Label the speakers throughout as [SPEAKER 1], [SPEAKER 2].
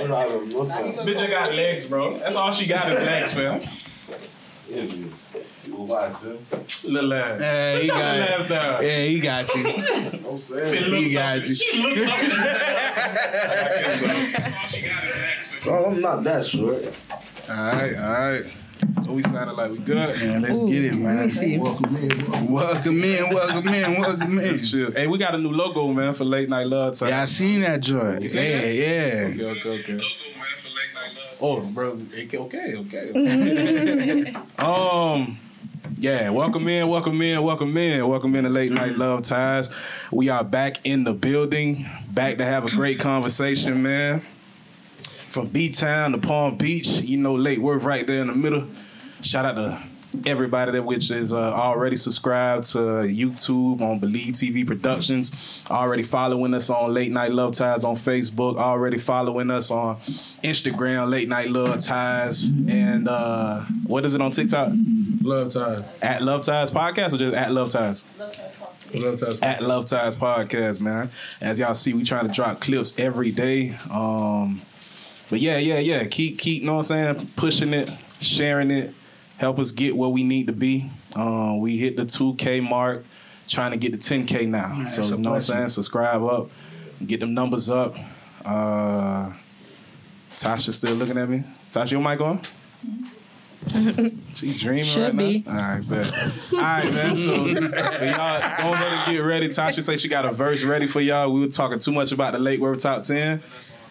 [SPEAKER 1] I'm not even looking.
[SPEAKER 2] Bitch, I got legs, bro. That's all she got is legs, fam.
[SPEAKER 1] Is it? Well, why, sir?
[SPEAKER 2] Little ass.
[SPEAKER 3] Yeah,
[SPEAKER 2] Sit
[SPEAKER 3] he
[SPEAKER 2] your little
[SPEAKER 3] got-
[SPEAKER 2] ass down.
[SPEAKER 3] Yeah, he got you.
[SPEAKER 1] I'm
[SPEAKER 2] She
[SPEAKER 1] saying.
[SPEAKER 2] looked
[SPEAKER 3] He got
[SPEAKER 2] up-
[SPEAKER 3] you.
[SPEAKER 2] She looked up. I guess so. All she got is legs, fam.
[SPEAKER 1] Bro, I'm not that short.
[SPEAKER 2] All right, all right. So we sounded like we good.
[SPEAKER 3] Man, let's
[SPEAKER 4] Ooh,
[SPEAKER 3] get it,
[SPEAKER 4] let
[SPEAKER 3] man.
[SPEAKER 4] me see.
[SPEAKER 3] Welcome in. Welcome in. Welcome in. Welcome in.
[SPEAKER 2] Just chill. Hey, we got a new logo, man, for late night love time.
[SPEAKER 3] Yeah, I seen that joint.
[SPEAKER 2] You seen
[SPEAKER 3] yeah,
[SPEAKER 2] that?
[SPEAKER 3] yeah.
[SPEAKER 2] Okay, okay, okay. Oh, bro. Okay, okay, okay. um. Yeah, welcome in, welcome in, welcome in, welcome in to Late Night Love Ties. We are back in the building, back to have a great conversation, man. From B Town to Palm Beach, you know, Lake Worth right there in the middle. Shout out to everybody that which is uh, already subscribed to YouTube on Believe TV Productions, already following us on Late Night Love Ties on Facebook, already following us on Instagram, Late Night Love Ties, and uh, what is it on TikTok?
[SPEAKER 5] Love time.
[SPEAKER 2] At Love Ties Podcast or just at Love Ties?
[SPEAKER 5] Love time.
[SPEAKER 2] At Love Ties Podcast, man. As y'all see, we trying to drop clips every day. Um, but yeah, yeah, yeah. Keep keep, you know what I'm saying? Pushing it, sharing it, help us get where we need to be. Um, we hit the 2K mark, trying to get to 10K now. so
[SPEAKER 3] that's a
[SPEAKER 2] you know what I'm
[SPEAKER 3] blessing.
[SPEAKER 2] saying? Subscribe up, get them numbers up. Uh Tasha still looking at me. Tasha, your mic on? She dreaming
[SPEAKER 4] Should
[SPEAKER 2] right
[SPEAKER 4] be.
[SPEAKER 2] now. All right, bet. All right, man. So for y'all, go ahead and get ready. Tasha say she got a verse ready for y'all. We were talking too much about the Lake Worth Top Ten.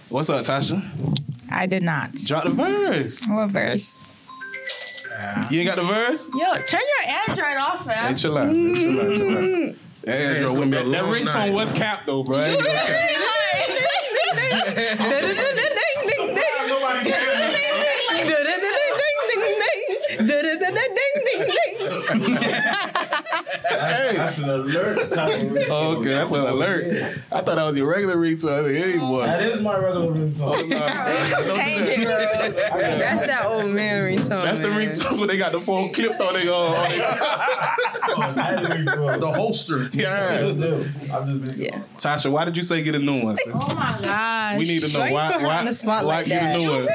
[SPEAKER 2] What's up, Tasha?
[SPEAKER 4] I did not.
[SPEAKER 2] Drop the verse.
[SPEAKER 4] What verse?
[SPEAKER 2] You ain't got the verse?
[SPEAKER 6] Yo, turn your Android off,
[SPEAKER 2] Hey,
[SPEAKER 6] fam.
[SPEAKER 2] chill out. man. Chill out, chill out. That Andrew,
[SPEAKER 5] gonna
[SPEAKER 2] with
[SPEAKER 5] be a
[SPEAKER 2] that, that
[SPEAKER 5] long
[SPEAKER 2] ringtone
[SPEAKER 5] night.
[SPEAKER 2] was capped though, bro. Ain't no cap. Nobody's capping.
[SPEAKER 1] That's an alert. type of ring.
[SPEAKER 2] Okay, that's an alert. I thought that was your regular ringtone. I was like, Hey,
[SPEAKER 1] That
[SPEAKER 2] boy.
[SPEAKER 1] is my regular ringtone.
[SPEAKER 5] Oh,
[SPEAKER 7] Change it. That's that old man ringtone.
[SPEAKER 2] That's the
[SPEAKER 7] man.
[SPEAKER 2] ringtone when they oh, got the phone clipped on their on their-
[SPEAKER 1] That is ringtone.
[SPEAKER 5] The holster.
[SPEAKER 2] Yeah.
[SPEAKER 1] I'm just being
[SPEAKER 7] Yeah.
[SPEAKER 2] Tasha, why did you say get a new one? sis?
[SPEAKER 6] Oh my gosh.
[SPEAKER 2] We need to know
[SPEAKER 7] Why you
[SPEAKER 2] why.
[SPEAKER 7] put her
[SPEAKER 2] why,
[SPEAKER 7] on the spot
[SPEAKER 2] why
[SPEAKER 7] like
[SPEAKER 2] get
[SPEAKER 7] that?
[SPEAKER 2] a new one?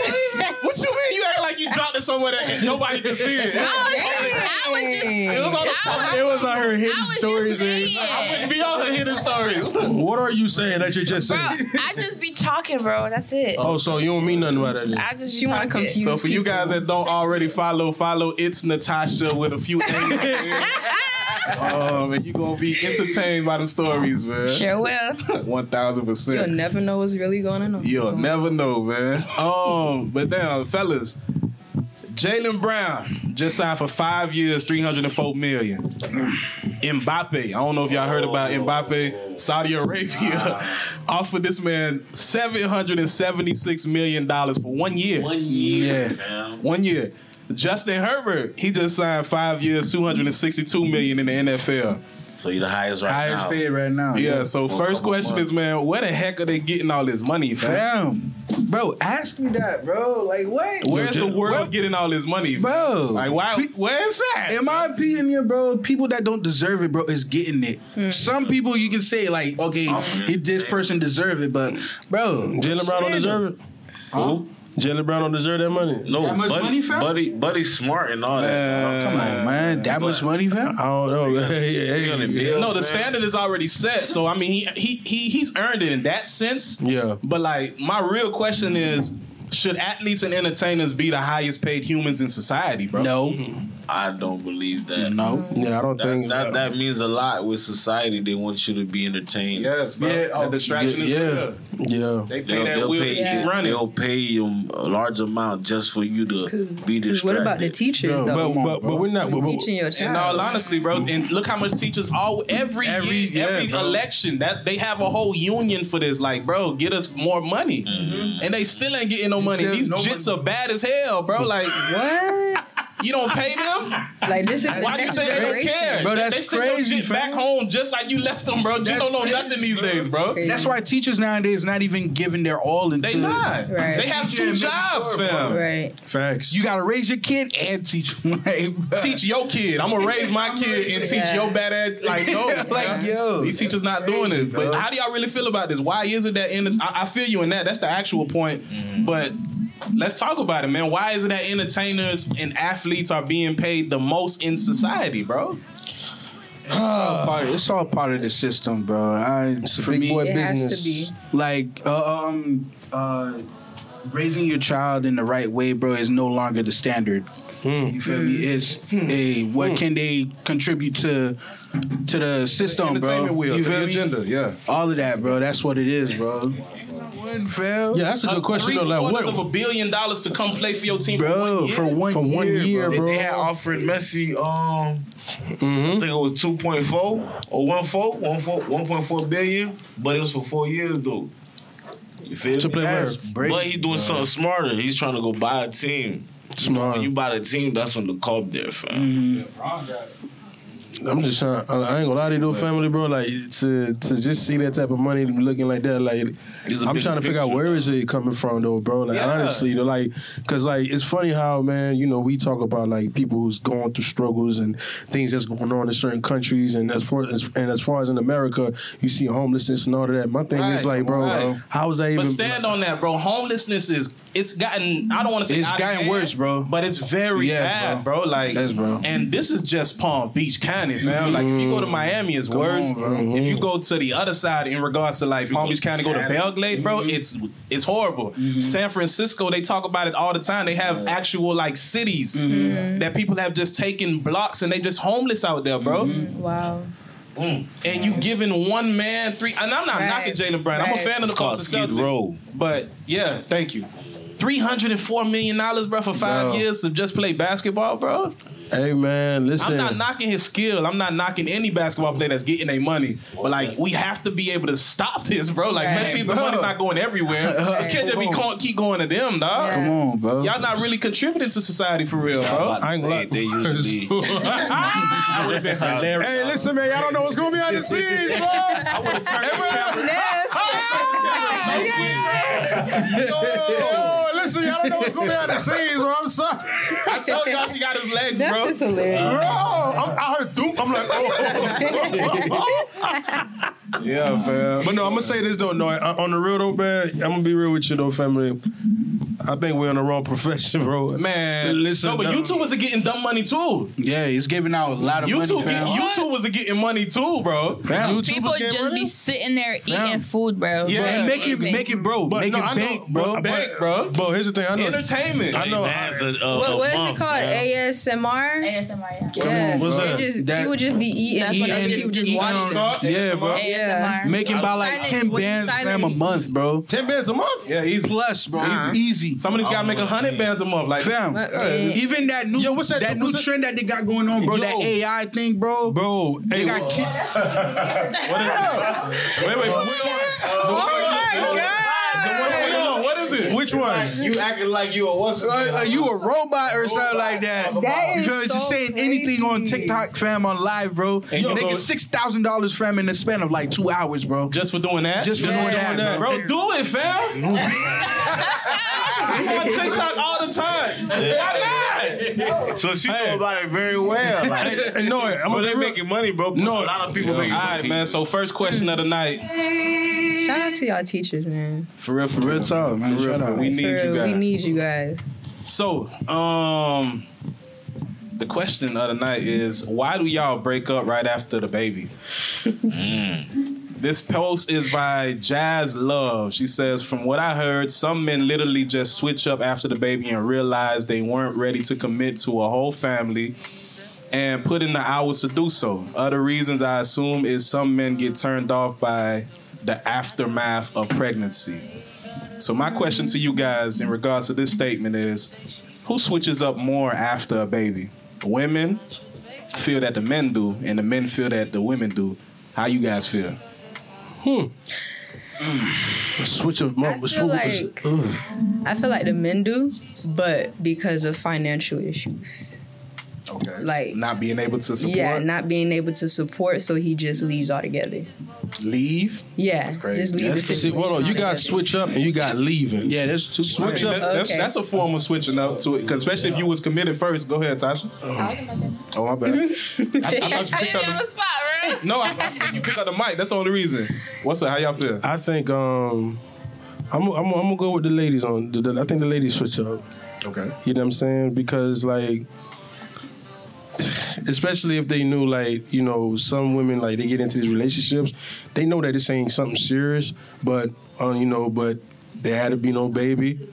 [SPEAKER 2] what you mean? You act like you dropped it somewhere that nobody can see it.
[SPEAKER 6] I was just.
[SPEAKER 2] It
[SPEAKER 7] Dang.
[SPEAKER 2] was on the
[SPEAKER 6] I
[SPEAKER 2] spot.
[SPEAKER 6] was,
[SPEAKER 3] was on her
[SPEAKER 6] I
[SPEAKER 3] hidden
[SPEAKER 6] was just saying.
[SPEAKER 2] Be on the hidden stories.
[SPEAKER 5] What are you saying that you just
[SPEAKER 6] Bro,
[SPEAKER 5] said?
[SPEAKER 6] I just be talking, bro. That's it.
[SPEAKER 5] Oh, so you don't mean nothing about that. Then.
[SPEAKER 6] I just
[SPEAKER 7] She want to confuse.
[SPEAKER 2] So for you
[SPEAKER 7] people.
[SPEAKER 2] guys that don't already follow, follow it's Natasha with a few things. um, and you gonna be entertained by them stories, man.
[SPEAKER 7] sure will.
[SPEAKER 2] One thousand
[SPEAKER 7] You'll
[SPEAKER 2] percent.
[SPEAKER 7] never know what's really going on.
[SPEAKER 2] You'll never know, man. Um, but now, fellas, Jalen Brown just signed for five years, three hundred and four million. Mbappe, I don't know if y'all heard about Mbappe. Saudi Arabia offered this man seven hundred and seventy-six million dollars for one year.
[SPEAKER 8] One year,
[SPEAKER 2] Yeah.
[SPEAKER 8] fam.
[SPEAKER 2] One year. Justin Herbert, he just signed five years, two hundred and sixty-two million in the NFL.
[SPEAKER 8] So you're the highest right
[SPEAKER 3] Highest
[SPEAKER 8] now.
[SPEAKER 3] paid right now.
[SPEAKER 2] Yeah. So
[SPEAKER 8] For a
[SPEAKER 2] first
[SPEAKER 8] couple
[SPEAKER 2] question
[SPEAKER 8] months.
[SPEAKER 2] is, man, where the heck are they getting all this money from?
[SPEAKER 3] Damn. Bro, ask me that, bro. Like, what?
[SPEAKER 2] Where's the world getting all this money, from?
[SPEAKER 3] Bro.
[SPEAKER 2] Like, why? Where's that?
[SPEAKER 3] in my opinion, bro, people that don't deserve it, bro, is getting it. Some people you can say like, okay, he- this person deserve it, but bro,
[SPEAKER 5] Jalen Brown don't deserve it.
[SPEAKER 8] Who?
[SPEAKER 5] Jalen Brown don't deserve that money.
[SPEAKER 8] No,
[SPEAKER 3] That much
[SPEAKER 8] buddy,
[SPEAKER 3] money, fam?
[SPEAKER 8] buddy, buddy, smart and all that.
[SPEAKER 2] Man.
[SPEAKER 3] Come on, man, that much money, fam.
[SPEAKER 5] I don't know. Hey,
[SPEAKER 8] They
[SPEAKER 5] hey,
[SPEAKER 8] gonna
[SPEAKER 5] hey.
[SPEAKER 8] build,
[SPEAKER 2] No, the
[SPEAKER 8] fam.
[SPEAKER 2] standard is already set. So I mean, he he he he's earned it in that sense.
[SPEAKER 5] Yeah.
[SPEAKER 2] But like, my real question is. Should athletes and entertainers be the highest paid humans in society, bro?
[SPEAKER 3] No,
[SPEAKER 8] I don't believe that.
[SPEAKER 3] no.
[SPEAKER 5] Yeah, I don't
[SPEAKER 8] That,
[SPEAKER 5] think
[SPEAKER 8] that, that means a lot with society. They want you to be entertained.
[SPEAKER 2] Yes, bro.
[SPEAKER 3] Yeah, oh,
[SPEAKER 2] the distraction is
[SPEAKER 5] yeah.
[SPEAKER 2] real.
[SPEAKER 5] Yeah.
[SPEAKER 2] They play
[SPEAKER 8] They'll,
[SPEAKER 2] that
[SPEAKER 8] they'll
[SPEAKER 2] wheel to
[SPEAKER 8] pay
[SPEAKER 2] keep
[SPEAKER 8] you.
[SPEAKER 2] running.
[SPEAKER 8] They'll pay you a large amount just for you to be
[SPEAKER 7] Because
[SPEAKER 8] distracted.
[SPEAKER 7] what about the teachers
[SPEAKER 3] Bro,
[SPEAKER 5] But
[SPEAKER 7] though?
[SPEAKER 3] Come on,
[SPEAKER 5] but
[SPEAKER 3] bro.
[SPEAKER 5] but we're not. But,
[SPEAKER 7] Who's
[SPEAKER 5] but,
[SPEAKER 7] teaching your child?
[SPEAKER 2] In all honesty, bro, and look how much teachers all every
[SPEAKER 3] Every-
[SPEAKER 2] year,
[SPEAKER 3] yeah,
[SPEAKER 2] every
[SPEAKER 3] bro.
[SPEAKER 2] election that they have a whole union for this. Like, bro, get us more money, and Mm-hmm. they still ain't getting no money.
[SPEAKER 3] said
[SPEAKER 2] These
[SPEAKER 3] no
[SPEAKER 2] jits are bad as hell, bro. Like,
[SPEAKER 7] what?
[SPEAKER 2] You don't pay them?
[SPEAKER 9] Like this is the
[SPEAKER 2] Why do you
[SPEAKER 9] next
[SPEAKER 2] think they
[SPEAKER 9] generation.
[SPEAKER 2] don't care?
[SPEAKER 3] Bro, that's
[SPEAKER 2] they send your
[SPEAKER 3] crazy,
[SPEAKER 2] shit back
[SPEAKER 3] fam.
[SPEAKER 2] home just like you left them, bro. You don't know nothing these days, bro.
[SPEAKER 3] That's why teachers nowadays not even giving their all into
[SPEAKER 2] They not.
[SPEAKER 9] Right.
[SPEAKER 2] They have
[SPEAKER 3] Teaching
[SPEAKER 2] two
[SPEAKER 3] and making
[SPEAKER 2] jobs,
[SPEAKER 3] sure,
[SPEAKER 2] fam.
[SPEAKER 9] Right.
[SPEAKER 3] facts. You gotta raise your kid and teach him. Like, bro.
[SPEAKER 2] Teach your kid. I'm gonna raise my kid and teach
[SPEAKER 9] Yeah.
[SPEAKER 2] your bad ass. Like no,
[SPEAKER 3] Like,
[SPEAKER 2] fam.
[SPEAKER 3] yo,
[SPEAKER 2] These teachers not doing it. But how do y'all really feel about this? Why is it that? Enter- I, I feel you in that. That's the actual point.
[SPEAKER 9] Mm-hmm.
[SPEAKER 2] But let's talk about it, man. Why is it that entertainers and athletes are being paid the most in society, bro?
[SPEAKER 3] part of- it's all part of the system, bro. I, for
[SPEAKER 5] big
[SPEAKER 3] me,
[SPEAKER 5] boy
[SPEAKER 9] It has to be.
[SPEAKER 5] business.
[SPEAKER 3] like uh, um uh raising your child in the right way bro is no longer the standard you feel me it's hey what can they contribute to to the system bro
[SPEAKER 10] Entertainment wheel.
[SPEAKER 3] you
[SPEAKER 10] to the
[SPEAKER 3] feel me
[SPEAKER 10] agenda. Yeah.
[SPEAKER 3] all of that bro that's what it is bro
[SPEAKER 5] Yeah, that's a good question
[SPEAKER 2] Uh, Three
[SPEAKER 5] though. Like,
[SPEAKER 2] quarters
[SPEAKER 5] what?
[SPEAKER 2] of a billion dollars to come play for your team,
[SPEAKER 3] bro for one
[SPEAKER 5] for one year,
[SPEAKER 3] bro.
[SPEAKER 5] bro.
[SPEAKER 8] They had offered Messi, um, I think it was 2.4 or 1.4, 1.4, 1.4 billion, but it was for four years though. You feel
[SPEAKER 5] To
[SPEAKER 8] me?
[SPEAKER 5] play where?
[SPEAKER 3] That's brave,
[SPEAKER 8] But he doing something smarter. He's trying to go buy a team. When
[SPEAKER 5] Smart.
[SPEAKER 8] you buy the team, that's when the cop there, fam.
[SPEAKER 5] I'm just trying. I I ain't gonna lie to you, though, family, bro. Like to to just see that type of money looking like that, like
[SPEAKER 8] It's a
[SPEAKER 5] I'm
[SPEAKER 8] bigger
[SPEAKER 5] trying to figure out
[SPEAKER 8] picture.
[SPEAKER 5] where is it coming from, though, bro. Like
[SPEAKER 2] Yeah.
[SPEAKER 5] honestly, though, like because like it's funny how man, you know, we talk about like people who's going through struggles and things that's going on in certain countries, and as far as and as far as in America, you see homelessness and all of that. My thing is
[SPEAKER 2] Right,
[SPEAKER 5] like, bro,
[SPEAKER 2] right.
[SPEAKER 5] how is that even?
[SPEAKER 2] But stand on that, bro. Homelessness is it's gotten. I don't want to say
[SPEAKER 3] It's
[SPEAKER 2] out of
[SPEAKER 3] gotten
[SPEAKER 2] hand,
[SPEAKER 3] worse, bro.
[SPEAKER 2] But it's very
[SPEAKER 3] Yeah,
[SPEAKER 2] bad, bro. Like,
[SPEAKER 3] Yes, bro. Mm-hmm.
[SPEAKER 2] and this is just Palm Beach County, fam. Like, if you go to Miami, it's worse.
[SPEAKER 3] on, bro.
[SPEAKER 2] if you go to the other side in regards to like Palm Beach County, go to Belglade, bro.
[SPEAKER 3] Mm-hmm.
[SPEAKER 2] It's it's horrible. San Francisco, they talk about it all the time. They have actual like cities
[SPEAKER 3] Mm-hmm.
[SPEAKER 2] that people have just taken blocks and they just homeless out there, bro
[SPEAKER 3] Mm-hmm.
[SPEAKER 9] Wow.
[SPEAKER 2] and you giving one man three. And I'm not
[SPEAKER 9] Right.
[SPEAKER 2] knocking Jalen Brown. I'm a
[SPEAKER 9] Right.
[SPEAKER 2] fan of the
[SPEAKER 8] It's called
[SPEAKER 2] Boston
[SPEAKER 8] Skid
[SPEAKER 2] Celtics.
[SPEAKER 8] Row.
[SPEAKER 2] But yeah, thank you. Three hundred and four million dollars, bro, for five
[SPEAKER 3] Bro.
[SPEAKER 2] years to just play basketball, bro.
[SPEAKER 5] hey man, listen.
[SPEAKER 2] I'm not knocking his skill. I'm not knocking any basketball player that's getting their money. But like, we have to be able to stop this, bro. Like,
[SPEAKER 9] Right.
[SPEAKER 2] especially if the money's not going everywhere. It can't just be con- keep going to them, dog.
[SPEAKER 9] Yeah.
[SPEAKER 3] come on bro
[SPEAKER 2] Y'all not really contributing to society for real, bro.
[SPEAKER 8] I ain't
[SPEAKER 5] gonna
[SPEAKER 8] They usually.
[SPEAKER 5] Hey, listen, man, y'all don't know what's gonna be on the scenes, bro.
[SPEAKER 2] I would have turned this camera.
[SPEAKER 5] Oh, listen, y'all don't know what's going to be on the scenes, bro. I'm sorry.
[SPEAKER 2] I told y'all she got his legs,
[SPEAKER 9] That's
[SPEAKER 2] bro.
[SPEAKER 9] just hilarious.
[SPEAKER 5] Bro, Oh, I'm, I heard doom. I'm like, oh.
[SPEAKER 10] Yeah, fam.
[SPEAKER 5] but no, I'm going to say this, though. No, I- on the real, though, man, I'm going to be real with you, though, family. I think we're in the wrong profession, bro.
[SPEAKER 2] Man,
[SPEAKER 5] Listen,
[SPEAKER 2] no, but
[SPEAKER 5] no.
[SPEAKER 2] YouTubers are getting dumb money too.
[SPEAKER 3] yeah he's giving out a lot of
[SPEAKER 2] YouTube,
[SPEAKER 3] money fam.
[SPEAKER 2] get, YouTubers are getting money too, bro.
[SPEAKER 3] Fam.
[SPEAKER 5] YouTubers
[SPEAKER 11] People
[SPEAKER 5] get
[SPEAKER 11] just
[SPEAKER 5] money?
[SPEAKER 11] be sitting there eating
[SPEAKER 5] Yeah.
[SPEAKER 11] food, bro.
[SPEAKER 2] Yeah,
[SPEAKER 11] Like,
[SPEAKER 2] and
[SPEAKER 3] make it make it bro
[SPEAKER 5] But
[SPEAKER 3] make
[SPEAKER 5] no, I
[SPEAKER 3] it
[SPEAKER 5] know,
[SPEAKER 3] bank bro
[SPEAKER 5] but,
[SPEAKER 2] Bank, bro.
[SPEAKER 5] But here's the thing, I know.
[SPEAKER 2] Entertainment.
[SPEAKER 5] I know.
[SPEAKER 8] That's
[SPEAKER 5] I,
[SPEAKER 8] a- a-
[SPEAKER 9] What,
[SPEAKER 8] a
[SPEAKER 9] what is
[SPEAKER 8] month,
[SPEAKER 9] it called?
[SPEAKER 8] man.
[SPEAKER 9] ASMR?
[SPEAKER 11] ASMR, yeah.
[SPEAKER 9] Yeah.
[SPEAKER 5] what's
[SPEAKER 9] they
[SPEAKER 5] that?
[SPEAKER 9] Just,
[SPEAKER 3] That-
[SPEAKER 9] people just be eating.
[SPEAKER 11] That's what they
[SPEAKER 9] eating,
[SPEAKER 11] do, just
[SPEAKER 9] eating.
[SPEAKER 11] watch
[SPEAKER 9] Wow.
[SPEAKER 2] Talk,
[SPEAKER 3] Yeah, bro.
[SPEAKER 2] ASMR.
[SPEAKER 9] ASMR.
[SPEAKER 3] making about like
[SPEAKER 9] Silent-
[SPEAKER 3] 10
[SPEAKER 9] when you
[SPEAKER 3] bands fam, a
[SPEAKER 9] silently-
[SPEAKER 3] month bro
[SPEAKER 5] 10 bands Uh-huh. a month?
[SPEAKER 2] Yeah, he's
[SPEAKER 3] plus bro it's easy
[SPEAKER 2] somebody's got to make a hundred bands a month, like
[SPEAKER 3] Fam,
[SPEAKER 9] What, man?
[SPEAKER 3] even that new
[SPEAKER 5] Yo, what's that-
[SPEAKER 3] that, new
[SPEAKER 5] what's that-
[SPEAKER 3] trend that they got going on, bro?
[SPEAKER 5] Yo.
[SPEAKER 3] that AI thing, bro.
[SPEAKER 5] Bro,
[SPEAKER 3] they
[SPEAKER 5] hey,
[SPEAKER 3] got ki-
[SPEAKER 2] Wait, wait, which one? The one where you-
[SPEAKER 9] Oh my
[SPEAKER 2] the
[SPEAKER 9] God.
[SPEAKER 2] one where you- What is it?
[SPEAKER 5] which one?
[SPEAKER 8] You acting like you a what's
[SPEAKER 3] are you a robot or something like that?
[SPEAKER 9] That
[SPEAKER 3] You
[SPEAKER 9] is
[SPEAKER 3] feel me? Just
[SPEAKER 9] so
[SPEAKER 3] saying anything on
[SPEAKER 9] crazy.
[SPEAKER 3] TikTok, fam, on live, bro.
[SPEAKER 2] And
[SPEAKER 3] Yo,
[SPEAKER 2] you
[SPEAKER 3] they
[SPEAKER 2] know-
[SPEAKER 3] get six thousand dollars, fam, in the span of like two hours, bro.
[SPEAKER 2] Just for doing that?
[SPEAKER 3] Just for doing
[SPEAKER 5] doing
[SPEAKER 3] that,
[SPEAKER 5] that.
[SPEAKER 3] bro.
[SPEAKER 2] bro, do it, fam. I'm on TikTok all the time. Why not?
[SPEAKER 8] So she
[SPEAKER 2] Hey.
[SPEAKER 8] know about it very well. Like,
[SPEAKER 5] Hey, no,
[SPEAKER 8] but
[SPEAKER 5] I'm gonna
[SPEAKER 8] they
[SPEAKER 5] be real.
[SPEAKER 8] making money, bro.
[SPEAKER 5] No.
[SPEAKER 8] a lot of people making
[SPEAKER 2] All right,
[SPEAKER 8] money.
[SPEAKER 2] man. So first question of the night.
[SPEAKER 9] Shout out to y'all teachers, man.
[SPEAKER 10] For real, for
[SPEAKER 3] Real talk, man.
[SPEAKER 10] real,
[SPEAKER 3] Shout
[SPEAKER 10] for
[SPEAKER 3] out.
[SPEAKER 10] real.
[SPEAKER 2] We need
[SPEAKER 9] For
[SPEAKER 2] you
[SPEAKER 9] real, we
[SPEAKER 2] guys.
[SPEAKER 9] need you guys.
[SPEAKER 2] So, um, the question of the night is why do y'all break up right after the baby? This post is by Jazz Love. She says, From what I heard, some men literally just switch up after the baby and realize they weren't ready to commit to a whole family and put in the hours to do so. Other reasons I assume is some men get turned off by the aftermath of pregnancy. So my question to you guys in regards to this statement is, who switches up more after a baby? Women feel that the men do, and the men feel that the women do. How you guys feel?
[SPEAKER 5] Switch of
[SPEAKER 9] I
[SPEAKER 5] month.
[SPEAKER 9] feel like I feel like the men do, but because of financial issues.
[SPEAKER 2] Okay.
[SPEAKER 9] Like-
[SPEAKER 2] not being able to support.
[SPEAKER 9] Yeah, not being able to support, so he just leaves altogether.
[SPEAKER 2] leave.
[SPEAKER 9] Yeah,
[SPEAKER 2] crazy.
[SPEAKER 9] just leave the
[SPEAKER 5] See,
[SPEAKER 9] situation.
[SPEAKER 5] hold on. You got
[SPEAKER 9] altogether.
[SPEAKER 5] switch up and you got leaving.
[SPEAKER 3] Yeah, there's two.
[SPEAKER 5] Switch
[SPEAKER 2] That-
[SPEAKER 5] up.
[SPEAKER 2] that's,
[SPEAKER 9] Okay.
[SPEAKER 2] that's a form of switching up to it, 'cause especially if you was committed first. Go ahead, Tasha. Oh my bad. I, I thought you
[SPEAKER 11] I
[SPEAKER 2] picked
[SPEAKER 11] didn't
[SPEAKER 2] up
[SPEAKER 11] be on the
[SPEAKER 2] the,
[SPEAKER 11] spot, right?
[SPEAKER 2] no, I, I said you picked up the mic. That's the only reason. What's up? How y'all feel?
[SPEAKER 5] I think um, I'm I'm, I'm gonna go with the ladies on. The, the- I think the ladies switch up.
[SPEAKER 2] Okay.
[SPEAKER 5] You know what I'm saying? Because like, especially if they knew like you know some women like they get into these relationships, they know that it's ain't something serious, but uh, you know, but there had to be no baby.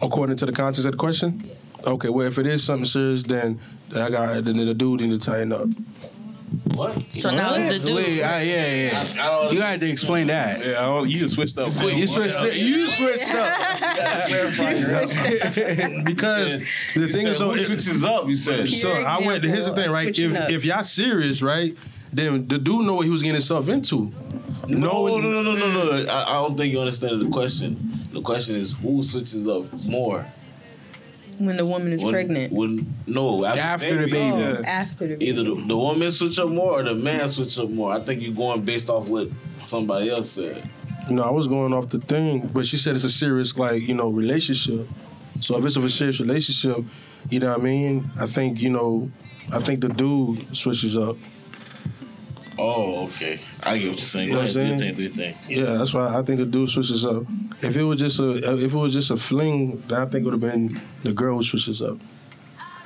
[SPEAKER 5] According to the context of the question. Okay, well, if it is something serious, then I got then the dude need to tighten up.
[SPEAKER 6] So now the dude.
[SPEAKER 3] Wait, I, yeah, yeah. You had to explain that.
[SPEAKER 2] Yeah, I don't, you just switched up. quick.
[SPEAKER 5] You switched. You switched up because the thing is, so
[SPEAKER 8] Who
[SPEAKER 5] if-
[SPEAKER 8] switches up, you said.
[SPEAKER 5] so
[SPEAKER 9] Your
[SPEAKER 5] I went. Here's the
[SPEAKER 9] example
[SPEAKER 5] thing,
[SPEAKER 9] of
[SPEAKER 5] right? If
[SPEAKER 9] switching up.
[SPEAKER 5] if y'all serious, right, then the dude know what he was getting himself into.
[SPEAKER 8] No, no,
[SPEAKER 5] Knowing-
[SPEAKER 8] no, no, no, no. I, I don't think you understand the question. The question is who switches up more
[SPEAKER 9] when the woman is
[SPEAKER 8] when,
[SPEAKER 9] pregnant.
[SPEAKER 8] When no, after,
[SPEAKER 2] After the
[SPEAKER 9] Oh,
[SPEAKER 2] baby.
[SPEAKER 9] after the
[SPEAKER 8] Either the, the woman switch up more or the man switch up more. I think you're going based off what somebody else said.
[SPEAKER 5] No, I was going off the thing, but she said it's a serious, like you know, relationship. So if it's a serious relationship, you know what I mean? I think you know, I think the dude switches up.
[SPEAKER 8] Oh, okay. I get what you're saying.
[SPEAKER 5] You
[SPEAKER 8] Go
[SPEAKER 5] know
[SPEAKER 8] ahead,
[SPEAKER 5] what I'm
[SPEAKER 8] do your thing,
[SPEAKER 5] saying?
[SPEAKER 8] do your thing.
[SPEAKER 5] Yeah, that's why I think the dude switches up. If it was just a if it was just a fling, then I think it would have been the girl who switches up.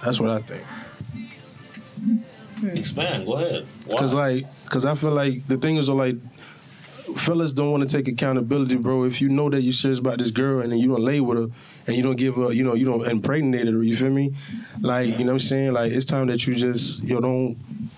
[SPEAKER 5] That's what I think.
[SPEAKER 8] Hmm. Expand. Go ahead. Why?
[SPEAKER 5] Cause like, cause I feel like the thing is like, fellas don't want to take accountability, bro. If you know that you're serious about this girl and then you don't lay with her and you don't give her, you know, you don't impregnate her. You feel me? Like, you know what I'm saying? Like, it's time that you just you know, don't.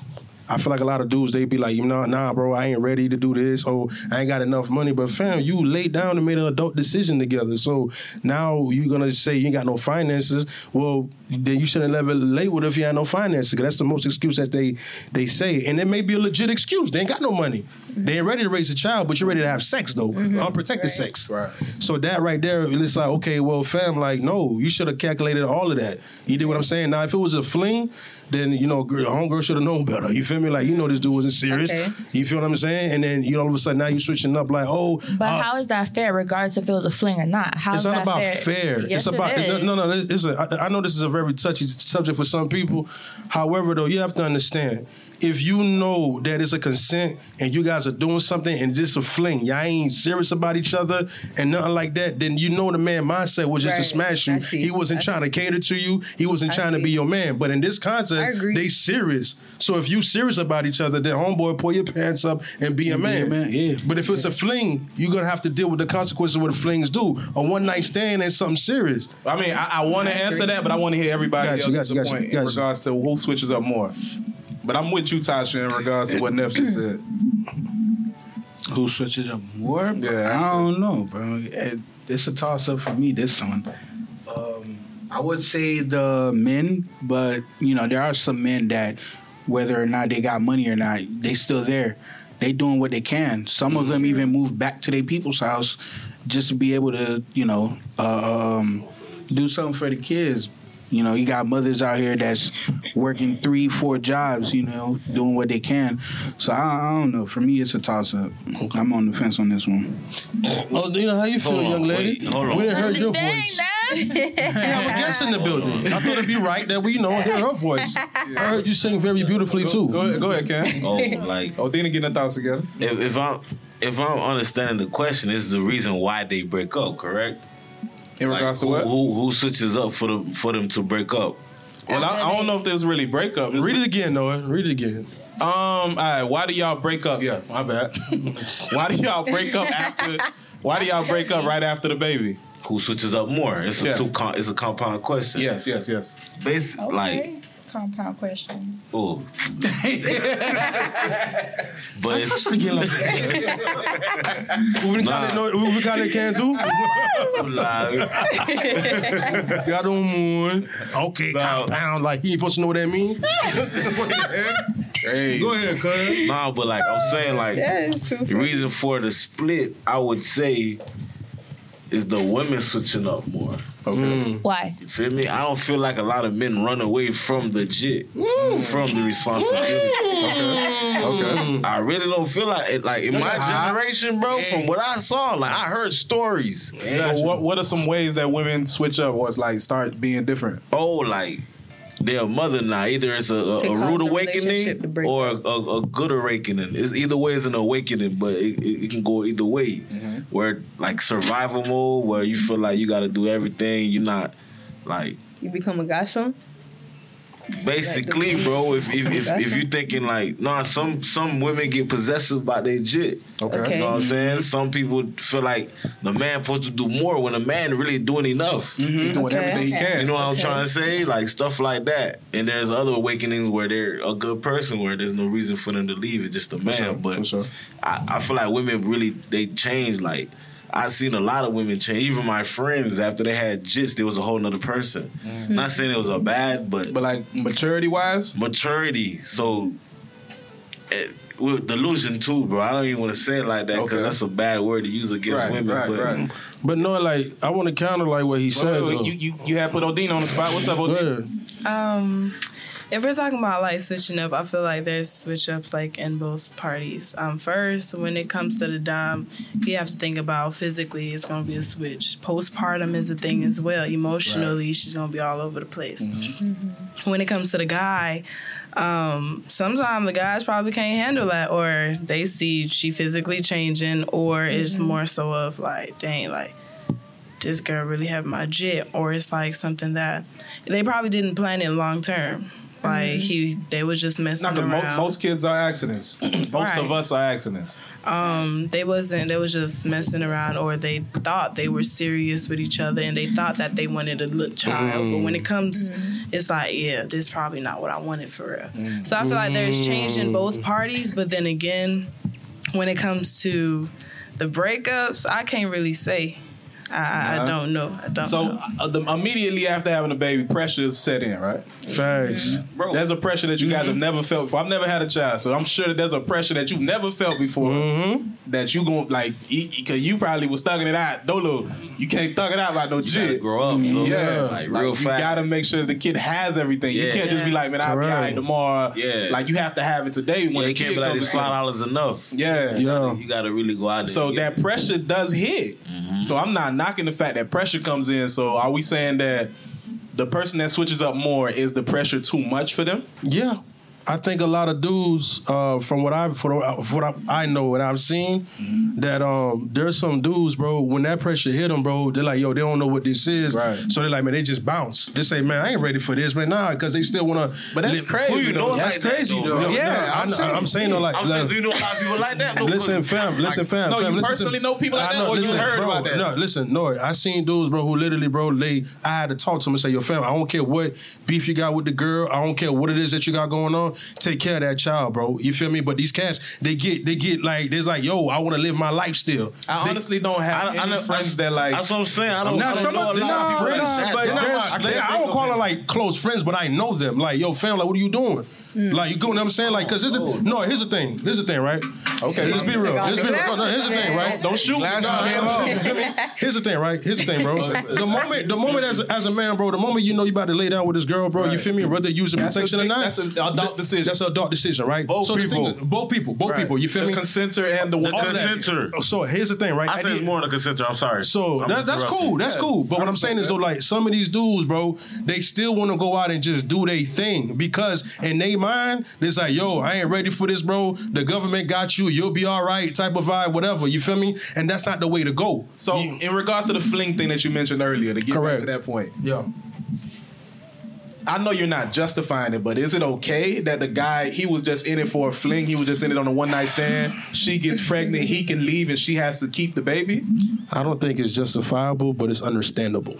[SPEAKER 5] I feel like a lot of dudes they be like, you know, nah, bro, I ain't ready to do this. Oh, I ain't got enough money. But fam, you laid down and made an adult decision together. So now you're gonna say you ain't got no finances. Well, then you shouldn't never lay with her if you had no finances. 'cause that's the most excuse that they they say, and it may be a legit excuse. They ain't got no money. They ain't ready to raise a child, but you're ready to have sex though, Mm-hmm. unprotected sex. Right. So that right there, it's like, okay, well, fam, like, no, you should have calculated all of that. You did what I'm saying. Now, if it was a fling, then you know, girl, homegirl should have known better. You feel me? Like, you know, this dude wasn't serious.
[SPEAKER 9] Okay.
[SPEAKER 5] You feel what I'm saying? And then you know, all of a sudden, now you switching up, like, oh,
[SPEAKER 6] But
[SPEAKER 5] uh,
[SPEAKER 6] how is that fair, regardless if it was a fling or not? How
[SPEAKER 5] it's
[SPEAKER 6] is
[SPEAKER 5] not
[SPEAKER 6] that
[SPEAKER 5] about fair.
[SPEAKER 6] Yes,
[SPEAKER 5] it's about
[SPEAKER 6] it
[SPEAKER 5] it's-
[SPEAKER 6] is.
[SPEAKER 5] no, no, no. It's a, I, I know this is a very touchy subject for some people. However, though, you have to understand if you know that it's a consent and you guys are doing something and just a fling, y'all ain't serious about each other and nothing like that. Then you know the man mindset was just to
[SPEAKER 9] Right.
[SPEAKER 5] smash
[SPEAKER 9] I
[SPEAKER 5] you.
[SPEAKER 9] see.
[SPEAKER 5] He wasn't
[SPEAKER 9] I
[SPEAKER 5] trying to cater to you. He wasn't
[SPEAKER 9] I
[SPEAKER 5] trying to
[SPEAKER 9] see.
[SPEAKER 5] be your man. But in this
[SPEAKER 9] I
[SPEAKER 5] context,
[SPEAKER 9] agree.
[SPEAKER 5] they serious. So if you serious about each other, then homeboy, pull your pants up and be a man.
[SPEAKER 3] man, yeah.
[SPEAKER 5] But if it's a fling, you're gonna have to deal with the consequences of what the flings do. A one night stand ain't something serious.
[SPEAKER 2] I mean, I, I want to answer that, but I want to hear everybody
[SPEAKER 5] Got
[SPEAKER 2] else's
[SPEAKER 5] you, got you, got you,
[SPEAKER 2] point in
[SPEAKER 5] got you.
[SPEAKER 2] regards to who switches up more. But I'm with you, Tasha, in regards to what Nef just said.
[SPEAKER 3] Who switches up more?
[SPEAKER 2] Yeah.
[SPEAKER 3] I don't know, bro. It- It's a toss up for me. This one. Um, I would say the men, but you know there are some men that, whether or not they got money or not, they still there. They doing what they can. Some of them even move back to their people's house just to be able to, you know, uh, um, do something for the kids. You know, you got mothers out here that's working three, four jobs. You know, doing what they can. So I, I don't know. For me, it's a toss up. I'm on the fence on this one.
[SPEAKER 5] Oh, you know how you feel,
[SPEAKER 8] Hold on,
[SPEAKER 5] young lady?
[SPEAKER 8] wait, hold on.
[SPEAKER 5] We done heard your
[SPEAKER 11] Dang,
[SPEAKER 5] voice.
[SPEAKER 11] nah.
[SPEAKER 5] We have a guest in the building. I thought it'd be right that we, you know, hear her voice. I heard you sing very beautifully too.
[SPEAKER 2] Go ahead, go ahead Ken.
[SPEAKER 8] Oh, like
[SPEAKER 2] Oh, Dina getting her thoughts together.
[SPEAKER 8] if, if I'm if I'm understanding the question, it's the reason why they break up, correct?
[SPEAKER 2] In
[SPEAKER 8] Like,
[SPEAKER 2] regards
[SPEAKER 8] who,
[SPEAKER 2] to what?
[SPEAKER 8] who who switches up for the for them to break up?
[SPEAKER 2] Well, I, I don't know if there's really breakup.
[SPEAKER 5] Read it again, Noah. Read it again.
[SPEAKER 2] Um, all right, why do y'all break up? Yeah, my bad. why do y'all break up after? Why do y'all break up right after the baby?
[SPEAKER 8] Who switches up more? It's a
[SPEAKER 2] Yeah.
[SPEAKER 8] two com- it's a compound question.
[SPEAKER 2] Yes, yes, yes.
[SPEAKER 8] Basically, like
[SPEAKER 6] compound question.
[SPEAKER 8] oh. but
[SPEAKER 5] I
[SPEAKER 8] it's-
[SPEAKER 5] should get like We got
[SPEAKER 8] Nah.
[SPEAKER 5] it, Noah. We got it, can too.
[SPEAKER 8] like,
[SPEAKER 5] Got on one. Okay,
[SPEAKER 8] Nah.
[SPEAKER 5] compound. Like, he ain't supposed to know what that mean. What the heck?
[SPEAKER 2] Hey,
[SPEAKER 5] Go ahead, cuz.
[SPEAKER 8] nah, but like I'm saying, like
[SPEAKER 9] That is too
[SPEAKER 8] The reason for the split, I would say, is the women switching up more.
[SPEAKER 12] Why?
[SPEAKER 8] You feel me? I don't feel like a lot of men run away from the jit, from the responsibility.
[SPEAKER 2] Okay.
[SPEAKER 8] I really don't feel like it. Like in my generation, bro, from what I saw, like I heard stories.
[SPEAKER 2] So what What are some ways that women switch up or it's like start being different?
[SPEAKER 8] Oh, like they're a mother now. Either it's a, a,
[SPEAKER 7] To
[SPEAKER 8] a
[SPEAKER 7] cause
[SPEAKER 8] rude
[SPEAKER 7] the relationship to
[SPEAKER 8] awakening
[SPEAKER 7] break
[SPEAKER 8] or a, a, a good awakening. It's either way is an awakening, but it, it, it can go either way. Where like survival mode, where you feel like you got to do everything. You're not like
[SPEAKER 7] You become a gossip.
[SPEAKER 8] basically, bro. If if if, if you thinking like nah, some some women get possessive by their jit.
[SPEAKER 7] Okay.
[SPEAKER 8] You know what I'm saying? Some people feel like the man supposed to do more when a man really doing enough.
[SPEAKER 2] He's doing
[SPEAKER 7] Okay.
[SPEAKER 2] everything he
[SPEAKER 7] Okay.
[SPEAKER 2] can.
[SPEAKER 8] You know what I'm
[SPEAKER 7] Okay.
[SPEAKER 8] trying to say? Like stuff like that. And there's other awakenings where they're a good person where there's no reason for them to leave. It's just a man.
[SPEAKER 2] sure, for
[SPEAKER 8] but
[SPEAKER 2] sure.
[SPEAKER 8] I, I feel like women really they change like I've seen a lot of women change. Even my friends, after they had gist, they was a whole nother person.
[SPEAKER 2] Mm-hmm.
[SPEAKER 8] Not saying it was a bad, but,
[SPEAKER 2] But like maturity wise,
[SPEAKER 8] maturity. So eh, with delusion too, bro. I don't even want to say it like that because
[SPEAKER 2] Okay.
[SPEAKER 8] that's a bad word to use against
[SPEAKER 2] Right,
[SPEAKER 8] women.
[SPEAKER 2] right,
[SPEAKER 8] but
[SPEAKER 2] right.
[SPEAKER 5] But no, like I want to counter like what he
[SPEAKER 2] Wait,
[SPEAKER 5] said.
[SPEAKER 2] wait,
[SPEAKER 5] though.
[SPEAKER 2] you, you you had put Odina on the spot. What's up,
[SPEAKER 5] Go
[SPEAKER 2] Odina?
[SPEAKER 5] ahead.
[SPEAKER 9] Um, if we're talking about like switching up, I feel like there's switch ups like in both parties. Um, first, when it comes to the dom, you have to think about physically it's gonna be a switch. Postpartum is a thing as well. Emotionally, she's gonna be all over the place. Mm-hmm. When it comes to the guy, um, sometimes the guys probably can't handle that, or they see she physically changing, or it's more so of like, dang, like this girl really have my jit, or it's like something that they probably didn't plan it long term. Like he, they was just messing
[SPEAKER 2] Mm-hmm. Not 'cause mo-
[SPEAKER 9] around.
[SPEAKER 2] most kids are accidents. most of
[SPEAKER 9] Right.
[SPEAKER 2] us are accidents.
[SPEAKER 9] um, they wasn't. They was just messing around, or they thought they were serious with each other, and they thought that they wanted a little child. But when it
[SPEAKER 2] Mm.
[SPEAKER 9] comes,
[SPEAKER 2] Mm-hmm.
[SPEAKER 9] it's like, yeah, this probably not what I wanted for real. So I feel like there's change in
[SPEAKER 2] Mm.
[SPEAKER 9] both parties, but then again, when it comes to the breakups, I can't really say. I, I I don't know. I don't.
[SPEAKER 2] So
[SPEAKER 9] know.
[SPEAKER 2] uh, the, immediately after having a baby, pressure is set in, right?
[SPEAKER 5] Facts.
[SPEAKER 2] Bro. Mm-hmm. There's a pressure that you guys have never felt before. I've never had a child, so I'm sure that there's a pressure that you've never felt before.
[SPEAKER 8] Mm-hmm.
[SPEAKER 2] That you gon' like, because you probably was thugging it out. Dolo, you can't thug it out about no
[SPEAKER 8] gotta
[SPEAKER 2] jit.
[SPEAKER 8] grow up, so,
[SPEAKER 2] Yeah,
[SPEAKER 8] like real
[SPEAKER 2] you
[SPEAKER 8] fast.
[SPEAKER 2] gotta make sure the kid has everything. You
[SPEAKER 8] Yeah.
[SPEAKER 2] can't just be like, man, I'll be all
[SPEAKER 5] Correct.
[SPEAKER 2] right tomorrow.
[SPEAKER 8] Yeah.
[SPEAKER 2] Like, you have to have it today when
[SPEAKER 8] yeah,
[SPEAKER 2] the
[SPEAKER 8] it
[SPEAKER 2] kid
[SPEAKER 8] can't be like
[SPEAKER 2] comes
[SPEAKER 8] this
[SPEAKER 2] along.
[SPEAKER 8] five dollars enough.
[SPEAKER 2] Yeah.
[SPEAKER 5] Yeah.
[SPEAKER 8] You gotta really go out there.
[SPEAKER 2] So
[SPEAKER 8] and get
[SPEAKER 2] that pressure does hit. So I'm not knocking the fact that pressure comes in. So are we saying that the person that switches up more is the pressure too much for them?
[SPEAKER 5] Yeah. I think a lot of dudes, uh, from what I've from what I, I know and I've seen, that um, there's some dudes, bro. When that pressure hit them, bro, they're like, yo, they don't know what this is,
[SPEAKER 2] Right.
[SPEAKER 5] so they're like, man, they just bounce. They say, man, I ain't ready for this, man, nah, because they still wanna.
[SPEAKER 2] But that's
[SPEAKER 5] li-
[SPEAKER 2] crazy,
[SPEAKER 5] Who you
[SPEAKER 2] though.
[SPEAKER 5] know?
[SPEAKER 8] That's crazy, though.
[SPEAKER 5] No,
[SPEAKER 2] Yeah,
[SPEAKER 5] no,
[SPEAKER 2] I'm
[SPEAKER 5] I,
[SPEAKER 2] saying-
[SPEAKER 5] am saying, though, like,
[SPEAKER 8] I'm
[SPEAKER 5] like-
[SPEAKER 8] saying, do you know a lot of people like that? though?
[SPEAKER 5] listen, fam, listen, fam,
[SPEAKER 2] No,
[SPEAKER 5] fam.
[SPEAKER 2] you
[SPEAKER 5] listen
[SPEAKER 2] personally
[SPEAKER 5] to,
[SPEAKER 2] know people like
[SPEAKER 5] I
[SPEAKER 2] that, or you heard
[SPEAKER 5] bro,
[SPEAKER 2] about that?
[SPEAKER 5] No, listen, no, I seen dudes, bro, who literally, bro, they, I had to talk to them and say, yo, fam, I don't care what beef you got with the girl, I don't care what it is that you got going on, take care of that child, bro. You feel me? But these cats, they get, they get like, there's like, yo, I want to live my life still.
[SPEAKER 2] I
[SPEAKER 5] They-
[SPEAKER 2] honestly don't
[SPEAKER 8] I,
[SPEAKER 2] have
[SPEAKER 8] I,
[SPEAKER 2] any
[SPEAKER 8] know-
[SPEAKER 2] friends that like.
[SPEAKER 8] That's what I'm saying. I don't,
[SPEAKER 5] Nah,
[SPEAKER 8] I don't
[SPEAKER 5] some
[SPEAKER 8] know a
[SPEAKER 5] of
[SPEAKER 8] lot
[SPEAKER 5] nah,
[SPEAKER 8] of people
[SPEAKER 5] friends,
[SPEAKER 8] like that.
[SPEAKER 5] but
[SPEAKER 8] bro.
[SPEAKER 5] there's-
[SPEAKER 2] I can't
[SPEAKER 5] they- I
[SPEAKER 2] think
[SPEAKER 5] don't
[SPEAKER 2] of
[SPEAKER 5] call
[SPEAKER 2] any.
[SPEAKER 5] them like close friends, but I know them. Like, yo, fam, like, what are you doing? Like, you get what I'm saying? Like, cause here's
[SPEAKER 2] Oh,
[SPEAKER 5] the, no, here's the thing, here's the thing, right? Okay, let's be real. Let's be real. No, no, here's the thing, right?
[SPEAKER 2] don't shoot. me.
[SPEAKER 5] Nah, you feel me? Here's the thing, right? Here's the thing, bro. the moment, the moment as a, as a man, bro, the moment you know you about to lay down with this girl, bro, you feel me? Whether you using
[SPEAKER 2] That's a
[SPEAKER 5] protection or
[SPEAKER 2] big-
[SPEAKER 5] not,
[SPEAKER 2] that's an adult decision.
[SPEAKER 5] That's an adult decision, right?
[SPEAKER 8] Both
[SPEAKER 5] the thing
[SPEAKER 8] people.
[SPEAKER 5] is- both people, both people. You feel
[SPEAKER 2] the
[SPEAKER 5] me?
[SPEAKER 2] consenter and the
[SPEAKER 8] The
[SPEAKER 2] all that.
[SPEAKER 8] consenter.
[SPEAKER 5] so here's the thing, right?
[SPEAKER 8] I
[SPEAKER 5] At
[SPEAKER 8] said
[SPEAKER 5] the-
[SPEAKER 8] it's more than a consenter. I'm sorry.
[SPEAKER 5] so
[SPEAKER 8] I'm
[SPEAKER 5] that, that's
[SPEAKER 8] interrupting.
[SPEAKER 5] cool. That's cool. But what I'm saying is though, like some of these dudes, bro, they still want to go out and just do their thing because in their mind, it's like, yo, I ain't ready for this, bro. The government got you. You'll be all right. Type of vibe, whatever. You feel me? And that's not the way to go.
[SPEAKER 2] So in regards to the fling thing that you mentioned earlier, to get back
[SPEAKER 5] Correct.
[SPEAKER 2] to that point,
[SPEAKER 5] yeah.
[SPEAKER 2] I know you're not justifying it, but is it okay that the guy he was just in it for a fling, he was just in it on a one night stand, she gets pregnant, he can leave, and she has to keep the baby?
[SPEAKER 5] I don't think it's justifiable, but it's understandable.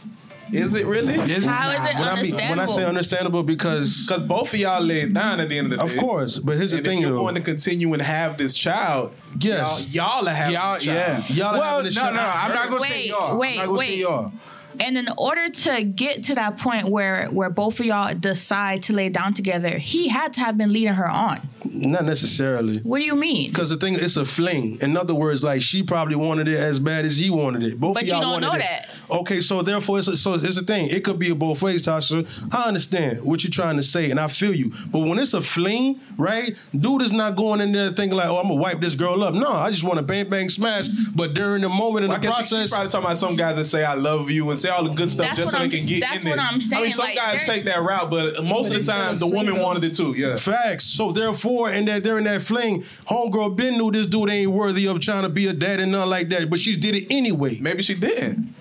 [SPEAKER 2] Is it really?
[SPEAKER 6] How is it
[SPEAKER 5] When I, mean,
[SPEAKER 6] understandable?
[SPEAKER 5] when I say understandable, because
[SPEAKER 2] Because both of y'all laid down at the end of the
[SPEAKER 5] of
[SPEAKER 2] day.
[SPEAKER 5] course, but here's the
[SPEAKER 2] And
[SPEAKER 5] thing
[SPEAKER 2] if you're
[SPEAKER 5] though.
[SPEAKER 2] going to continue and have this child,
[SPEAKER 5] Yes.
[SPEAKER 2] y'all, y'all are having
[SPEAKER 13] Y'all-
[SPEAKER 2] this child.
[SPEAKER 5] Y'all are
[SPEAKER 2] well,
[SPEAKER 5] having this
[SPEAKER 2] no,
[SPEAKER 5] child.
[SPEAKER 2] no, no, I'm not gonna
[SPEAKER 6] Wait,
[SPEAKER 2] say y'all.
[SPEAKER 6] wait,
[SPEAKER 2] I'm not gonna say
[SPEAKER 6] wait.
[SPEAKER 2] y'all.
[SPEAKER 6] And in order to get to that point where where both of y'all decide to lay down together, he had to have been leading her on.
[SPEAKER 5] Not necessarily.
[SPEAKER 6] What do you mean?
[SPEAKER 5] Because the thing, it's a fling. In other words, like she probably wanted it as bad as you wanted it. Both
[SPEAKER 6] But
[SPEAKER 5] of
[SPEAKER 6] you
[SPEAKER 5] y'all
[SPEAKER 6] don't
[SPEAKER 5] wanted
[SPEAKER 6] know
[SPEAKER 5] it.
[SPEAKER 6] that.
[SPEAKER 5] Okay, so therefore, it's a, so it's a thing. It could be a both ways, Tasha. I understand what you're trying to say, and I feel you. But when it's a fling, right? Dude is not going in there thinking like, "Oh, I'm gonna wipe this girl up." No, I just want to bang bang smash. But during the moment in
[SPEAKER 2] Well, I
[SPEAKER 5] the
[SPEAKER 2] guess she-
[SPEAKER 5] process,
[SPEAKER 2] she probably talking about some guys that say I love you and say all the good stuff
[SPEAKER 6] That's
[SPEAKER 2] just so
[SPEAKER 6] what
[SPEAKER 2] they can
[SPEAKER 6] I'm-
[SPEAKER 2] get
[SPEAKER 6] that's
[SPEAKER 2] in there.
[SPEAKER 6] what I'm
[SPEAKER 2] I mean,
[SPEAKER 6] saying,
[SPEAKER 2] some
[SPEAKER 6] like,
[SPEAKER 2] guys
[SPEAKER 6] there's-
[SPEAKER 2] take that route, but most
[SPEAKER 6] But
[SPEAKER 2] of
[SPEAKER 6] it's
[SPEAKER 2] the time the
[SPEAKER 6] still a
[SPEAKER 2] woman
[SPEAKER 6] fling.
[SPEAKER 2] wanted it too. Yeah.
[SPEAKER 5] Facts. So therefore, and that during that fling, homegirl Ben knew this dude ain't worthy of trying to be a dad and nothing like that. But she did it anyway.
[SPEAKER 2] Maybe she didn't.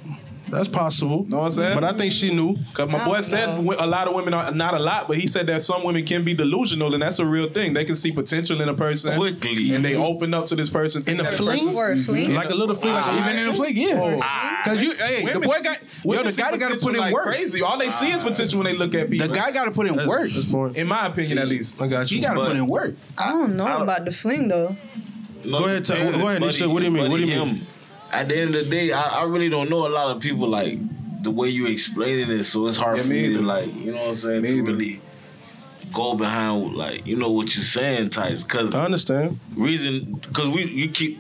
[SPEAKER 5] That's possible.
[SPEAKER 2] Know what I'm saying?
[SPEAKER 5] But I think she knew.
[SPEAKER 2] Cause my boy said wi- a lot of women are not a lot, but he said that some women can be delusional, and that's a real thing. They can see potential in a person
[SPEAKER 8] Quickly.
[SPEAKER 2] and they open up to this person
[SPEAKER 5] In a
[SPEAKER 2] That
[SPEAKER 5] fling?
[SPEAKER 2] person's-
[SPEAKER 9] Or a fling?
[SPEAKER 5] Like a little fling, like
[SPEAKER 2] Wow.
[SPEAKER 5] even in a fling, yeah. Because you, hey,
[SPEAKER 2] Women
[SPEAKER 5] the boy
[SPEAKER 2] see-
[SPEAKER 5] got, yo,
[SPEAKER 2] women
[SPEAKER 5] the
[SPEAKER 2] see
[SPEAKER 5] guy got to
[SPEAKER 2] potential
[SPEAKER 5] put in
[SPEAKER 2] like
[SPEAKER 5] work.
[SPEAKER 2] Crazy. All they see
[SPEAKER 8] Ah.
[SPEAKER 2] is potential when they look at people.
[SPEAKER 3] The guy got to put in work.
[SPEAKER 5] This point.
[SPEAKER 2] in my opinion, at least.
[SPEAKER 5] I got you.
[SPEAKER 3] He got to
[SPEAKER 8] But-
[SPEAKER 3] put in work.
[SPEAKER 9] I don't know about the fling though.
[SPEAKER 8] No,
[SPEAKER 5] Go ahead, Ta-
[SPEAKER 8] yeah,
[SPEAKER 5] go ahead, Nisha. What do you mean? What do you
[SPEAKER 8] buddy
[SPEAKER 5] mean?
[SPEAKER 8] him. At the end of the day, I, I really don't know a lot of people like the way you explaining it, so it's hard
[SPEAKER 2] Yeah,
[SPEAKER 8] for
[SPEAKER 2] me
[SPEAKER 8] me to
[SPEAKER 2] either.
[SPEAKER 8] like, you know what I'm saying,
[SPEAKER 2] Me
[SPEAKER 8] to
[SPEAKER 2] either.
[SPEAKER 8] really go behind like you know what you're saying types. Cause
[SPEAKER 5] I understand.
[SPEAKER 8] reason, cause we you keep.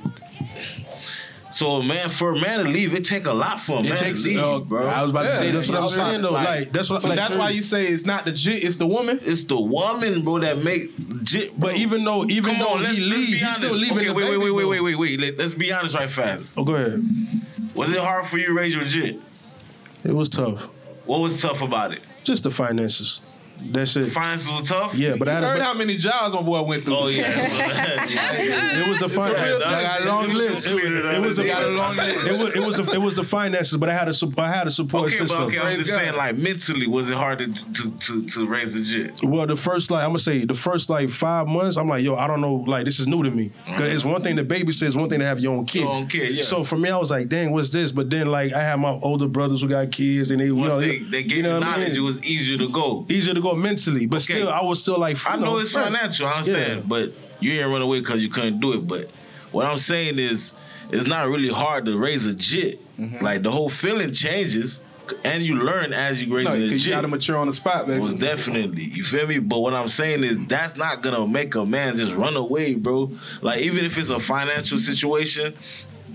[SPEAKER 8] So man, for a man to leave, it take a lot for a man to leave,
[SPEAKER 5] uh,
[SPEAKER 8] bro.
[SPEAKER 5] I was about
[SPEAKER 2] Yeah,
[SPEAKER 5] to say that's what I'm
[SPEAKER 2] y'all not,
[SPEAKER 5] saying though.
[SPEAKER 2] like-
[SPEAKER 5] Like that's what.
[SPEAKER 2] So
[SPEAKER 5] like,
[SPEAKER 2] that's why you say it's not the jit, it's the woman.
[SPEAKER 8] it's the woman, bro, that make jit.
[SPEAKER 5] But even though, even
[SPEAKER 8] Come
[SPEAKER 5] though
[SPEAKER 8] on, let's,
[SPEAKER 5] he
[SPEAKER 8] let's
[SPEAKER 5] leave,
[SPEAKER 8] be
[SPEAKER 5] he's still
[SPEAKER 8] honest.
[SPEAKER 5] leaving
[SPEAKER 8] Okay,
[SPEAKER 5] the
[SPEAKER 8] wait,
[SPEAKER 5] baby.
[SPEAKER 8] wait, wait,
[SPEAKER 5] though.
[SPEAKER 8] wait, wait, wait, wait. Let's be honest, right fast.
[SPEAKER 5] Oh, go ahead.
[SPEAKER 8] Was it hard for you to raise your jit?
[SPEAKER 5] It was tough.
[SPEAKER 8] What was tough about it?
[SPEAKER 5] Just the finances. That's it.
[SPEAKER 8] Finances were tough.
[SPEAKER 5] Yeah, but I had
[SPEAKER 2] heard
[SPEAKER 5] a,
[SPEAKER 2] how many jobs my boy went through.
[SPEAKER 8] Oh yeah.
[SPEAKER 5] it was the finances.
[SPEAKER 8] got a long list. It
[SPEAKER 5] was a-
[SPEAKER 8] got a long list.
[SPEAKER 2] Oh,
[SPEAKER 5] It was it was the, it was the finances, but I had a sup- I had a support
[SPEAKER 8] Okay, but
[SPEAKER 5] system.
[SPEAKER 8] okay, I'm
[SPEAKER 2] Praise
[SPEAKER 8] just
[SPEAKER 2] God.
[SPEAKER 8] saying, like mentally, was it hard to to to, to raise the jit?
[SPEAKER 5] Well, the first like I'm gonna say the first like five months, I'm like, yo, I don't know, like this is new to me. 'Cause it's one thing to babysit, it's one thing to have your own kid.
[SPEAKER 8] Your own kid, yeah.
[SPEAKER 5] So for me, I was like, dang, what's this? But then like I had my older brothers who got kids, and they, you
[SPEAKER 8] Once
[SPEAKER 5] know,
[SPEAKER 8] they, they gave
[SPEAKER 5] you
[SPEAKER 8] the
[SPEAKER 5] know what I
[SPEAKER 8] knowledge,
[SPEAKER 5] mean?
[SPEAKER 8] it was easier to go.
[SPEAKER 5] easier to go mentally, but
[SPEAKER 8] Okay.
[SPEAKER 5] still, I was still like,
[SPEAKER 8] I
[SPEAKER 5] you
[SPEAKER 8] know it's
[SPEAKER 5] right.
[SPEAKER 8] financial, I understand,
[SPEAKER 5] Yeah.
[SPEAKER 8] but you ain't run away because you couldn't do it. But what I'm saying is, it's not really hard to raise a jit. Like the whole feeling changes, and you learn as you raise
[SPEAKER 2] No,
[SPEAKER 8] a
[SPEAKER 2] because
[SPEAKER 8] jit.
[SPEAKER 2] you got to mature on the spot,
[SPEAKER 8] Most
[SPEAKER 2] basically.
[SPEAKER 8] definitely. You feel me? But what I'm saying is that's not gonna make a man just run away, bro. Like even if it's a financial situation,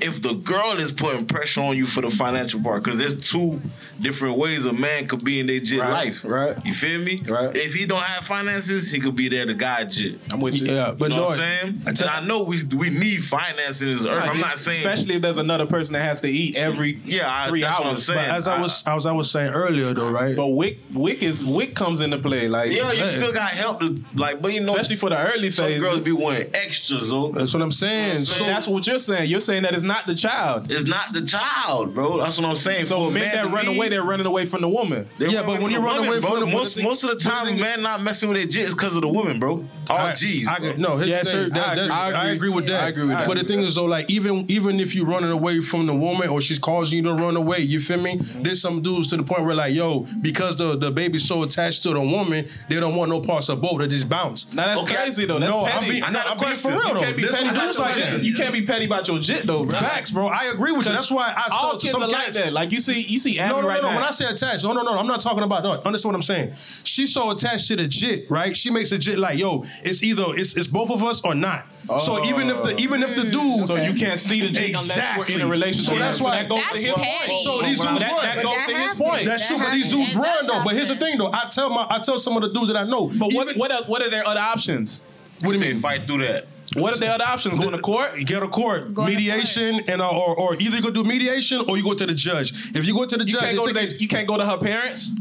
[SPEAKER 8] if the girl is putting pressure on you for the financial part, because there's two different ways a man could be in their jit
[SPEAKER 2] Right,
[SPEAKER 8] life.
[SPEAKER 2] right.
[SPEAKER 8] You feel me?
[SPEAKER 2] Right.
[SPEAKER 8] If he don't have finances, he could be there to guide jit.
[SPEAKER 2] I'm with you.
[SPEAKER 5] Yeah, but
[SPEAKER 8] You know
[SPEAKER 5] no,
[SPEAKER 8] what I'm saying?
[SPEAKER 5] I tell-
[SPEAKER 8] and I know we we need finances in this earth. I'm not saying
[SPEAKER 2] Especially if there's another person that has to eat every
[SPEAKER 8] Yeah, I-
[SPEAKER 2] three
[SPEAKER 8] that's
[SPEAKER 2] hours.
[SPEAKER 8] what I'm saying.
[SPEAKER 5] as I was as I was saying earlier though, right?
[SPEAKER 2] But, but Wick Wick is Wick comes into play, like
[SPEAKER 8] Yeah, you still got help to like but you know
[SPEAKER 2] especially for the early
[SPEAKER 8] some
[SPEAKER 2] phase.
[SPEAKER 8] girls be wanting extras, though.
[SPEAKER 5] That's what I'm saying.
[SPEAKER 8] So
[SPEAKER 2] so that's what you're saying. You're saying that it's not the child.
[SPEAKER 8] It's not the child, bro. That's what I'm saying. For
[SPEAKER 2] So
[SPEAKER 8] a
[SPEAKER 2] men
[SPEAKER 8] man
[SPEAKER 2] that
[SPEAKER 8] to
[SPEAKER 2] run
[SPEAKER 8] leave,
[SPEAKER 2] away, they're running away from the woman.
[SPEAKER 8] they
[SPEAKER 5] Yeah, but when you run
[SPEAKER 8] woman,
[SPEAKER 5] away
[SPEAKER 8] bro.
[SPEAKER 5] from the-
[SPEAKER 8] most
[SPEAKER 5] but the-
[SPEAKER 8] most of the
[SPEAKER 5] but the
[SPEAKER 8] time,
[SPEAKER 5] thing-
[SPEAKER 8] man not messing with their jit is because of the woman, bro. All G's.
[SPEAKER 5] I,
[SPEAKER 8] bro.
[SPEAKER 5] could- no, his
[SPEAKER 2] Yes,
[SPEAKER 5] thing,
[SPEAKER 2] sir.
[SPEAKER 5] that-
[SPEAKER 2] I
[SPEAKER 5] that-
[SPEAKER 2] agree.
[SPEAKER 5] I agree with that.
[SPEAKER 2] I agree with that.
[SPEAKER 5] But the thing is though, like even even if you're running away from the woman or she's causing you to run away, you feel me? There's some dudes to the point where like, yo, because the the baby's so attached to the woman, they don't want no parts of both. They just bounce.
[SPEAKER 2] Now that's
[SPEAKER 8] Okay.
[SPEAKER 2] crazy though. That's
[SPEAKER 5] no,
[SPEAKER 2] petty.
[SPEAKER 5] I'm being,
[SPEAKER 8] I got
[SPEAKER 5] no,
[SPEAKER 8] a
[SPEAKER 5] I'm being for
[SPEAKER 8] question.
[SPEAKER 5] real
[SPEAKER 8] You
[SPEAKER 5] though.
[SPEAKER 2] can't be
[SPEAKER 5] There's
[SPEAKER 2] petty
[SPEAKER 5] some
[SPEAKER 2] about
[SPEAKER 5] dudes
[SPEAKER 2] your
[SPEAKER 5] like
[SPEAKER 2] jit.
[SPEAKER 5] that.
[SPEAKER 2] You can't be petty about your jit though, bro.
[SPEAKER 5] Facts, bro. I agree with you. That's why I
[SPEAKER 2] All
[SPEAKER 5] sold to
[SPEAKER 2] kids
[SPEAKER 5] some
[SPEAKER 2] are like
[SPEAKER 5] cats.
[SPEAKER 2] that. Like you see, you see Abby
[SPEAKER 5] No, no,
[SPEAKER 2] right
[SPEAKER 5] no, no.
[SPEAKER 2] now.
[SPEAKER 5] When I say attached, no, no, no. I'm not talking about. No, understand what I'm saying. She's so attached to the jit, right? She makes a jit like, yo, it's either it's it's both of us or not. So even if the even if the dude,
[SPEAKER 2] so you can't see the jit unless
[SPEAKER 5] Exactly.
[SPEAKER 2] we're in a relationship.
[SPEAKER 5] So that's why-
[SPEAKER 2] that goes
[SPEAKER 11] That's
[SPEAKER 2] to his
[SPEAKER 11] petty.
[SPEAKER 2] point.
[SPEAKER 5] So these dudes
[SPEAKER 2] that, that
[SPEAKER 5] run.
[SPEAKER 2] goes to
[SPEAKER 9] But that
[SPEAKER 2] his
[SPEAKER 9] happens.
[SPEAKER 2] point.
[SPEAKER 5] that's true, but these
[SPEAKER 11] happens.
[SPEAKER 5] dudes run
[SPEAKER 11] That
[SPEAKER 5] though. But here's the thing though, I tell my I tell some of the dudes that I know.
[SPEAKER 2] But what what are, what are their other options?
[SPEAKER 5] What do you
[SPEAKER 8] They
[SPEAKER 5] mean?
[SPEAKER 8] fight through that.
[SPEAKER 2] What are their other options? Going to court?
[SPEAKER 5] Get a court,
[SPEAKER 6] Go to
[SPEAKER 5] mediation, and uh, or or either you go do mediation or you go to the judge. If you go to the
[SPEAKER 2] You
[SPEAKER 5] judge,
[SPEAKER 2] can't
[SPEAKER 5] they
[SPEAKER 2] go to
[SPEAKER 5] take
[SPEAKER 2] their, you can't go to her parents.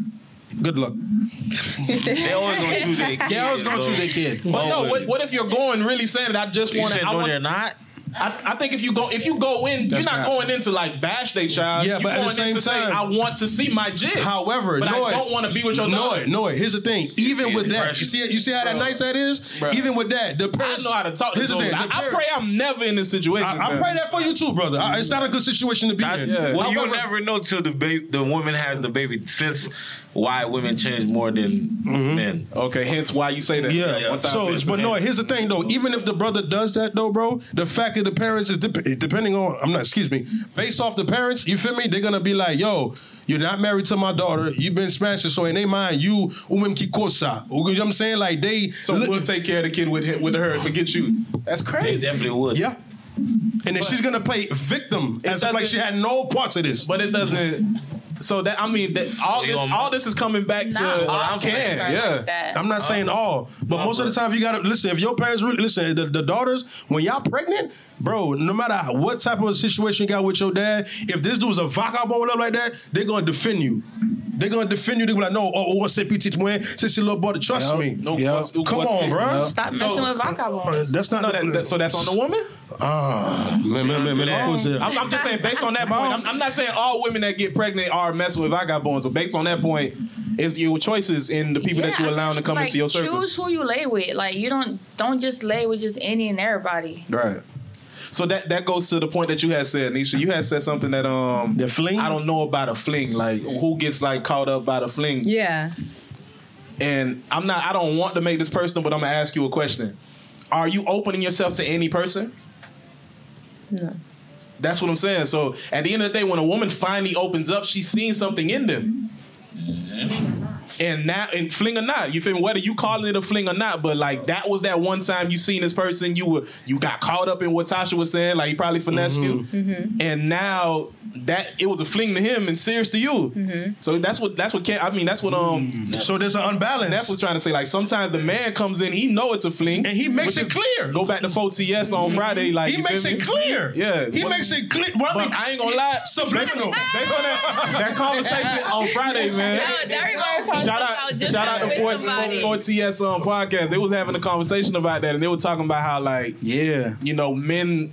[SPEAKER 5] it- good luck.
[SPEAKER 8] They always gonna choose their kid.
[SPEAKER 3] They always gonna
[SPEAKER 8] bro.
[SPEAKER 3] choose their kid.
[SPEAKER 2] But no,
[SPEAKER 8] Always.
[SPEAKER 2] what, what if you're going really saying that I just
[SPEAKER 8] You
[SPEAKER 2] want
[SPEAKER 8] said
[SPEAKER 2] to? I,
[SPEAKER 8] no, they're
[SPEAKER 2] want,
[SPEAKER 8] not.
[SPEAKER 2] I, I think if you go if you go in, you're
[SPEAKER 3] That's
[SPEAKER 2] not
[SPEAKER 3] not-
[SPEAKER 2] going into like bash they child.
[SPEAKER 5] Yeah,
[SPEAKER 2] you're
[SPEAKER 5] but at
[SPEAKER 2] going
[SPEAKER 5] the same
[SPEAKER 2] in to say
[SPEAKER 5] time-
[SPEAKER 2] I want to see my jit.
[SPEAKER 5] However,
[SPEAKER 2] but
[SPEAKER 5] no,
[SPEAKER 2] I don't want to be with your
[SPEAKER 5] No,
[SPEAKER 2] daughter.
[SPEAKER 5] it, no, it. Here's the thing. Even with that, you see, you see how that nice that is.
[SPEAKER 2] Bruh.
[SPEAKER 5] Even with that, the
[SPEAKER 2] I
[SPEAKER 5] parents
[SPEAKER 2] know how to talk. To
[SPEAKER 5] Here's the
[SPEAKER 2] those.
[SPEAKER 5] thing.
[SPEAKER 2] I,
[SPEAKER 5] the
[SPEAKER 2] I
[SPEAKER 5] parents-
[SPEAKER 2] pray I'm never in this situation.
[SPEAKER 5] I, I
[SPEAKER 2] man.
[SPEAKER 5] pray that for you too, brother. I- it's not a good situation to be in.
[SPEAKER 8] Well, you
[SPEAKER 5] However-
[SPEAKER 8] never know till the baby, the woman has the baby. Since why women change more than
[SPEAKER 5] Mm-hmm.
[SPEAKER 8] men.
[SPEAKER 2] Okay, hence why you say that.
[SPEAKER 5] Yeah. so, but no, here's the thing though. Even if the brother does that though, bro, the fact that the parents is dep- depending on, I'm not, excuse me, based off the parents, you feel me? They're gonna be like, yo, you're not married to my daughter. You've been smashing, so in their mind, you umem kikosa. You know what I'm saying? Like they.
[SPEAKER 2] So we'll take care of the kid with him, with her and forget you. That's
[SPEAKER 8] They
[SPEAKER 2] crazy.
[SPEAKER 8] definitely would.
[SPEAKER 5] Yeah. And then she's gonna play victim as if like
[SPEAKER 2] doesn't-
[SPEAKER 5] she had no parts of this.
[SPEAKER 2] But it doesn't. So that I mean that all
[SPEAKER 8] You
[SPEAKER 2] this
[SPEAKER 8] gonna-
[SPEAKER 2] all this is coming back to
[SPEAKER 6] Not all
[SPEAKER 2] can
[SPEAKER 6] parents are
[SPEAKER 2] yeah.
[SPEAKER 6] like that.
[SPEAKER 5] I'm not
[SPEAKER 2] uh,
[SPEAKER 5] saying all, but most of the time you gotta listen. If your parents really listen, the, the daughters when y'all pregnant, bro, no matter what type of situation you got with your dad, if this dude's a vagabond or whatever like that, they're gonna defend you. They're gonna defend you. They be like, no, oh, what's it, PT twin? Since your little brother, trust
[SPEAKER 3] Yup.
[SPEAKER 5] me.
[SPEAKER 2] No,
[SPEAKER 3] Yeah.
[SPEAKER 2] what's-
[SPEAKER 5] Come
[SPEAKER 2] what's-
[SPEAKER 5] on, bro.
[SPEAKER 6] Stop messing
[SPEAKER 2] So-
[SPEAKER 6] with vagabonds.
[SPEAKER 5] That's not
[SPEAKER 2] No, that, that- so that's on the woman.
[SPEAKER 5] Ah, man, man, man, man,
[SPEAKER 8] Yeah.
[SPEAKER 5] who's there?
[SPEAKER 2] I'm, I'm just saying, based on that point, I'm, I'm not saying all women that get pregnant are messing with vagabonds, but based on that point, it's your choices and the people that
[SPEAKER 6] Yeah,
[SPEAKER 2] you
[SPEAKER 6] I
[SPEAKER 2] allowing
[SPEAKER 6] mean,
[SPEAKER 2] to come
[SPEAKER 6] like,
[SPEAKER 2] into your circle.
[SPEAKER 6] Choose who you lay with. Like you don't don't just lay with just any and everybody.
[SPEAKER 2] Right. So that that goes to the point that you had said, Nisha. You had said something that um
[SPEAKER 5] The fling?
[SPEAKER 2] I don't know about a fling. Like who gets like caught up by the fling?
[SPEAKER 9] Yeah.
[SPEAKER 2] And I'm not. I don't want to make this personal, but I'm gonna ask you a question. Are you opening yourself to any person?
[SPEAKER 9] No.
[SPEAKER 2] That's what I'm saying. So at the end of the day, when a woman finally opens up, she's seen something in them. And now, and fling or not, you feel me? Whether you calling it a fling or not, but like that was that one time you seen this person, you were you got caught up in what Tasha was saying, like he probably finessed you, and now that it was a fling to him and serious to you. So that's what that's what can I mean that's what um
[SPEAKER 5] So there's an unbalance.
[SPEAKER 2] that's what's trying to say. Like sometimes the man comes in, he know it's a fling,
[SPEAKER 5] and he makes it clear.
[SPEAKER 2] go back to 4TS on Friday. Like
[SPEAKER 5] He
[SPEAKER 2] you
[SPEAKER 5] makes
[SPEAKER 2] feel
[SPEAKER 5] it
[SPEAKER 2] me?
[SPEAKER 5] clear.
[SPEAKER 2] Yeah.
[SPEAKER 5] He
[SPEAKER 2] What-
[SPEAKER 5] makes it clear. What I mean,
[SPEAKER 2] But I ain't gonna lie.
[SPEAKER 5] subliminal.
[SPEAKER 2] Based on that, that conversation on Friday, man. Shout out, shout out to 4, 4TS um, podcast. They was having a conversation about that, and they were talking about how like
[SPEAKER 3] Yeah.
[SPEAKER 2] you know men.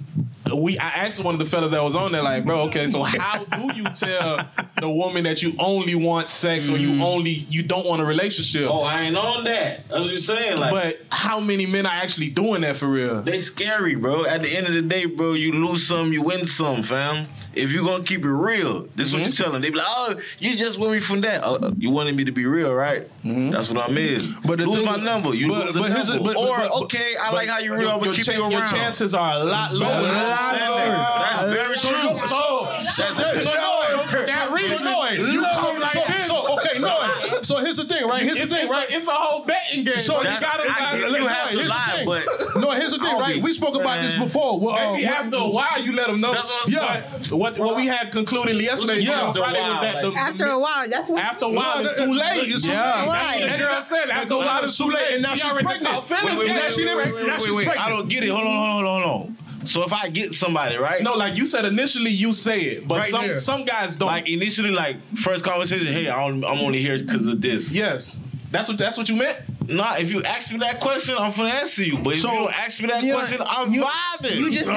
[SPEAKER 2] We I asked one of the fellas that was on there, like, bro, okay, so how do you tell the woman that you only want sex or you only you don't want a relationship?
[SPEAKER 8] Oh, I ain't on that. That's what you're saying. Like,
[SPEAKER 2] But how many men are actually doing that for real?
[SPEAKER 8] They scary, bro. At the end of the day, bro, you lose some, you win some, fam. If you gonna keep it real, this is what
[SPEAKER 5] Mm-hmm.
[SPEAKER 8] you tell them. They be like, "Oh, you just want me from that. Uh, uh, you wanted me to be real, right? That's what I'm is.
[SPEAKER 5] Mm-hmm. But
[SPEAKER 8] But
[SPEAKER 5] the
[SPEAKER 8] lose
[SPEAKER 5] thing-
[SPEAKER 8] my number. You
[SPEAKER 5] but-
[SPEAKER 8] lose the
[SPEAKER 5] but here's
[SPEAKER 8] number.
[SPEAKER 5] the- but-
[SPEAKER 8] or
[SPEAKER 5] but- but-
[SPEAKER 8] okay, I like how you real, but keep
[SPEAKER 2] cha-
[SPEAKER 8] you around.
[SPEAKER 2] your chances are a lot lower.
[SPEAKER 8] That's what I'm saying. That's very
[SPEAKER 5] So,
[SPEAKER 8] true.
[SPEAKER 5] so, so,
[SPEAKER 8] That's-
[SPEAKER 5] so, Noid, so, so, Noid, you so, so, so, okay, Noid. So here's the thing, right? Here's the
[SPEAKER 2] It's,
[SPEAKER 5] thing,
[SPEAKER 2] it's,
[SPEAKER 5] right?
[SPEAKER 2] a, it's a whole betting game.
[SPEAKER 5] So
[SPEAKER 2] bro.
[SPEAKER 5] that-
[SPEAKER 2] you gotta
[SPEAKER 8] I
[SPEAKER 2] find
[SPEAKER 8] get
[SPEAKER 2] look,
[SPEAKER 8] you have
[SPEAKER 2] look,
[SPEAKER 8] to
[SPEAKER 2] here's the
[SPEAKER 8] lie,
[SPEAKER 2] thing.
[SPEAKER 8] but
[SPEAKER 5] No, here's the thing,
[SPEAKER 8] I'll
[SPEAKER 5] right?
[SPEAKER 8] be-
[SPEAKER 5] We spoke about this before. Well, uh,
[SPEAKER 2] Maybe after a while, you let them know.
[SPEAKER 8] That's what I'm
[SPEAKER 5] Yeah.
[SPEAKER 8] saying.
[SPEAKER 2] What what we had concluded yesterday
[SPEAKER 5] Yeah.
[SPEAKER 2] on Friday was that the,
[SPEAKER 9] After a while, that's what.
[SPEAKER 2] after a while
[SPEAKER 5] No,
[SPEAKER 2] it's
[SPEAKER 5] that-
[SPEAKER 2] too
[SPEAKER 5] that-
[SPEAKER 2] late.
[SPEAKER 5] it's too
[SPEAKER 2] yeah.
[SPEAKER 5] late.
[SPEAKER 2] That's what
[SPEAKER 9] Right.
[SPEAKER 2] the girl said.
[SPEAKER 5] That
[SPEAKER 2] After a
[SPEAKER 5] go
[SPEAKER 2] while
[SPEAKER 5] out
[SPEAKER 2] it's
[SPEAKER 5] too late, and now she's
[SPEAKER 2] already
[SPEAKER 5] pregnant.
[SPEAKER 2] caught feelings.
[SPEAKER 8] Wait, wait,
[SPEAKER 2] Yeah,
[SPEAKER 8] wait,
[SPEAKER 2] she
[SPEAKER 8] wait,
[SPEAKER 2] didn't-
[SPEAKER 8] wait, wait,
[SPEAKER 5] now
[SPEAKER 8] wait,
[SPEAKER 5] she's
[SPEAKER 8] wait. I
[SPEAKER 5] pregnant.
[SPEAKER 8] don't get it. Hold on, hold on, hold on. So if I get somebody, right?
[SPEAKER 2] No, like you said initially, you say it, but
[SPEAKER 5] Right
[SPEAKER 2] some
[SPEAKER 5] there.
[SPEAKER 2] some guys don't.
[SPEAKER 8] Like initially, like first conversation, hey, I'm, I'm only here because of this.
[SPEAKER 2] yes, that's what that's what you meant.
[SPEAKER 8] Nah, if you ask me that question, I'm gonna answer you. But if you don't ask me that question, I'm vibing.
[SPEAKER 9] You just know,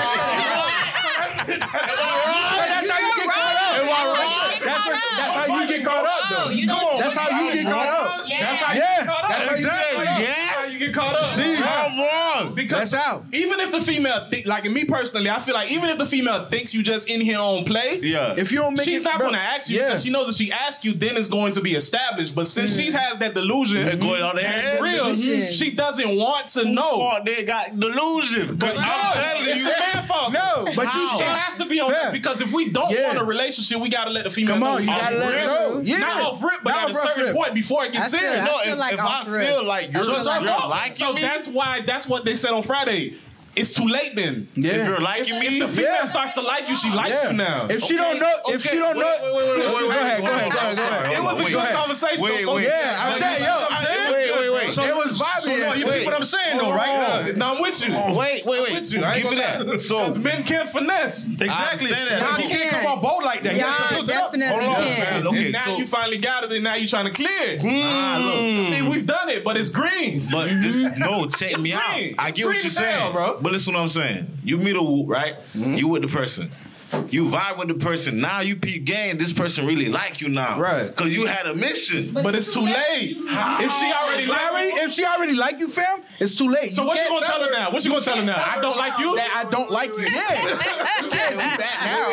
[SPEAKER 1] Oh, That's how you get caught up. That's what- that's how you get caught up, though.
[SPEAKER 6] You don't
[SPEAKER 1] That's how you get caught up.
[SPEAKER 6] Yeah.
[SPEAKER 2] That's how you
[SPEAKER 1] Yeah,
[SPEAKER 2] get caught up.
[SPEAKER 1] that's how you get
[SPEAKER 2] Exactly.
[SPEAKER 1] caught up.
[SPEAKER 2] That's how you get caught up.
[SPEAKER 1] See?
[SPEAKER 8] I'm wrong.
[SPEAKER 2] Because
[SPEAKER 1] That's out.
[SPEAKER 2] even if the female, think, like me personally, I feel like even if the female thinks you just in here on play,
[SPEAKER 8] Yeah.
[SPEAKER 1] If you don't make
[SPEAKER 2] she's
[SPEAKER 1] it,
[SPEAKER 2] not
[SPEAKER 1] bro,
[SPEAKER 2] going to ask you
[SPEAKER 1] yeah.
[SPEAKER 2] because she knows if she asks you, then it's going to be established. But since she has that delusion,
[SPEAKER 8] It going on their head.
[SPEAKER 2] it's real.
[SPEAKER 9] Delusion.
[SPEAKER 2] She doesn't want to know.
[SPEAKER 8] No, they got delusion. But
[SPEAKER 2] No,
[SPEAKER 8] I'm telling
[SPEAKER 2] it's
[SPEAKER 8] you,
[SPEAKER 2] the man fault.
[SPEAKER 1] No, but you
[SPEAKER 2] It
[SPEAKER 1] said,
[SPEAKER 2] has to be on
[SPEAKER 1] Fair.
[SPEAKER 2] because if we don't
[SPEAKER 1] Yeah.
[SPEAKER 2] want a relationship, we gotta let the female
[SPEAKER 1] come
[SPEAKER 2] know.
[SPEAKER 1] on, you
[SPEAKER 2] off
[SPEAKER 1] gotta let
[SPEAKER 2] rip.
[SPEAKER 1] it go. Yeah.
[SPEAKER 2] Not off rip, but
[SPEAKER 1] Not
[SPEAKER 2] at a
[SPEAKER 1] off
[SPEAKER 2] certain
[SPEAKER 1] rip.
[SPEAKER 2] point before it gets
[SPEAKER 9] That's
[SPEAKER 2] serious.
[SPEAKER 9] good.
[SPEAKER 8] no,
[SPEAKER 9] I feel
[SPEAKER 8] if,
[SPEAKER 9] like
[SPEAKER 8] if
[SPEAKER 9] off
[SPEAKER 8] I
[SPEAKER 9] rip.
[SPEAKER 8] feel like you're,
[SPEAKER 2] So it's our
[SPEAKER 8] you're
[SPEAKER 2] fault.
[SPEAKER 8] liking
[SPEAKER 2] so
[SPEAKER 8] me,
[SPEAKER 2] that's why that's what they said on Friday. It's too late then.
[SPEAKER 8] if you're liking
[SPEAKER 2] If,
[SPEAKER 8] me,
[SPEAKER 2] if the female
[SPEAKER 1] Yeah.
[SPEAKER 2] starts to like you, she likes
[SPEAKER 1] Yeah.
[SPEAKER 2] you now.
[SPEAKER 1] If she don't know, if she don't know,
[SPEAKER 8] wait, wait, wait, wait, wait,
[SPEAKER 1] Go
[SPEAKER 8] wait,
[SPEAKER 1] ahead, go ahead,
[SPEAKER 8] wait, wait,
[SPEAKER 1] go ahead,
[SPEAKER 8] I'm
[SPEAKER 1] go
[SPEAKER 8] sorry,
[SPEAKER 1] ahead.
[SPEAKER 8] hold
[SPEAKER 2] it
[SPEAKER 8] on,
[SPEAKER 2] was a
[SPEAKER 8] wait.
[SPEAKER 2] good
[SPEAKER 1] ahead.
[SPEAKER 2] conversation.
[SPEAKER 8] Wait,
[SPEAKER 2] though, folks.
[SPEAKER 8] wait.
[SPEAKER 1] yeah, I'm
[SPEAKER 2] Like,
[SPEAKER 1] saying,
[SPEAKER 2] you
[SPEAKER 1] yo,
[SPEAKER 2] see what
[SPEAKER 1] I'm
[SPEAKER 2] saying?
[SPEAKER 1] saying,
[SPEAKER 8] Wait, wait, wait.
[SPEAKER 5] So,
[SPEAKER 1] it was
[SPEAKER 5] so
[SPEAKER 1] vibing.
[SPEAKER 5] no, you
[SPEAKER 8] Wait.
[SPEAKER 5] get what I'm saying, though,
[SPEAKER 2] Yeah,
[SPEAKER 5] right?
[SPEAKER 2] now I'm with you.
[SPEAKER 8] Wait, wait, wait.
[SPEAKER 2] with you. I ain't
[SPEAKER 8] Give me that. So
[SPEAKER 2] Because men can't finesse.
[SPEAKER 5] Exactly.
[SPEAKER 8] I understand that.
[SPEAKER 5] He can't come on bold like that. He has to
[SPEAKER 9] y'all
[SPEAKER 5] build it up.
[SPEAKER 9] definitely
[SPEAKER 8] Hold on,
[SPEAKER 9] can.
[SPEAKER 8] man. Okay,
[SPEAKER 2] and now
[SPEAKER 8] so-
[SPEAKER 2] you finally got it, and now you're trying to clear it.
[SPEAKER 8] Nah, look.
[SPEAKER 2] I mean, we've done it, but it's green.
[SPEAKER 8] But this, no, check me out.
[SPEAKER 2] green. Mm-hmm.
[SPEAKER 8] I
[SPEAKER 2] It's
[SPEAKER 8] get what
[SPEAKER 2] green
[SPEAKER 8] you're
[SPEAKER 2] as hell,
[SPEAKER 8] saying,
[SPEAKER 2] bro. Mm-hmm.
[SPEAKER 8] But listen, what I'm saying. You meet a whoop, right? You with the person. You vibe with the person. Now you peep game. This person really like you now,
[SPEAKER 2] Right.
[SPEAKER 8] Cause you had a mission.
[SPEAKER 2] But it's too late. If she already
[SPEAKER 1] She already,
[SPEAKER 2] married,
[SPEAKER 1] if she already like you, fam, it's too late.
[SPEAKER 2] so what you
[SPEAKER 1] can't
[SPEAKER 2] gonna tell her now? What you gonna tell her now?
[SPEAKER 1] tell
[SPEAKER 2] I don't like you.
[SPEAKER 1] That I don't like you. Yeah.
[SPEAKER 8] Wait, wait,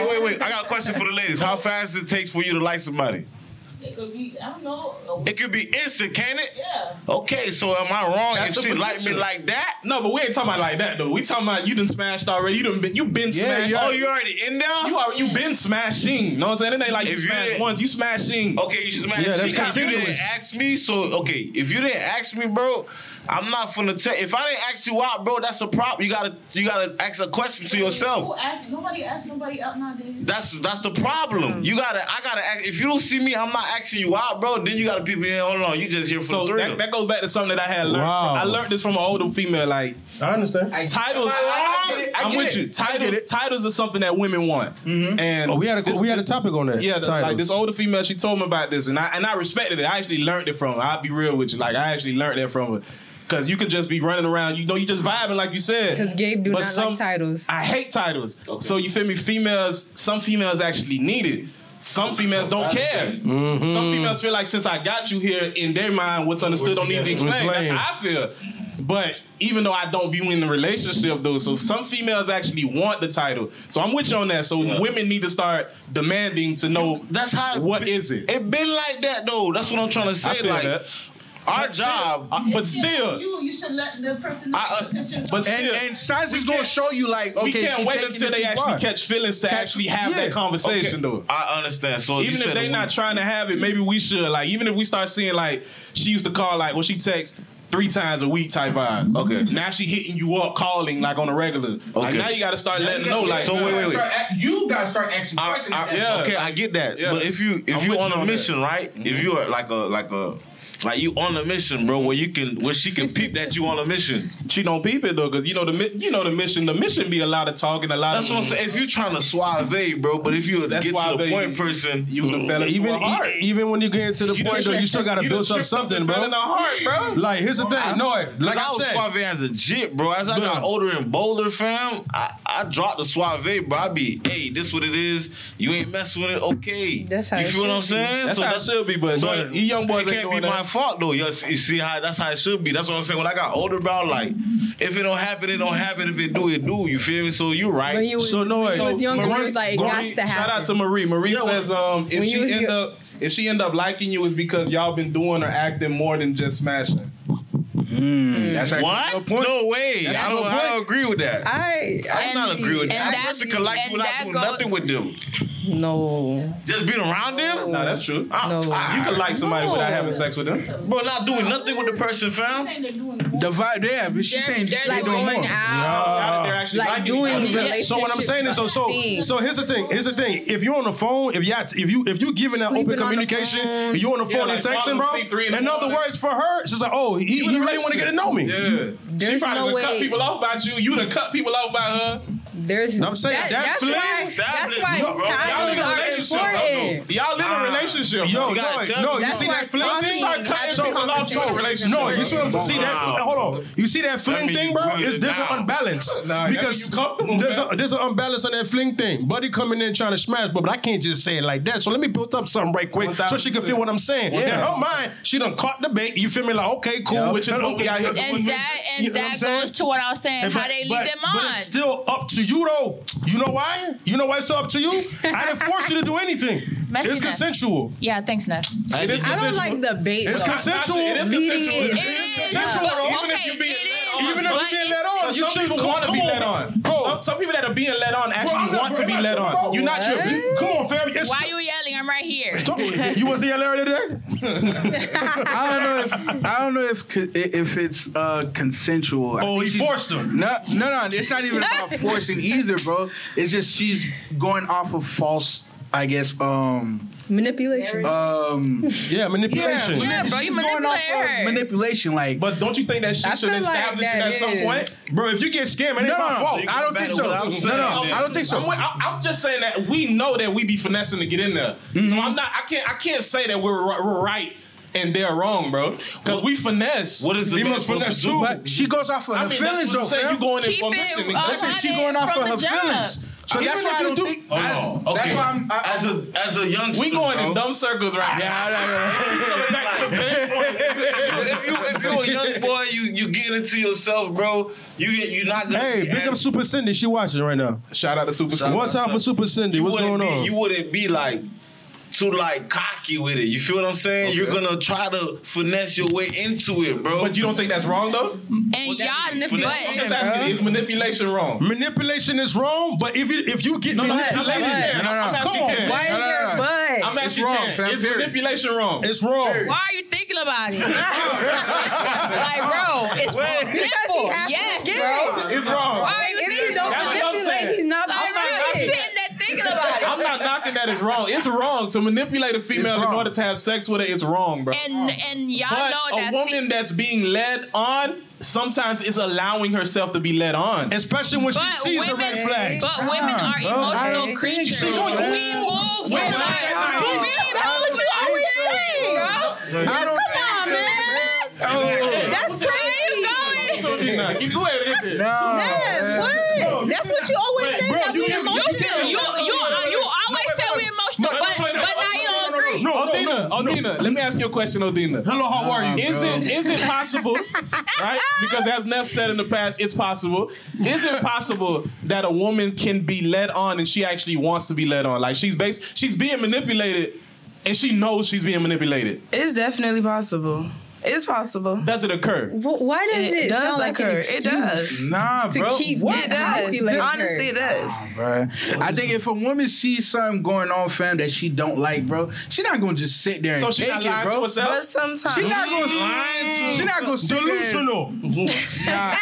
[SPEAKER 8] wait, wait. I got a question for the ladies. How fast it takes for you to like somebody?
[SPEAKER 14] It could be, I don't know.
[SPEAKER 8] It could be instant, can it?
[SPEAKER 14] Yeah.
[SPEAKER 8] Okay, so am I wrong
[SPEAKER 2] That's the
[SPEAKER 8] if she like me
[SPEAKER 2] potential.
[SPEAKER 8] like that?
[SPEAKER 2] No, but we ain't talking about like that though. We talking about you done smashed already. You done been, you been
[SPEAKER 8] Yeah,
[SPEAKER 2] smashed.
[SPEAKER 8] you already- Oh, you already in there?
[SPEAKER 2] You are you been smashing. You know what I'm saying? It ain't like you
[SPEAKER 8] If you
[SPEAKER 2] smashed
[SPEAKER 8] didn't- Oh,
[SPEAKER 2] once. You smashing.
[SPEAKER 8] Okay, you smash.
[SPEAKER 2] Yeah, that's
[SPEAKER 8] shit. If you didn't
[SPEAKER 2] continuous.
[SPEAKER 8] ask me, so okay. If you didn't ask me, bro, I'm not finna tell. If I didn't ask you out, bro, that's a problem. You gotta you gotta ask a question to yourself.
[SPEAKER 14] Who asked, nobody asked nobody out nowadays.
[SPEAKER 8] That's that's the problem. You gotta, I gotta. Ask, if you don't see me, I'm not asking you out, bro. Then you gotta people. Yeah, hold on, you just here for
[SPEAKER 2] So
[SPEAKER 8] the thrill.
[SPEAKER 2] that, that goes back to something that I had learned.
[SPEAKER 8] Wow.
[SPEAKER 2] I learned this from an older female. Like
[SPEAKER 5] I understand.
[SPEAKER 2] titles.
[SPEAKER 5] I- I get it. I
[SPEAKER 2] am
[SPEAKER 5] get
[SPEAKER 2] with
[SPEAKER 5] it.
[SPEAKER 2] you.
[SPEAKER 5] I
[SPEAKER 2] Titles. Titles are something that women want. And
[SPEAKER 5] Oh, we had a we had a topic on that.
[SPEAKER 2] Yeah, the,
[SPEAKER 5] Titles.
[SPEAKER 2] like this older female, she told me about this, and I and I respected it. I actually learned it from her. I'll be real with you. Like I actually learned that from her. Cause you can just be running around, you know, you just vibing like you said.
[SPEAKER 9] 'Cause Gabe do
[SPEAKER 2] But
[SPEAKER 9] not like titles.
[SPEAKER 2] I hate titles. So you feel me? Females, some females actually need it. Some females don't care. Some females feel like since I got you here, in their mind, what's understood don't need to be
[SPEAKER 5] Explain.
[SPEAKER 2] explained. That's how I feel. But even though I don't be in the relationship though, so some females actually want the title. So I'm with you on that. So women need to start demanding to know
[SPEAKER 8] that's how.
[SPEAKER 2] what is it.
[SPEAKER 8] It been like that though. That's what I'm trying to say.
[SPEAKER 2] I feel
[SPEAKER 8] like
[SPEAKER 2] that.
[SPEAKER 8] our job,
[SPEAKER 2] but
[SPEAKER 14] You, you should let the person know
[SPEAKER 8] I-
[SPEAKER 14] your attention.
[SPEAKER 2] But
[SPEAKER 14] and,
[SPEAKER 2] still,
[SPEAKER 1] And science is gonna show you like okay.
[SPEAKER 2] we can't
[SPEAKER 1] she
[SPEAKER 2] wait
[SPEAKER 1] taking
[SPEAKER 2] until
[SPEAKER 1] it
[SPEAKER 2] they
[SPEAKER 1] too
[SPEAKER 2] actually
[SPEAKER 1] far.
[SPEAKER 2] catch feelings to
[SPEAKER 1] Catch-
[SPEAKER 2] actually have
[SPEAKER 1] yeah.
[SPEAKER 2] that conversation though.
[SPEAKER 8] I understand. So Oh, you
[SPEAKER 2] even
[SPEAKER 8] said
[SPEAKER 2] if
[SPEAKER 8] a
[SPEAKER 2] they
[SPEAKER 8] woman-
[SPEAKER 2] not trying to have it, maybe we should. Like, even if we start seeing like she used to call like, well, she texts three times a week type vibes.
[SPEAKER 8] Okay.
[SPEAKER 2] Now she hitting you up, calling like on a regular. Like
[SPEAKER 8] Okay.
[SPEAKER 2] now you got to start letting know. Like,
[SPEAKER 8] So wait, wait, wait.
[SPEAKER 1] You gotta start asking questions.
[SPEAKER 8] I- I-
[SPEAKER 2] Yeah.
[SPEAKER 8] Okay, I get that.
[SPEAKER 2] Yeah.
[SPEAKER 8] But if you if
[SPEAKER 2] I'm
[SPEAKER 8] you
[SPEAKER 2] with
[SPEAKER 8] on
[SPEAKER 2] you on that.
[SPEAKER 8] a
[SPEAKER 2] Mm-hmm.
[SPEAKER 8] mission, right? If you are like a like a like you on a mission, bro, where you can where she can peep that you on a mission.
[SPEAKER 2] She don't peep it though, because you know the mi- you know the mission. The mission be a lot of talking, a lot.
[SPEAKER 8] That's
[SPEAKER 2] of,
[SPEAKER 8] what I'm saying. If you trying to suave, bro, but if you
[SPEAKER 2] That's
[SPEAKER 8] get
[SPEAKER 2] why
[SPEAKER 8] to the
[SPEAKER 2] they-
[SPEAKER 8] point person,
[SPEAKER 2] You done fell into
[SPEAKER 5] even
[SPEAKER 2] a heart.
[SPEAKER 5] e- even when you get into the
[SPEAKER 2] You
[SPEAKER 5] point
[SPEAKER 2] done-
[SPEAKER 5] though, you still gotta
[SPEAKER 2] you done
[SPEAKER 5] build up
[SPEAKER 2] tripped
[SPEAKER 5] something,
[SPEAKER 2] and fell
[SPEAKER 5] bro.
[SPEAKER 2] in a heart, bro.
[SPEAKER 5] Like here's the thing, no, like
[SPEAKER 8] Like I
[SPEAKER 5] I
[SPEAKER 8] was
[SPEAKER 5] said,
[SPEAKER 8] suave as a jit, bro. As I got older and bolder, fam, I, I dropped the suave, bro. I be, hey, this what it is. You ain't messing with it, okay?
[SPEAKER 9] That's how
[SPEAKER 8] you
[SPEAKER 9] it
[SPEAKER 8] feel what
[SPEAKER 9] should
[SPEAKER 8] I'm
[SPEAKER 9] be.
[SPEAKER 8] saying?
[SPEAKER 2] That's how it should be, but
[SPEAKER 8] so
[SPEAKER 2] you young boys
[SPEAKER 8] it
[SPEAKER 2] ain't
[SPEAKER 8] can't
[SPEAKER 2] doing
[SPEAKER 8] be my
[SPEAKER 2] that.
[SPEAKER 8] fault though. You see, you see how that's how it should be. That's what I'm saying. When I got older, bro, like if it don't happen, it don't happen. If it do, it do. You feel me? So you right.
[SPEAKER 9] When you was,
[SPEAKER 5] So, no,
[SPEAKER 9] when you
[SPEAKER 5] so
[SPEAKER 9] was younger,
[SPEAKER 5] Marie-
[SPEAKER 9] it was like, it
[SPEAKER 5] Marie,
[SPEAKER 9] got to happen.
[SPEAKER 2] Shout out to Marie. Marie says, um, if
[SPEAKER 9] when you
[SPEAKER 2] she
[SPEAKER 9] was
[SPEAKER 2] end
[SPEAKER 9] yo-
[SPEAKER 2] up if she end up liking you, it's because y'all been doing or acting more than just smashing.
[SPEAKER 1] That's actually
[SPEAKER 8] what?
[SPEAKER 1] a good point.
[SPEAKER 8] No way. I don't, I don't agree with that. I,
[SPEAKER 9] I, I
[SPEAKER 8] do not
[SPEAKER 9] see-
[SPEAKER 8] agree with that.
[SPEAKER 6] and
[SPEAKER 8] That
[SPEAKER 6] that-
[SPEAKER 8] person could like you
[SPEAKER 6] and
[SPEAKER 8] without
[SPEAKER 6] that
[SPEAKER 8] doing
[SPEAKER 6] go-
[SPEAKER 8] nothing with them.
[SPEAKER 9] No.
[SPEAKER 8] Just being around them. Ah,
[SPEAKER 2] Nah, that's true.
[SPEAKER 8] I'm
[SPEAKER 9] No.
[SPEAKER 8] tired.
[SPEAKER 2] You could like somebody without having sex with them.
[SPEAKER 8] bro, not doing nothing with the person, fam.
[SPEAKER 14] saying they're doing more.
[SPEAKER 1] The vibe, yeah, but she's
[SPEAKER 6] They're-
[SPEAKER 1] saying
[SPEAKER 6] they're
[SPEAKER 1] they
[SPEAKER 9] Like
[SPEAKER 1] doing
[SPEAKER 9] going
[SPEAKER 1] more.
[SPEAKER 9] out,
[SPEAKER 2] Now that they're actually
[SPEAKER 9] like
[SPEAKER 2] liking each
[SPEAKER 9] doing
[SPEAKER 2] other.
[SPEAKER 9] relationships.
[SPEAKER 5] So what I'm saying is, so so so here's the thing. Here's the thing. If you're on the phone, if you if you if you giving that
[SPEAKER 9] Sleeping
[SPEAKER 5] open
[SPEAKER 9] on the
[SPEAKER 5] communication,
[SPEAKER 9] phone.
[SPEAKER 5] and you on the
[SPEAKER 2] Yeah,
[SPEAKER 5] phone
[SPEAKER 2] like,
[SPEAKER 5] and
[SPEAKER 2] fall
[SPEAKER 5] texting,
[SPEAKER 2] asleep three in
[SPEAKER 5] bro.
[SPEAKER 2] the
[SPEAKER 5] In other
[SPEAKER 2] morning.
[SPEAKER 5] words, for her, she's like, oh, he, he really want to get to know me.
[SPEAKER 2] Yeah. she
[SPEAKER 9] There's
[SPEAKER 2] probably
[SPEAKER 9] no
[SPEAKER 2] done cut
[SPEAKER 9] way.
[SPEAKER 2] people off by you. You done cut people off by her.
[SPEAKER 9] There's.
[SPEAKER 5] I'm saying that
[SPEAKER 9] that's
[SPEAKER 5] flings-
[SPEAKER 9] why. That's why
[SPEAKER 8] Bro, y'all in a
[SPEAKER 9] titles
[SPEAKER 2] relationship,
[SPEAKER 9] are
[SPEAKER 2] I don't
[SPEAKER 9] important.
[SPEAKER 2] Y'all in a relationship.
[SPEAKER 5] Yo,
[SPEAKER 8] You gotta
[SPEAKER 5] no,
[SPEAKER 8] tell
[SPEAKER 5] no,
[SPEAKER 8] me.
[SPEAKER 5] you
[SPEAKER 9] That's
[SPEAKER 5] see
[SPEAKER 9] why
[SPEAKER 5] that fling
[SPEAKER 9] talking
[SPEAKER 5] thing?
[SPEAKER 9] Start cutting
[SPEAKER 5] So-
[SPEAKER 9] people off
[SPEAKER 5] so-
[SPEAKER 9] in a
[SPEAKER 2] relationship.
[SPEAKER 5] No, you see what I'm see that?
[SPEAKER 8] Wow.
[SPEAKER 5] Hold on, you see that fling
[SPEAKER 8] mean
[SPEAKER 5] thing,
[SPEAKER 8] you
[SPEAKER 5] bro?
[SPEAKER 8] really
[SPEAKER 5] It's there's an
[SPEAKER 8] down.
[SPEAKER 5] unbalance
[SPEAKER 2] Nah, that mean
[SPEAKER 5] because
[SPEAKER 2] you comfortable,
[SPEAKER 5] there's
[SPEAKER 2] man.
[SPEAKER 5] a, there's an unbalance on that fling thing. Buddy coming in trying to smash, but, but I can't just say it like that. So let me build up something right quick so she can feel what I'm saying. In her mind, she done caught the bait. You feel me? Like okay, cool.
[SPEAKER 2] Which is what we out here doing.
[SPEAKER 6] And that and
[SPEAKER 5] You know what I'm
[SPEAKER 6] that
[SPEAKER 5] saying?
[SPEAKER 6] goes to what I was saying,
[SPEAKER 5] And
[SPEAKER 6] how
[SPEAKER 5] but-
[SPEAKER 6] they lead
[SPEAKER 5] but-
[SPEAKER 6] them
[SPEAKER 5] But
[SPEAKER 6] on.
[SPEAKER 5] it's still up to you, though. You know why? You know why it's still up to you? I didn't force you to do anything. It's
[SPEAKER 6] Messiness.
[SPEAKER 5] consensual.
[SPEAKER 6] yeah, thanks, Neff.
[SPEAKER 2] It is
[SPEAKER 9] I don't like
[SPEAKER 2] consensual.
[SPEAKER 9] the bait.
[SPEAKER 5] It's
[SPEAKER 9] though.
[SPEAKER 5] consensual.
[SPEAKER 2] It is consensual.
[SPEAKER 9] Leading
[SPEAKER 6] It is
[SPEAKER 5] consensual,
[SPEAKER 6] but-
[SPEAKER 5] though.
[SPEAKER 2] Even if
[SPEAKER 6] okay,
[SPEAKER 2] you being
[SPEAKER 6] it
[SPEAKER 2] led
[SPEAKER 6] is,
[SPEAKER 2] on.
[SPEAKER 5] Even if
[SPEAKER 6] but
[SPEAKER 5] you're being
[SPEAKER 6] it's-
[SPEAKER 5] led on, you
[SPEAKER 2] some
[SPEAKER 5] should
[SPEAKER 2] people
[SPEAKER 5] come-
[SPEAKER 2] want to be
[SPEAKER 5] come
[SPEAKER 2] led
[SPEAKER 5] on.
[SPEAKER 2] on.
[SPEAKER 5] Bro.
[SPEAKER 2] Some, some people that are being led on actually
[SPEAKER 5] I'm not-
[SPEAKER 2] want to
[SPEAKER 5] bro,
[SPEAKER 2] be
[SPEAKER 5] I'm
[SPEAKER 2] led
[SPEAKER 5] not-
[SPEAKER 2] on.
[SPEAKER 5] bro.
[SPEAKER 2] You're not tripping.
[SPEAKER 5] Come on, fam. It's-
[SPEAKER 6] Why you yelling? I'm right here.
[SPEAKER 5] you wasn't here earlier today?
[SPEAKER 3] I don't know if I don't know if co- if it's uh, consensual. I
[SPEAKER 5] Oh,
[SPEAKER 3] think
[SPEAKER 5] he
[SPEAKER 3] she's-
[SPEAKER 5] forced him.
[SPEAKER 3] No, no, no. It's not even about forcing either, bro. It's just she's going off of false, I guess. Um,
[SPEAKER 9] Manipulation.
[SPEAKER 3] um,
[SPEAKER 5] Yeah, manipulation.
[SPEAKER 6] Yeah, bro,
[SPEAKER 3] she's
[SPEAKER 6] you
[SPEAKER 3] going
[SPEAKER 6] manipulate
[SPEAKER 3] off
[SPEAKER 6] her.
[SPEAKER 3] of manipulation. Like,
[SPEAKER 2] But don't you think that she
[SPEAKER 9] I
[SPEAKER 2] should
[SPEAKER 9] feel like
[SPEAKER 2] establish it
[SPEAKER 9] that
[SPEAKER 2] at some
[SPEAKER 9] is.
[SPEAKER 2] point?
[SPEAKER 5] Bro, if you get scammed, it ain't
[SPEAKER 3] no, no,
[SPEAKER 5] my
[SPEAKER 3] no.
[SPEAKER 5] fault.
[SPEAKER 3] I don't think so.
[SPEAKER 8] Back to what I
[SPEAKER 3] No,
[SPEAKER 8] was
[SPEAKER 3] no,
[SPEAKER 8] saying.
[SPEAKER 3] I don't think
[SPEAKER 2] I'm,
[SPEAKER 3] so.
[SPEAKER 2] with- I- I'm just saying that we know that we be finessing to get in there.
[SPEAKER 5] Mm.
[SPEAKER 2] So I'm not. I can't. I can't say that we're, ri- we're right and they're wrong, bro. Because we finesse.
[SPEAKER 8] What is the
[SPEAKER 5] He
[SPEAKER 8] man
[SPEAKER 5] must
[SPEAKER 8] supposed
[SPEAKER 5] finesse
[SPEAKER 8] to do?
[SPEAKER 5] you.
[SPEAKER 3] But she goes off of
[SPEAKER 2] I
[SPEAKER 3] her
[SPEAKER 2] mean,
[SPEAKER 3] feelings,
[SPEAKER 2] that's what
[SPEAKER 3] though,
[SPEAKER 2] I'm saying.
[SPEAKER 3] fam.
[SPEAKER 2] You going in
[SPEAKER 6] Keep
[SPEAKER 2] for
[SPEAKER 6] it
[SPEAKER 2] mission?
[SPEAKER 6] a
[SPEAKER 2] Exactly.
[SPEAKER 3] Listen, she
[SPEAKER 6] Running
[SPEAKER 3] going off
[SPEAKER 6] from
[SPEAKER 3] of her
[SPEAKER 6] the jump.
[SPEAKER 3] feelings. So
[SPEAKER 5] Even
[SPEAKER 3] that's why
[SPEAKER 5] if
[SPEAKER 3] I
[SPEAKER 5] you
[SPEAKER 3] don't
[SPEAKER 5] do-
[SPEAKER 3] think.
[SPEAKER 8] Oh,
[SPEAKER 3] that's,
[SPEAKER 8] no. Okay.
[SPEAKER 3] that's why I'm. I,
[SPEAKER 8] as a as a youngster,
[SPEAKER 2] We going in
[SPEAKER 8] bro.
[SPEAKER 2] dumb circles right now.
[SPEAKER 8] if you if you're a young boy, you you getting into yourself, bro. You get you not gonna.
[SPEAKER 5] Hey,
[SPEAKER 8] be
[SPEAKER 5] big up
[SPEAKER 8] as-
[SPEAKER 5] Super Cindy. She watching right now.
[SPEAKER 2] Shout out to Super.
[SPEAKER 5] One time for Super Cindy.
[SPEAKER 8] you
[SPEAKER 5] What's
[SPEAKER 8] wouldn't
[SPEAKER 5] going
[SPEAKER 8] be- You
[SPEAKER 5] on?
[SPEAKER 8] wouldn't be like too like cocky with it. You feel what I'm saying? You're gonna try to finesse your way into it, bro.
[SPEAKER 2] But you don't think that's wrong though?
[SPEAKER 6] And y'all,
[SPEAKER 2] Manip- I'm just asking, is manipulation wrong?
[SPEAKER 5] Manipulation is wrong, but if it, if you get
[SPEAKER 2] No, no,
[SPEAKER 5] manipulated,
[SPEAKER 2] but- but- No, no, no.
[SPEAKER 5] I'm
[SPEAKER 2] Come
[SPEAKER 5] asking
[SPEAKER 2] on.
[SPEAKER 5] Karen.
[SPEAKER 2] Why is
[SPEAKER 5] No, no,
[SPEAKER 2] there
[SPEAKER 5] no,
[SPEAKER 2] a
[SPEAKER 5] no.
[SPEAKER 2] but? I'm
[SPEAKER 5] It's
[SPEAKER 2] asking
[SPEAKER 5] wrong.
[SPEAKER 2] Karen. Is manipulation wrong?
[SPEAKER 5] It's wrong.
[SPEAKER 6] Why are you thinking about it? like, bro, it's
[SPEAKER 9] Wait.
[SPEAKER 6] simple.
[SPEAKER 9] Because he has to
[SPEAKER 6] yes,
[SPEAKER 9] get
[SPEAKER 6] bro.
[SPEAKER 9] it. It's wrong.
[SPEAKER 6] Why are you
[SPEAKER 9] If you
[SPEAKER 6] thinking
[SPEAKER 9] don't
[SPEAKER 6] about it?
[SPEAKER 9] That's what I'm manipulate, saying. he's not-
[SPEAKER 6] like,
[SPEAKER 9] I'm not
[SPEAKER 6] really
[SPEAKER 9] knocking it.
[SPEAKER 6] sitting there thinking about it.
[SPEAKER 2] I'm not knocking that it's wrong. It's wrong to manipulate a female in order to have sex with her. It's wrong, bro.
[SPEAKER 6] And and y'all
[SPEAKER 2] but
[SPEAKER 6] know
[SPEAKER 2] a
[SPEAKER 6] that
[SPEAKER 2] woman that's being led on sometimes is allowing herself to be led on,
[SPEAKER 5] especially when
[SPEAKER 6] But women- But women are
[SPEAKER 2] Bro, I don't
[SPEAKER 6] emotional
[SPEAKER 2] think
[SPEAKER 6] creatures.
[SPEAKER 2] so,
[SPEAKER 6] we
[SPEAKER 2] bro.
[SPEAKER 6] move with
[SPEAKER 2] Wait,
[SPEAKER 6] our-
[SPEAKER 2] wait,
[SPEAKER 6] we
[SPEAKER 2] wait, wait.
[SPEAKER 6] move with our feelings, bro.
[SPEAKER 5] I don't
[SPEAKER 9] Come on,
[SPEAKER 3] Oh,
[SPEAKER 9] man. That's crazy.
[SPEAKER 2] So she's not. Get- go ahead, listen.
[SPEAKER 3] oh,
[SPEAKER 9] Nah, what? That's what you always say. That we
[SPEAKER 6] You feel
[SPEAKER 9] emotional.
[SPEAKER 6] you you you always say we're emotional, but but now you don't agree.
[SPEAKER 2] Odina, Odina, let me ask you a question, Odina.
[SPEAKER 5] Hello, how are you,
[SPEAKER 2] Is
[SPEAKER 5] bro?
[SPEAKER 2] it is it possible, right? Because as Neff said in the past, it's possible. Is it possible that a woman can be led on and she actually wants to be led on? Like she's based, she's being manipulated, and she knows she's being manipulated.
[SPEAKER 7] It's definitely possible. It's possible.
[SPEAKER 2] Does it occur?
[SPEAKER 9] Why does it,
[SPEAKER 7] does
[SPEAKER 9] sound like
[SPEAKER 7] occur.
[SPEAKER 9] an
[SPEAKER 7] it
[SPEAKER 9] excuse?
[SPEAKER 7] does.
[SPEAKER 3] Nah,
[SPEAKER 7] To
[SPEAKER 3] bro.
[SPEAKER 7] keep
[SPEAKER 3] what?
[SPEAKER 7] it does.
[SPEAKER 9] manipulating her?
[SPEAKER 7] Honestly, it does.
[SPEAKER 3] Bruh. I think if a woman sees something going on, fam, that she don't like, bro, she not gonna just sit there and
[SPEAKER 2] So she
[SPEAKER 3] take
[SPEAKER 2] not
[SPEAKER 3] it,
[SPEAKER 2] lying
[SPEAKER 3] bro.
[SPEAKER 2] to herself?
[SPEAKER 7] But sometimes
[SPEAKER 3] She not gonna.
[SPEAKER 8] Lying to-
[SPEAKER 3] She not gonna. sit there and-
[SPEAKER 5] Delusional.
[SPEAKER 3] Nah.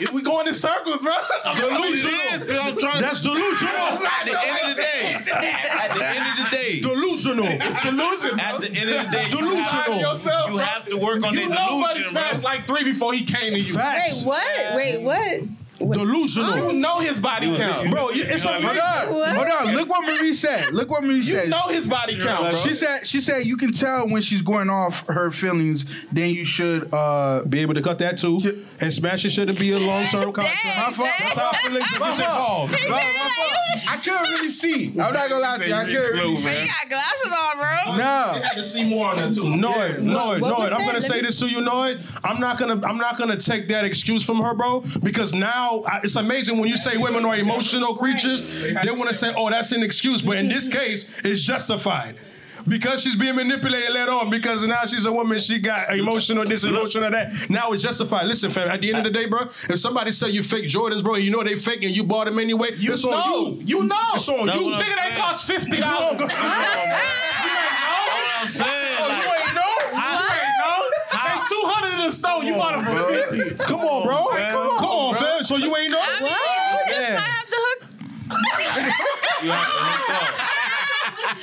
[SPEAKER 2] If we going in circles, bro.
[SPEAKER 5] Delusional.
[SPEAKER 8] It is, and I'm trying to-
[SPEAKER 5] That's delusional.
[SPEAKER 8] At the end of the day, at the end of the day,
[SPEAKER 5] Delusional.
[SPEAKER 2] Delusion.
[SPEAKER 8] at the end of the day, you have-
[SPEAKER 5] Delusional.
[SPEAKER 2] Yourself,
[SPEAKER 8] you
[SPEAKER 2] bro.
[SPEAKER 8] have to work on
[SPEAKER 2] You
[SPEAKER 8] that
[SPEAKER 2] know Buddy
[SPEAKER 8] delusion, bro.
[SPEAKER 2] smashed like three before he came to you.
[SPEAKER 5] Facts.
[SPEAKER 9] What? Wait, what?
[SPEAKER 2] You
[SPEAKER 5] Delusional.
[SPEAKER 2] know his body count.
[SPEAKER 5] Bro, you- it's
[SPEAKER 8] Hold
[SPEAKER 3] Hold
[SPEAKER 5] amazing.
[SPEAKER 3] on,
[SPEAKER 9] What?
[SPEAKER 3] hold on. Look what Marie said. Look what Marie
[SPEAKER 2] You
[SPEAKER 3] said.
[SPEAKER 2] know his body count, bro.
[SPEAKER 3] She said. She said you can tell when she's going off her feelings. Then you should. uh
[SPEAKER 5] Be able to cut that too. And smashing shouldn't be a long term contract.
[SPEAKER 3] My fault.
[SPEAKER 5] That's how feelings gets involved.
[SPEAKER 3] Bro, my fault. I couldn't really see. I'm not gonna lie to you. I couldn't really see.
[SPEAKER 6] But you got glasses on, bro.
[SPEAKER 3] Nah.
[SPEAKER 2] Let's see more on that too.
[SPEAKER 5] Noid, Noid,
[SPEAKER 9] what was
[SPEAKER 5] Noid. I'm
[SPEAKER 9] that?
[SPEAKER 5] gonna
[SPEAKER 9] Let
[SPEAKER 5] say
[SPEAKER 9] me-
[SPEAKER 5] this to you, Noid. I'm not gonna, I'm not gonna take that excuse from her, bro. Because now I, it's amazing when you say women are emotional creatures. They want to say, oh, that's an excuse, but in this case, it's justified. Because she's being manipulated later on. Because now she's a woman, she got emotional this, emotional that. Now it's justified. Listen, fam. At the end of the day, bro, if somebody say you fake Jordans, bro, and you know they fake and you bought them anyway, you it's on
[SPEAKER 2] No,
[SPEAKER 5] you.
[SPEAKER 2] you know.
[SPEAKER 5] It's on
[SPEAKER 8] That's
[SPEAKER 5] you.
[SPEAKER 8] what I'm
[SPEAKER 2] Nigga, they
[SPEAKER 8] saying.
[SPEAKER 2] cost fifty dollars.
[SPEAKER 5] Come on,
[SPEAKER 8] I'm saying,
[SPEAKER 5] Oh,
[SPEAKER 8] like,
[SPEAKER 2] You ain't know. You ain't know. They two hundred in the store. You bought them for fifty.
[SPEAKER 5] Come on, bro.
[SPEAKER 8] Come on,
[SPEAKER 5] Come on, fam. So you ain't know.
[SPEAKER 6] I mean, you just
[SPEAKER 3] Yeah.
[SPEAKER 6] might have to hook.
[SPEAKER 8] you have to hook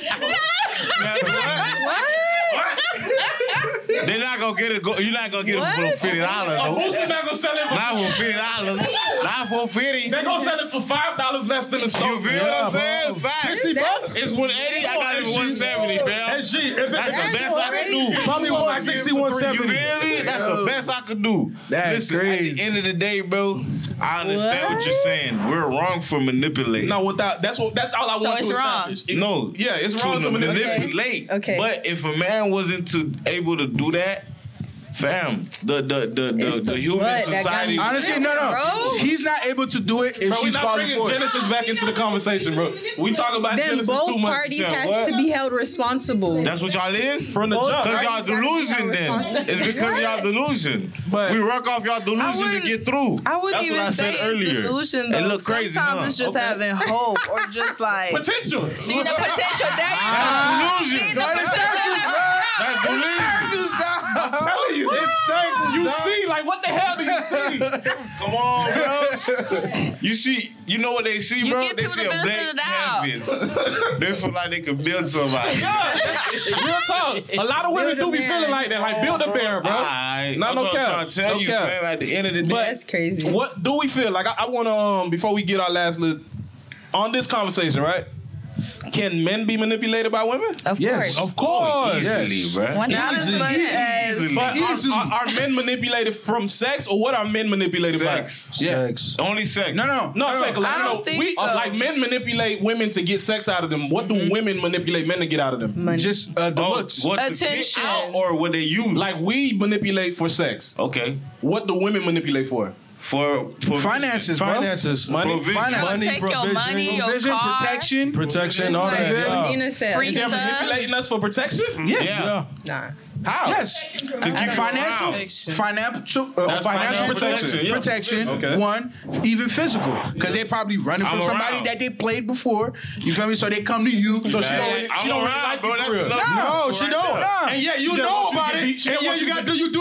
[SPEAKER 8] up. You have to what? They're not gonna get it. Go, you're not gonna get it for fifty
[SPEAKER 2] A
[SPEAKER 8] dollars.
[SPEAKER 2] Boosie not gonna sell it. For,
[SPEAKER 8] Not for fifty dollars. Not for fifty.
[SPEAKER 2] they gonna sell it for five dollars less than the store.
[SPEAKER 8] You feel what I'm saying? Facts. It's 180. I got it for 170, fam.
[SPEAKER 5] SG, if it,
[SPEAKER 8] That's the best I could do.
[SPEAKER 5] Probably
[SPEAKER 2] Come on,
[SPEAKER 5] 160,
[SPEAKER 8] You feel
[SPEAKER 5] 170.
[SPEAKER 8] me? That's the best I could do.
[SPEAKER 3] That's
[SPEAKER 8] Listen, at
[SPEAKER 3] crazy.
[SPEAKER 8] the end of the day, bro, I understand what, you're saying. We're wrong for manipulating.
[SPEAKER 2] No, without that's what that's all I want
[SPEAKER 6] it's
[SPEAKER 2] to
[SPEAKER 6] wrong.
[SPEAKER 2] establish.
[SPEAKER 8] No,
[SPEAKER 2] yeah, it's wrong to manipulate.
[SPEAKER 8] manipulate.
[SPEAKER 9] Okay.
[SPEAKER 8] But if a man wasn't to able to do that, fam, the the the
[SPEAKER 9] It's
[SPEAKER 8] the, the
[SPEAKER 9] the
[SPEAKER 8] human
[SPEAKER 9] blood that got
[SPEAKER 8] society.
[SPEAKER 9] me.
[SPEAKER 3] Honestly, no, no.
[SPEAKER 9] Bro.
[SPEAKER 3] He's not able to do it
[SPEAKER 2] Bro,
[SPEAKER 3] if
[SPEAKER 2] we
[SPEAKER 3] she's
[SPEAKER 2] not
[SPEAKER 3] falling
[SPEAKER 2] bringing
[SPEAKER 3] for it.
[SPEAKER 2] Genesis back into the conversation, bro. We talk about
[SPEAKER 9] Then
[SPEAKER 2] Genesis too
[SPEAKER 9] both
[SPEAKER 2] much.
[SPEAKER 9] parties
[SPEAKER 2] Yeah,
[SPEAKER 9] has
[SPEAKER 2] what?
[SPEAKER 9] to be held responsible.
[SPEAKER 8] That's what y'all is.
[SPEAKER 2] from the jump.
[SPEAKER 8] Cause y'all
[SPEAKER 9] Parties gotta be
[SPEAKER 8] delusion then.
[SPEAKER 9] responsible.
[SPEAKER 8] It's because y'all delusion.
[SPEAKER 2] But-
[SPEAKER 8] But we work off y'all delusion to
[SPEAKER 7] wouldn't-
[SPEAKER 8] get through.
[SPEAKER 7] I wouldn't
[SPEAKER 8] That's
[SPEAKER 7] even
[SPEAKER 8] what I
[SPEAKER 7] say
[SPEAKER 8] said
[SPEAKER 7] it's
[SPEAKER 8] earlier.
[SPEAKER 7] delusion though.
[SPEAKER 8] It look crazy.
[SPEAKER 7] Sometimes
[SPEAKER 8] huh?
[SPEAKER 7] it's just
[SPEAKER 8] Okay.
[SPEAKER 7] having hope or just like
[SPEAKER 2] Potential.
[SPEAKER 6] See the potential. There you go.
[SPEAKER 8] Ah,
[SPEAKER 7] ah,
[SPEAKER 8] delusion.
[SPEAKER 6] The potential.
[SPEAKER 8] That's delusion.
[SPEAKER 2] I'm telling you, it's circles. You see, like what the hell do you see?
[SPEAKER 8] Come on, bro. you see, you know what they see,
[SPEAKER 6] You
[SPEAKER 8] bro?
[SPEAKER 6] get
[SPEAKER 8] they
[SPEAKER 6] people
[SPEAKER 8] see
[SPEAKER 6] to
[SPEAKER 8] a
[SPEAKER 6] benefit
[SPEAKER 8] blank
[SPEAKER 6] of the doubt.
[SPEAKER 8] canvas. they feel like they could build somebody.
[SPEAKER 2] Real talk. A lot of women do be feeling like that. Like build a bear, bro.
[SPEAKER 8] Alright.
[SPEAKER 2] Nah,
[SPEAKER 8] I'm
[SPEAKER 2] no
[SPEAKER 8] trying-
[SPEAKER 2] cap.
[SPEAKER 8] trying to tell
[SPEAKER 2] No
[SPEAKER 8] you,
[SPEAKER 2] cap.
[SPEAKER 8] fam, at the end of the day.
[SPEAKER 2] But-
[SPEAKER 9] That's crazy.
[SPEAKER 2] What do we feel like? I, I want to um before we get our last little on this conversation, right? Can men be manipulated by women?
[SPEAKER 6] Of
[SPEAKER 3] Yes.
[SPEAKER 6] course.
[SPEAKER 2] Of course.
[SPEAKER 8] easily, bro.
[SPEAKER 6] One
[SPEAKER 7] not
[SPEAKER 6] thousand.
[SPEAKER 7] as much as
[SPEAKER 2] But are, are, are men manipulated from sex, or what are men manipulated
[SPEAKER 8] Sex.
[SPEAKER 5] Sex.
[SPEAKER 8] Only sex. Oh,
[SPEAKER 3] No, no.
[SPEAKER 2] by? No, I'm saying, like,
[SPEAKER 7] I
[SPEAKER 2] you
[SPEAKER 7] don't
[SPEAKER 2] know,
[SPEAKER 7] think
[SPEAKER 2] we
[SPEAKER 7] so. Mm-hmm.
[SPEAKER 2] like men manipulate women to get sex out of them. What do women manipulate men to get out of them?
[SPEAKER 9] Money.
[SPEAKER 3] Just uh, the
[SPEAKER 8] Oh,
[SPEAKER 3] looks.
[SPEAKER 8] what to get
[SPEAKER 7] Attention.
[SPEAKER 8] out or what they use.
[SPEAKER 2] Like we manipulate for sex.
[SPEAKER 8] okay.
[SPEAKER 2] What do women manipulate for?
[SPEAKER 8] for provision.
[SPEAKER 3] Finances, bro.
[SPEAKER 5] Finances, money,
[SPEAKER 8] Provision.
[SPEAKER 5] finance,
[SPEAKER 8] Money,
[SPEAKER 6] Take your
[SPEAKER 5] provision,
[SPEAKER 6] money, your
[SPEAKER 5] provision,
[SPEAKER 6] car.
[SPEAKER 5] protection, protection, all
[SPEAKER 9] Like
[SPEAKER 5] that.
[SPEAKER 9] what
[SPEAKER 5] yeah.
[SPEAKER 9] Medina said.
[SPEAKER 6] Free
[SPEAKER 2] They're
[SPEAKER 6] stuff.
[SPEAKER 2] manipulating us for protection?
[SPEAKER 3] Yeah.
[SPEAKER 5] Yeah.
[SPEAKER 9] Nah.
[SPEAKER 2] How?
[SPEAKER 3] Yes. Financial,
[SPEAKER 7] Protection.
[SPEAKER 3] financial, uh,
[SPEAKER 2] That's
[SPEAKER 3] financial
[SPEAKER 2] financial
[SPEAKER 3] protection.
[SPEAKER 2] protection, yeah.
[SPEAKER 3] Protection.
[SPEAKER 2] Okay.
[SPEAKER 3] One, even physical, because they probably running from
[SPEAKER 8] I'm
[SPEAKER 3] somebody
[SPEAKER 8] around.
[SPEAKER 3] that they played before. You feel me? So they come to you. So
[SPEAKER 2] she don't-
[SPEAKER 8] I'm
[SPEAKER 2] she don't really
[SPEAKER 8] around,
[SPEAKER 2] like
[SPEAKER 8] bro.
[SPEAKER 2] you
[SPEAKER 8] That's
[SPEAKER 2] for real.
[SPEAKER 8] enough.
[SPEAKER 5] No,
[SPEAKER 8] Right
[SPEAKER 5] she
[SPEAKER 8] there.
[SPEAKER 5] don't. And yeah, you
[SPEAKER 2] She
[SPEAKER 5] know
[SPEAKER 2] don't want
[SPEAKER 5] about
[SPEAKER 2] you to be-
[SPEAKER 5] it.
[SPEAKER 2] she
[SPEAKER 5] And
[SPEAKER 2] don't
[SPEAKER 5] yeah,
[SPEAKER 2] want
[SPEAKER 5] you
[SPEAKER 2] you
[SPEAKER 5] got
[SPEAKER 2] to
[SPEAKER 5] to you do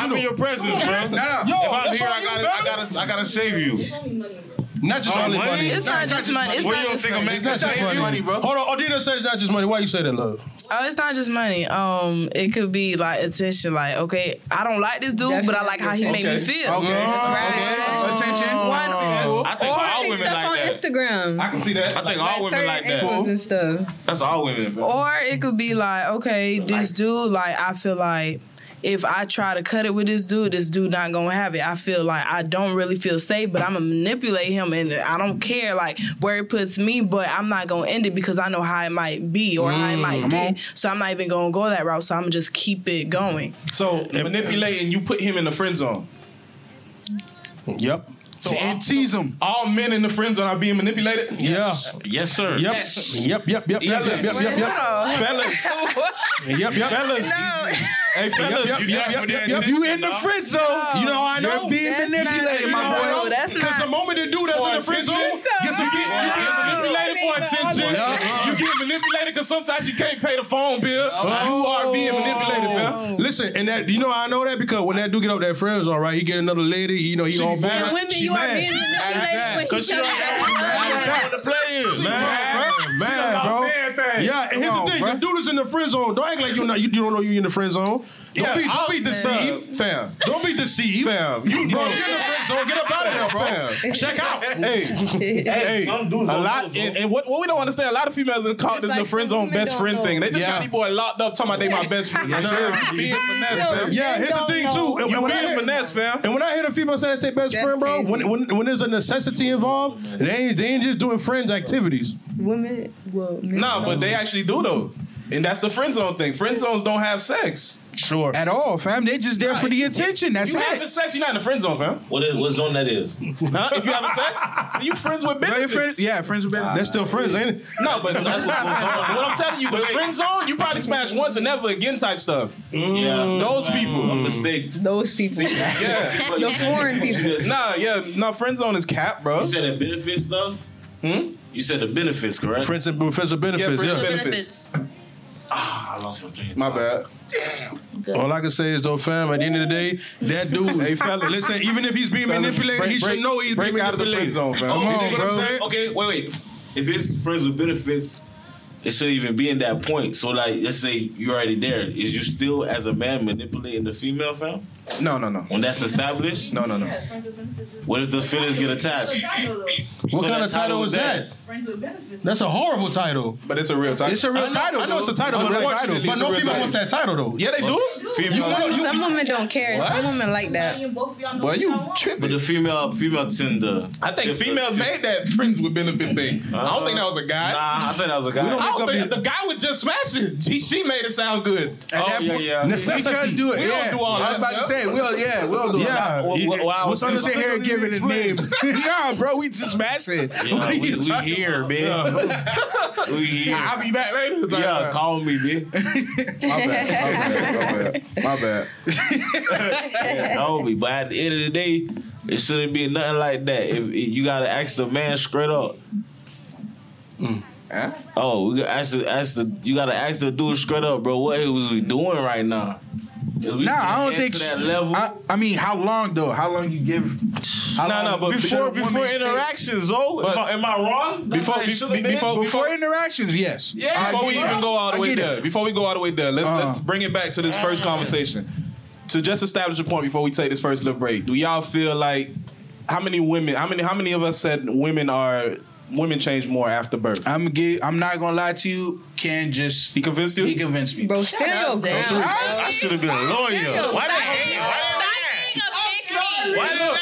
[SPEAKER 8] I'm in your
[SPEAKER 5] delusional.
[SPEAKER 8] presence, bro.
[SPEAKER 3] no,
[SPEAKER 5] Yo,
[SPEAKER 8] if I'm
[SPEAKER 5] that's
[SPEAKER 8] here,
[SPEAKER 5] all
[SPEAKER 8] I
[SPEAKER 5] you,
[SPEAKER 8] gotta,
[SPEAKER 5] fam.
[SPEAKER 8] I gotta, I gotta save you. What
[SPEAKER 5] Not just
[SPEAKER 8] Oh,
[SPEAKER 5] only
[SPEAKER 8] money?
[SPEAKER 5] money.
[SPEAKER 7] It's not just money. It's
[SPEAKER 8] do
[SPEAKER 7] not
[SPEAKER 8] you
[SPEAKER 7] just
[SPEAKER 8] think a
[SPEAKER 7] money.
[SPEAKER 8] man can
[SPEAKER 5] It's not
[SPEAKER 8] save
[SPEAKER 5] just
[SPEAKER 8] you?
[SPEAKER 5] money, bro. Hold on, Odina says it's not just money. Why you say that, love?
[SPEAKER 7] Oh, it's not just money. Um, it could be like attention. Like, okay, I don't like this dude, but I like how he made me
[SPEAKER 9] Definitely.
[SPEAKER 7] feel.
[SPEAKER 3] Okay.
[SPEAKER 2] Oh.
[SPEAKER 9] Right.
[SPEAKER 3] okay. Attention.
[SPEAKER 8] I think
[SPEAKER 9] Or
[SPEAKER 8] all
[SPEAKER 9] see
[SPEAKER 8] women
[SPEAKER 9] stuff on
[SPEAKER 8] like that.
[SPEAKER 9] Instagram.
[SPEAKER 2] I can see that.
[SPEAKER 8] I think all women
[SPEAKER 9] Certain
[SPEAKER 8] like that.
[SPEAKER 9] angles and stuff.
[SPEAKER 8] That's all women, bro.
[SPEAKER 7] Or it could be like, okay, this dude, like, I feel like if I try to cut it with this dude, this dude not gonna have it. I feel like I don't really feel safe, but I'm gonna manipulate him and I don't care like where it puts me, but I'm not gonna end it because I know how it might be or how it
[SPEAKER 8] Mm,
[SPEAKER 7] might be. So I'm not even gonna go that route. So I'm gonna just keep it going.
[SPEAKER 2] So manipulating, you put him in the friend zone.
[SPEAKER 5] Yep.
[SPEAKER 2] So all,
[SPEAKER 3] And tease them.
[SPEAKER 2] all men in the friend zone are being manipulated.
[SPEAKER 8] Yes, sir.
[SPEAKER 5] Yeah. Yep. Yep. Yep. Yep. Yep. Yep. Yep. Yep.
[SPEAKER 9] Oh,
[SPEAKER 5] Yep.
[SPEAKER 2] fellas,
[SPEAKER 5] Yep. Yep. Fellas.
[SPEAKER 2] hey fellas,
[SPEAKER 5] Yep,
[SPEAKER 2] you
[SPEAKER 5] yep,
[SPEAKER 2] got-
[SPEAKER 5] yep, yep. If you in the friend zone, you know I know. You're being
[SPEAKER 9] That's
[SPEAKER 5] manipulated,
[SPEAKER 9] not-
[SPEAKER 5] my
[SPEAKER 9] no,
[SPEAKER 5] boy.
[SPEAKER 9] that's
[SPEAKER 5] Because
[SPEAKER 9] not-
[SPEAKER 5] the moment the dude that's in the friend zone gets a
[SPEAKER 2] You get manipulated for attention. You get manipulated because sometimes you can't pay the phone bill. You are being
[SPEAKER 9] Oh.
[SPEAKER 2] manipulated, fam.
[SPEAKER 5] Listen, and that you know I know that because when that dude get up that friend zone, right? He get another lady. You know he all
[SPEAKER 9] And
[SPEAKER 5] bad.
[SPEAKER 9] women, you are being manipulated with each
[SPEAKER 8] Trying
[SPEAKER 9] other.
[SPEAKER 8] to play it, man.
[SPEAKER 5] Man, man, bro. Yeah, and here's the thing: the dude is in the friend zone. Don't act like you're not. You, you don't know you in the friend zone. Don't be, don't be deceived, fam. Don't be deceived, fam. You bro, you're in the friend zone. Get up out of there, bro. Check out. Hey,
[SPEAKER 2] Hey,
[SPEAKER 8] some dudes
[SPEAKER 2] a
[SPEAKER 8] don't
[SPEAKER 2] lot,
[SPEAKER 8] know,
[SPEAKER 2] and, and what, what we don't understand, a lot of females are caught
[SPEAKER 9] It's
[SPEAKER 2] this
[SPEAKER 9] like
[SPEAKER 2] the friend
[SPEAKER 9] some
[SPEAKER 2] zone
[SPEAKER 9] women
[SPEAKER 2] best
[SPEAKER 9] don't
[SPEAKER 2] friend thing.
[SPEAKER 9] know.
[SPEAKER 2] They just got
[SPEAKER 5] Yeah.
[SPEAKER 2] these boy locked up talking about they my best friend. Nah,
[SPEAKER 5] sir.
[SPEAKER 2] being finesse, fam.
[SPEAKER 5] yeah. Here's the thing too. And,
[SPEAKER 2] You
[SPEAKER 5] when I
[SPEAKER 2] being
[SPEAKER 5] hear-
[SPEAKER 2] finesse, fam.
[SPEAKER 5] and when I hear the female say that's their best
[SPEAKER 9] That's
[SPEAKER 5] friend, bro,
[SPEAKER 9] crazy.
[SPEAKER 5] when, when when there's a necessity involved, they ain't, they ain't just doing friends activities.
[SPEAKER 9] Women, well, men
[SPEAKER 2] Nah, but they actually do though. And that's the friend zone thing. Friend zones don't have sex.
[SPEAKER 5] Sure.
[SPEAKER 3] At all, fam. They just there for the attention. That's
[SPEAKER 2] You having
[SPEAKER 3] it.
[SPEAKER 2] sex, you're not in the friend zone, fam.
[SPEAKER 8] What is what zone that is?
[SPEAKER 2] Huh? If you having sex, you friends with
[SPEAKER 3] Are you
[SPEAKER 2] benefits.
[SPEAKER 3] friends? Yeah, friends with benefits.
[SPEAKER 5] That's still friends, ain't it?
[SPEAKER 2] No, but that's what, what I'm telling you. The friend zone, you probably smash once and never again type stuff.
[SPEAKER 8] Yeah,
[SPEAKER 2] Those people.
[SPEAKER 8] a mistake.
[SPEAKER 9] those people,
[SPEAKER 2] Yeah.
[SPEAKER 9] the foreign
[SPEAKER 8] You
[SPEAKER 9] people.
[SPEAKER 8] just-
[SPEAKER 2] Nah, yeah, no, friend zone is cap, bro.
[SPEAKER 8] you said the benefits stuff. Hmm. You said the benefits, correct?
[SPEAKER 5] Friends and friends of benefits.
[SPEAKER 2] friends
[SPEAKER 5] Yeah.
[SPEAKER 2] of benefits.
[SPEAKER 8] I lost my train.
[SPEAKER 2] My bad.
[SPEAKER 5] All I can say is though, fam. At the end of the day, that dude. hey, fella. Listen, even if he's being manipulated, he should know he's
[SPEAKER 2] break
[SPEAKER 5] being
[SPEAKER 2] out of the friend
[SPEAKER 5] manipulated.
[SPEAKER 2] zone, fam.
[SPEAKER 8] Oh,
[SPEAKER 5] Come
[SPEAKER 8] you
[SPEAKER 5] on,
[SPEAKER 8] dig what
[SPEAKER 5] bro.
[SPEAKER 8] I'm saying? Okay, wait, wait. If it's friends with benefits, it shouldn't even be in that point. So, like, let's say you're already there. Is you still, as a man, manipulating the female fam?
[SPEAKER 2] No, no, no.
[SPEAKER 8] When that's established,
[SPEAKER 2] No, no, no.
[SPEAKER 14] Friends with benefits. is-
[SPEAKER 8] what if the feelings get attached?
[SPEAKER 5] What kind of title is that?
[SPEAKER 14] Friends with benefits.
[SPEAKER 5] That's a horrible title.
[SPEAKER 2] But it's a real title.
[SPEAKER 5] It's a real title. I know it's a title, but,
[SPEAKER 2] Unfortunately,
[SPEAKER 5] title. but
[SPEAKER 2] it's
[SPEAKER 5] no
[SPEAKER 2] a real
[SPEAKER 5] female
[SPEAKER 2] title.
[SPEAKER 5] wants that title though.
[SPEAKER 2] Yeah, they do.
[SPEAKER 8] Female,
[SPEAKER 9] Some women don't care. Some women like that.
[SPEAKER 14] And both of y'all know
[SPEAKER 2] Boy,
[SPEAKER 14] what y'all
[SPEAKER 2] you
[SPEAKER 14] want.
[SPEAKER 8] but
[SPEAKER 2] tripping.
[SPEAKER 8] the female, female tend to.
[SPEAKER 2] I think
[SPEAKER 8] tip the-
[SPEAKER 2] females
[SPEAKER 8] tip-
[SPEAKER 2] made that friends with benefit thing. I don't think that was a guy.
[SPEAKER 8] Nah, I think that was a guy.
[SPEAKER 2] I
[SPEAKER 8] Oh,
[SPEAKER 2] don't think the guy was just smashing. She, she made it sound good.
[SPEAKER 8] yeah, yeah.
[SPEAKER 5] Necessity.
[SPEAKER 3] We couldn't do it.
[SPEAKER 2] We don't
[SPEAKER 3] yeah.
[SPEAKER 2] do all
[SPEAKER 3] I
[SPEAKER 2] that,
[SPEAKER 3] was about to
[SPEAKER 2] yeah.
[SPEAKER 3] say, we'll yeah, we'll do it.
[SPEAKER 5] Yeah.
[SPEAKER 8] Well, well, I was
[SPEAKER 3] Let's not sit
[SPEAKER 8] saying-
[SPEAKER 3] here and give it a name. nah, bro, we just smash it.
[SPEAKER 8] Yeah,
[SPEAKER 3] What are
[SPEAKER 8] we,
[SPEAKER 3] you
[SPEAKER 8] we
[SPEAKER 3] talking
[SPEAKER 8] here, man. we here.
[SPEAKER 2] I'll be back later. It's like,
[SPEAKER 8] yeah,
[SPEAKER 2] uh,
[SPEAKER 8] call me, man.
[SPEAKER 2] my bad. My bad. My bad.
[SPEAKER 8] Call me. But at the end of the day, it shouldn't be nothing like that. If, if you gotta ask the man straight up.
[SPEAKER 2] Mm.
[SPEAKER 8] Oh, we gotta ask the, ask the you gotta ask the dude straight up, bro. What was we doing right now? Is we
[SPEAKER 3] Nah, I don't
[SPEAKER 8] getting
[SPEAKER 3] think.
[SPEAKER 8] to that level.
[SPEAKER 3] I, I mean, how long though? How long you give? How
[SPEAKER 2] Nah, nah, but
[SPEAKER 8] before
[SPEAKER 2] should a
[SPEAKER 8] before
[SPEAKER 2] woman
[SPEAKER 8] interactions, oh, am, I, am I wrong? That's
[SPEAKER 2] Before-
[SPEAKER 8] what it
[SPEAKER 2] be-
[SPEAKER 8] should've
[SPEAKER 2] be-
[SPEAKER 8] been.
[SPEAKER 2] before-
[SPEAKER 3] before interactions, yes.
[SPEAKER 8] yeah,
[SPEAKER 2] Before we even go all the
[SPEAKER 3] I
[SPEAKER 2] way
[SPEAKER 3] get it.
[SPEAKER 2] there, before we go all the way there, let's,
[SPEAKER 3] Uh-huh.
[SPEAKER 5] Uh.
[SPEAKER 2] let's bring it back to this first conversation. To just establish a point before we take this first little break, do y'all feel like how many women, how many, how many of us said women are women change more after birth?
[SPEAKER 3] I'm get, I'm not gonna lie to you. Can just
[SPEAKER 2] He convinced you?
[SPEAKER 3] he convinced me.
[SPEAKER 9] Bro, stand your ground.
[SPEAKER 8] I should have been a lawyer. Why
[SPEAKER 11] Stop
[SPEAKER 8] did
[SPEAKER 11] being a
[SPEAKER 8] why did that?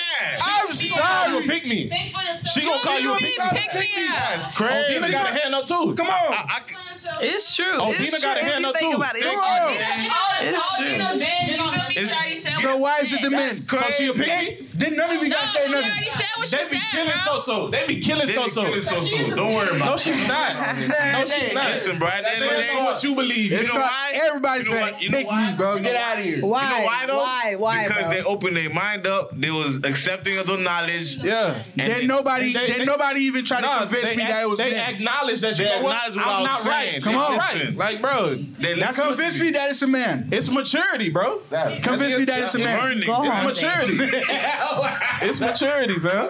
[SPEAKER 3] I'm
[SPEAKER 2] You a
[SPEAKER 3] sorry.
[SPEAKER 2] pick me.
[SPEAKER 14] Think for yourself.
[SPEAKER 2] She gonna call you a pick me.
[SPEAKER 11] pick me up.
[SPEAKER 2] Crazy. Odina got a hand up too. Come on.
[SPEAKER 8] I,
[SPEAKER 14] Think for yourself.
[SPEAKER 7] It's true.
[SPEAKER 2] Oh,
[SPEAKER 7] it's
[SPEAKER 2] Dina got a
[SPEAKER 7] true.
[SPEAKER 2] hand
[SPEAKER 7] If you
[SPEAKER 2] up,
[SPEAKER 7] think
[SPEAKER 2] too.
[SPEAKER 7] about it,
[SPEAKER 2] Come
[SPEAKER 7] it's
[SPEAKER 2] on.
[SPEAKER 7] true.
[SPEAKER 11] It's
[SPEAKER 7] true.
[SPEAKER 11] true.
[SPEAKER 14] It's-
[SPEAKER 8] So
[SPEAKER 3] So why is it the men?
[SPEAKER 2] So she a pick me? Then none of you gotta
[SPEAKER 1] No,
[SPEAKER 2] say
[SPEAKER 1] she
[SPEAKER 2] nothing.
[SPEAKER 1] already said what
[SPEAKER 2] they
[SPEAKER 1] she
[SPEAKER 2] be
[SPEAKER 1] said,
[SPEAKER 2] killing
[SPEAKER 1] bro.
[SPEAKER 2] so so. They be
[SPEAKER 1] They
[SPEAKER 2] killing
[SPEAKER 1] be
[SPEAKER 2] so so.
[SPEAKER 1] killing so-so. Don't worry about
[SPEAKER 2] No,
[SPEAKER 1] it.
[SPEAKER 2] she's not. No, she's not.
[SPEAKER 8] Listen, bro, at the end of the
[SPEAKER 2] Depends
[SPEAKER 8] day-
[SPEAKER 2] on what you believe.
[SPEAKER 8] You know why?
[SPEAKER 2] Everybody
[SPEAKER 8] You know
[SPEAKER 2] said,
[SPEAKER 8] what- you know
[SPEAKER 2] "Pick me, bro. Get out of here."
[SPEAKER 8] You know why though?
[SPEAKER 7] Why? Why,
[SPEAKER 8] Because
[SPEAKER 7] bro?
[SPEAKER 8] they opened their mind up. They was accepting of the knowledge.
[SPEAKER 2] Yeah.
[SPEAKER 8] And
[SPEAKER 3] Then nobody- then nobody even tried to
[SPEAKER 8] Nah,
[SPEAKER 3] convince
[SPEAKER 8] they
[SPEAKER 3] me
[SPEAKER 8] ac-
[SPEAKER 3] that it was
[SPEAKER 8] they
[SPEAKER 3] them.
[SPEAKER 8] acknowledge- that you
[SPEAKER 2] They
[SPEAKER 8] know what?
[SPEAKER 2] acknowledge what
[SPEAKER 8] I'm
[SPEAKER 2] I was
[SPEAKER 8] not
[SPEAKER 2] saying.
[SPEAKER 8] right.
[SPEAKER 2] Come
[SPEAKER 8] They
[SPEAKER 2] on, right?
[SPEAKER 8] listen.
[SPEAKER 2] Like, bro,
[SPEAKER 3] That's convince me that it's a man.
[SPEAKER 2] It's maturity, bro.
[SPEAKER 3] Convince me that it's a man.
[SPEAKER 2] Learning. It's maturity. it's maturity, fam.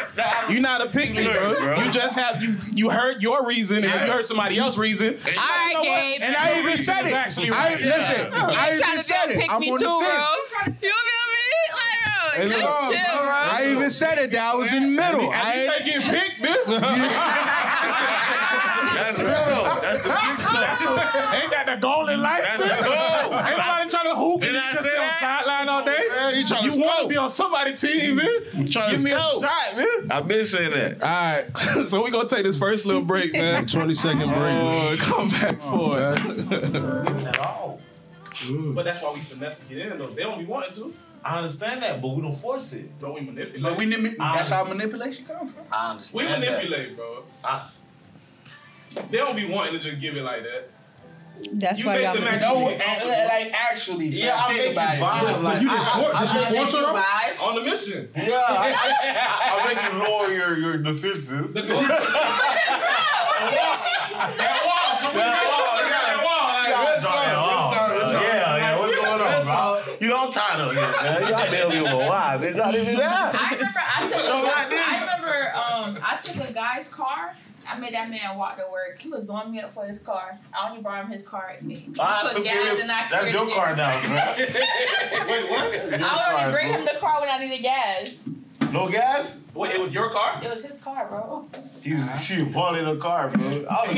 [SPEAKER 2] You're not a picnic, bro. You just have you you heard your reason and you heard somebody else's reason. All
[SPEAKER 7] right, Gabe.
[SPEAKER 3] And I even said it. I- listen,
[SPEAKER 2] Yeah.
[SPEAKER 3] I even said it. I'm on the fence.
[SPEAKER 15] You feel me? Like, bro,
[SPEAKER 3] Hey,
[SPEAKER 15] just
[SPEAKER 3] look,
[SPEAKER 15] chill, bro.
[SPEAKER 3] I even said it that I was in the middle. I ain't
[SPEAKER 2] getting picked, That's real. That's the big stuff. Ain't that the goal in life? That's the goal. Ain't nobody trying to hoop and
[SPEAKER 8] I
[SPEAKER 2] just
[SPEAKER 8] say
[SPEAKER 2] stay on
[SPEAKER 8] that?
[SPEAKER 2] sideline all day.
[SPEAKER 8] you tryna
[SPEAKER 2] want to
[SPEAKER 8] scope.
[SPEAKER 2] be on somebody's team, man.
[SPEAKER 8] tryna
[SPEAKER 2] Give me a
[SPEAKER 8] scope.
[SPEAKER 2] shot, man.
[SPEAKER 8] I've been saying that.
[SPEAKER 2] All right, so we gonna take this first little break, man.
[SPEAKER 5] Twenty second break.
[SPEAKER 2] Uh, come back for it.
[SPEAKER 1] At all. But that's why we finesse to get in though. They don't be wanting to.
[SPEAKER 8] I understand that, but we don't force it.
[SPEAKER 1] But we manipulate.
[SPEAKER 3] But we nimi-
[SPEAKER 1] I
[SPEAKER 3] that's how
[SPEAKER 1] understand.
[SPEAKER 3] manipulation comes from.
[SPEAKER 8] I
[SPEAKER 1] We manipulate, bro. They don't be wanting to just give it like that.
[SPEAKER 7] That's
[SPEAKER 1] You
[SPEAKER 7] why
[SPEAKER 1] make
[SPEAKER 7] y'all.
[SPEAKER 1] them
[SPEAKER 7] make-
[SPEAKER 1] actually
[SPEAKER 7] No,
[SPEAKER 1] be comfortable.
[SPEAKER 7] like actually,
[SPEAKER 1] Yeah, I make you vibe. Like,
[SPEAKER 7] you didn't
[SPEAKER 1] I-
[SPEAKER 7] force-
[SPEAKER 1] I-
[SPEAKER 7] did you
[SPEAKER 1] I make
[SPEAKER 7] force her?
[SPEAKER 1] vibe. On the mission.
[SPEAKER 8] Yeah, I, I make you lower your, your defenses. that wall,
[SPEAKER 1] come on, that wall, like,
[SPEAKER 8] Gotta
[SPEAKER 1] real
[SPEAKER 8] draw
[SPEAKER 1] talk,
[SPEAKER 8] that wall,
[SPEAKER 1] real talk, real
[SPEAKER 8] bro.
[SPEAKER 1] talk.
[SPEAKER 8] Yeah, yeah, what's going on, bro? You know I'm tired of it, man. Y'all tell me about why, bitch. Y'all didn't do
[SPEAKER 6] I
[SPEAKER 8] that.
[SPEAKER 6] remember I took
[SPEAKER 8] Don't
[SPEAKER 6] a
[SPEAKER 8] like this.
[SPEAKER 6] guy, I remember um I took a guy's car. I made that man walk to work. He was blowing me up for his car. I only brought him his car at me.
[SPEAKER 8] Ah,
[SPEAKER 6] I put
[SPEAKER 8] look
[SPEAKER 6] gas
[SPEAKER 8] at it.
[SPEAKER 6] and I
[SPEAKER 8] That's your
[SPEAKER 6] created
[SPEAKER 8] car
[SPEAKER 6] it.
[SPEAKER 8] now, bro. Wait, what?
[SPEAKER 6] I only bring him the car when I needed gas.
[SPEAKER 8] No gas?
[SPEAKER 1] Wait, it was your car?
[SPEAKER 6] It was his car, bro.
[SPEAKER 8] He's, she bought in a car, bro. I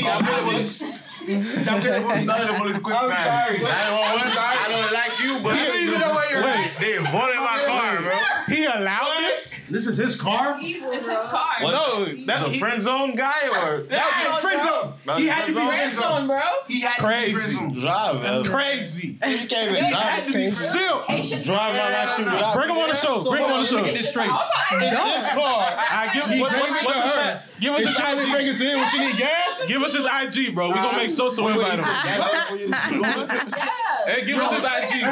[SPEAKER 8] was
[SPEAKER 2] I'm
[SPEAKER 8] talking about I'm getting one this quick
[SPEAKER 2] I'm
[SPEAKER 8] man.
[SPEAKER 2] sorry.
[SPEAKER 8] I don't, want- I don't like you, but
[SPEAKER 2] You don't even know what you're-
[SPEAKER 8] Wait, they voted my car, bro.
[SPEAKER 2] He allowed this?
[SPEAKER 8] This is his car.
[SPEAKER 6] Evil, it's his car.
[SPEAKER 2] No, that's
[SPEAKER 8] that's a friend zone guy or
[SPEAKER 2] That was friend zone.
[SPEAKER 8] That's
[SPEAKER 2] He had to be
[SPEAKER 8] friend
[SPEAKER 2] friend
[SPEAKER 6] Friend
[SPEAKER 2] zone.
[SPEAKER 6] zone, bro.
[SPEAKER 3] He had
[SPEAKER 2] Crazy.
[SPEAKER 8] Drive, man.
[SPEAKER 2] Crazy.
[SPEAKER 8] You can't even
[SPEAKER 2] That's
[SPEAKER 8] drive.
[SPEAKER 2] crazy. Silk.
[SPEAKER 6] He should-
[SPEAKER 8] Drive my last shoe without.
[SPEAKER 2] Bring him on the show. Bring him on the show.
[SPEAKER 6] He should- I was like,
[SPEAKER 2] This car. I give what, what's, what's his her. Give us his IG. Bring it to him when she need gas. Give us his IG, bro. We gonna make social invite him. hey, give us his IG.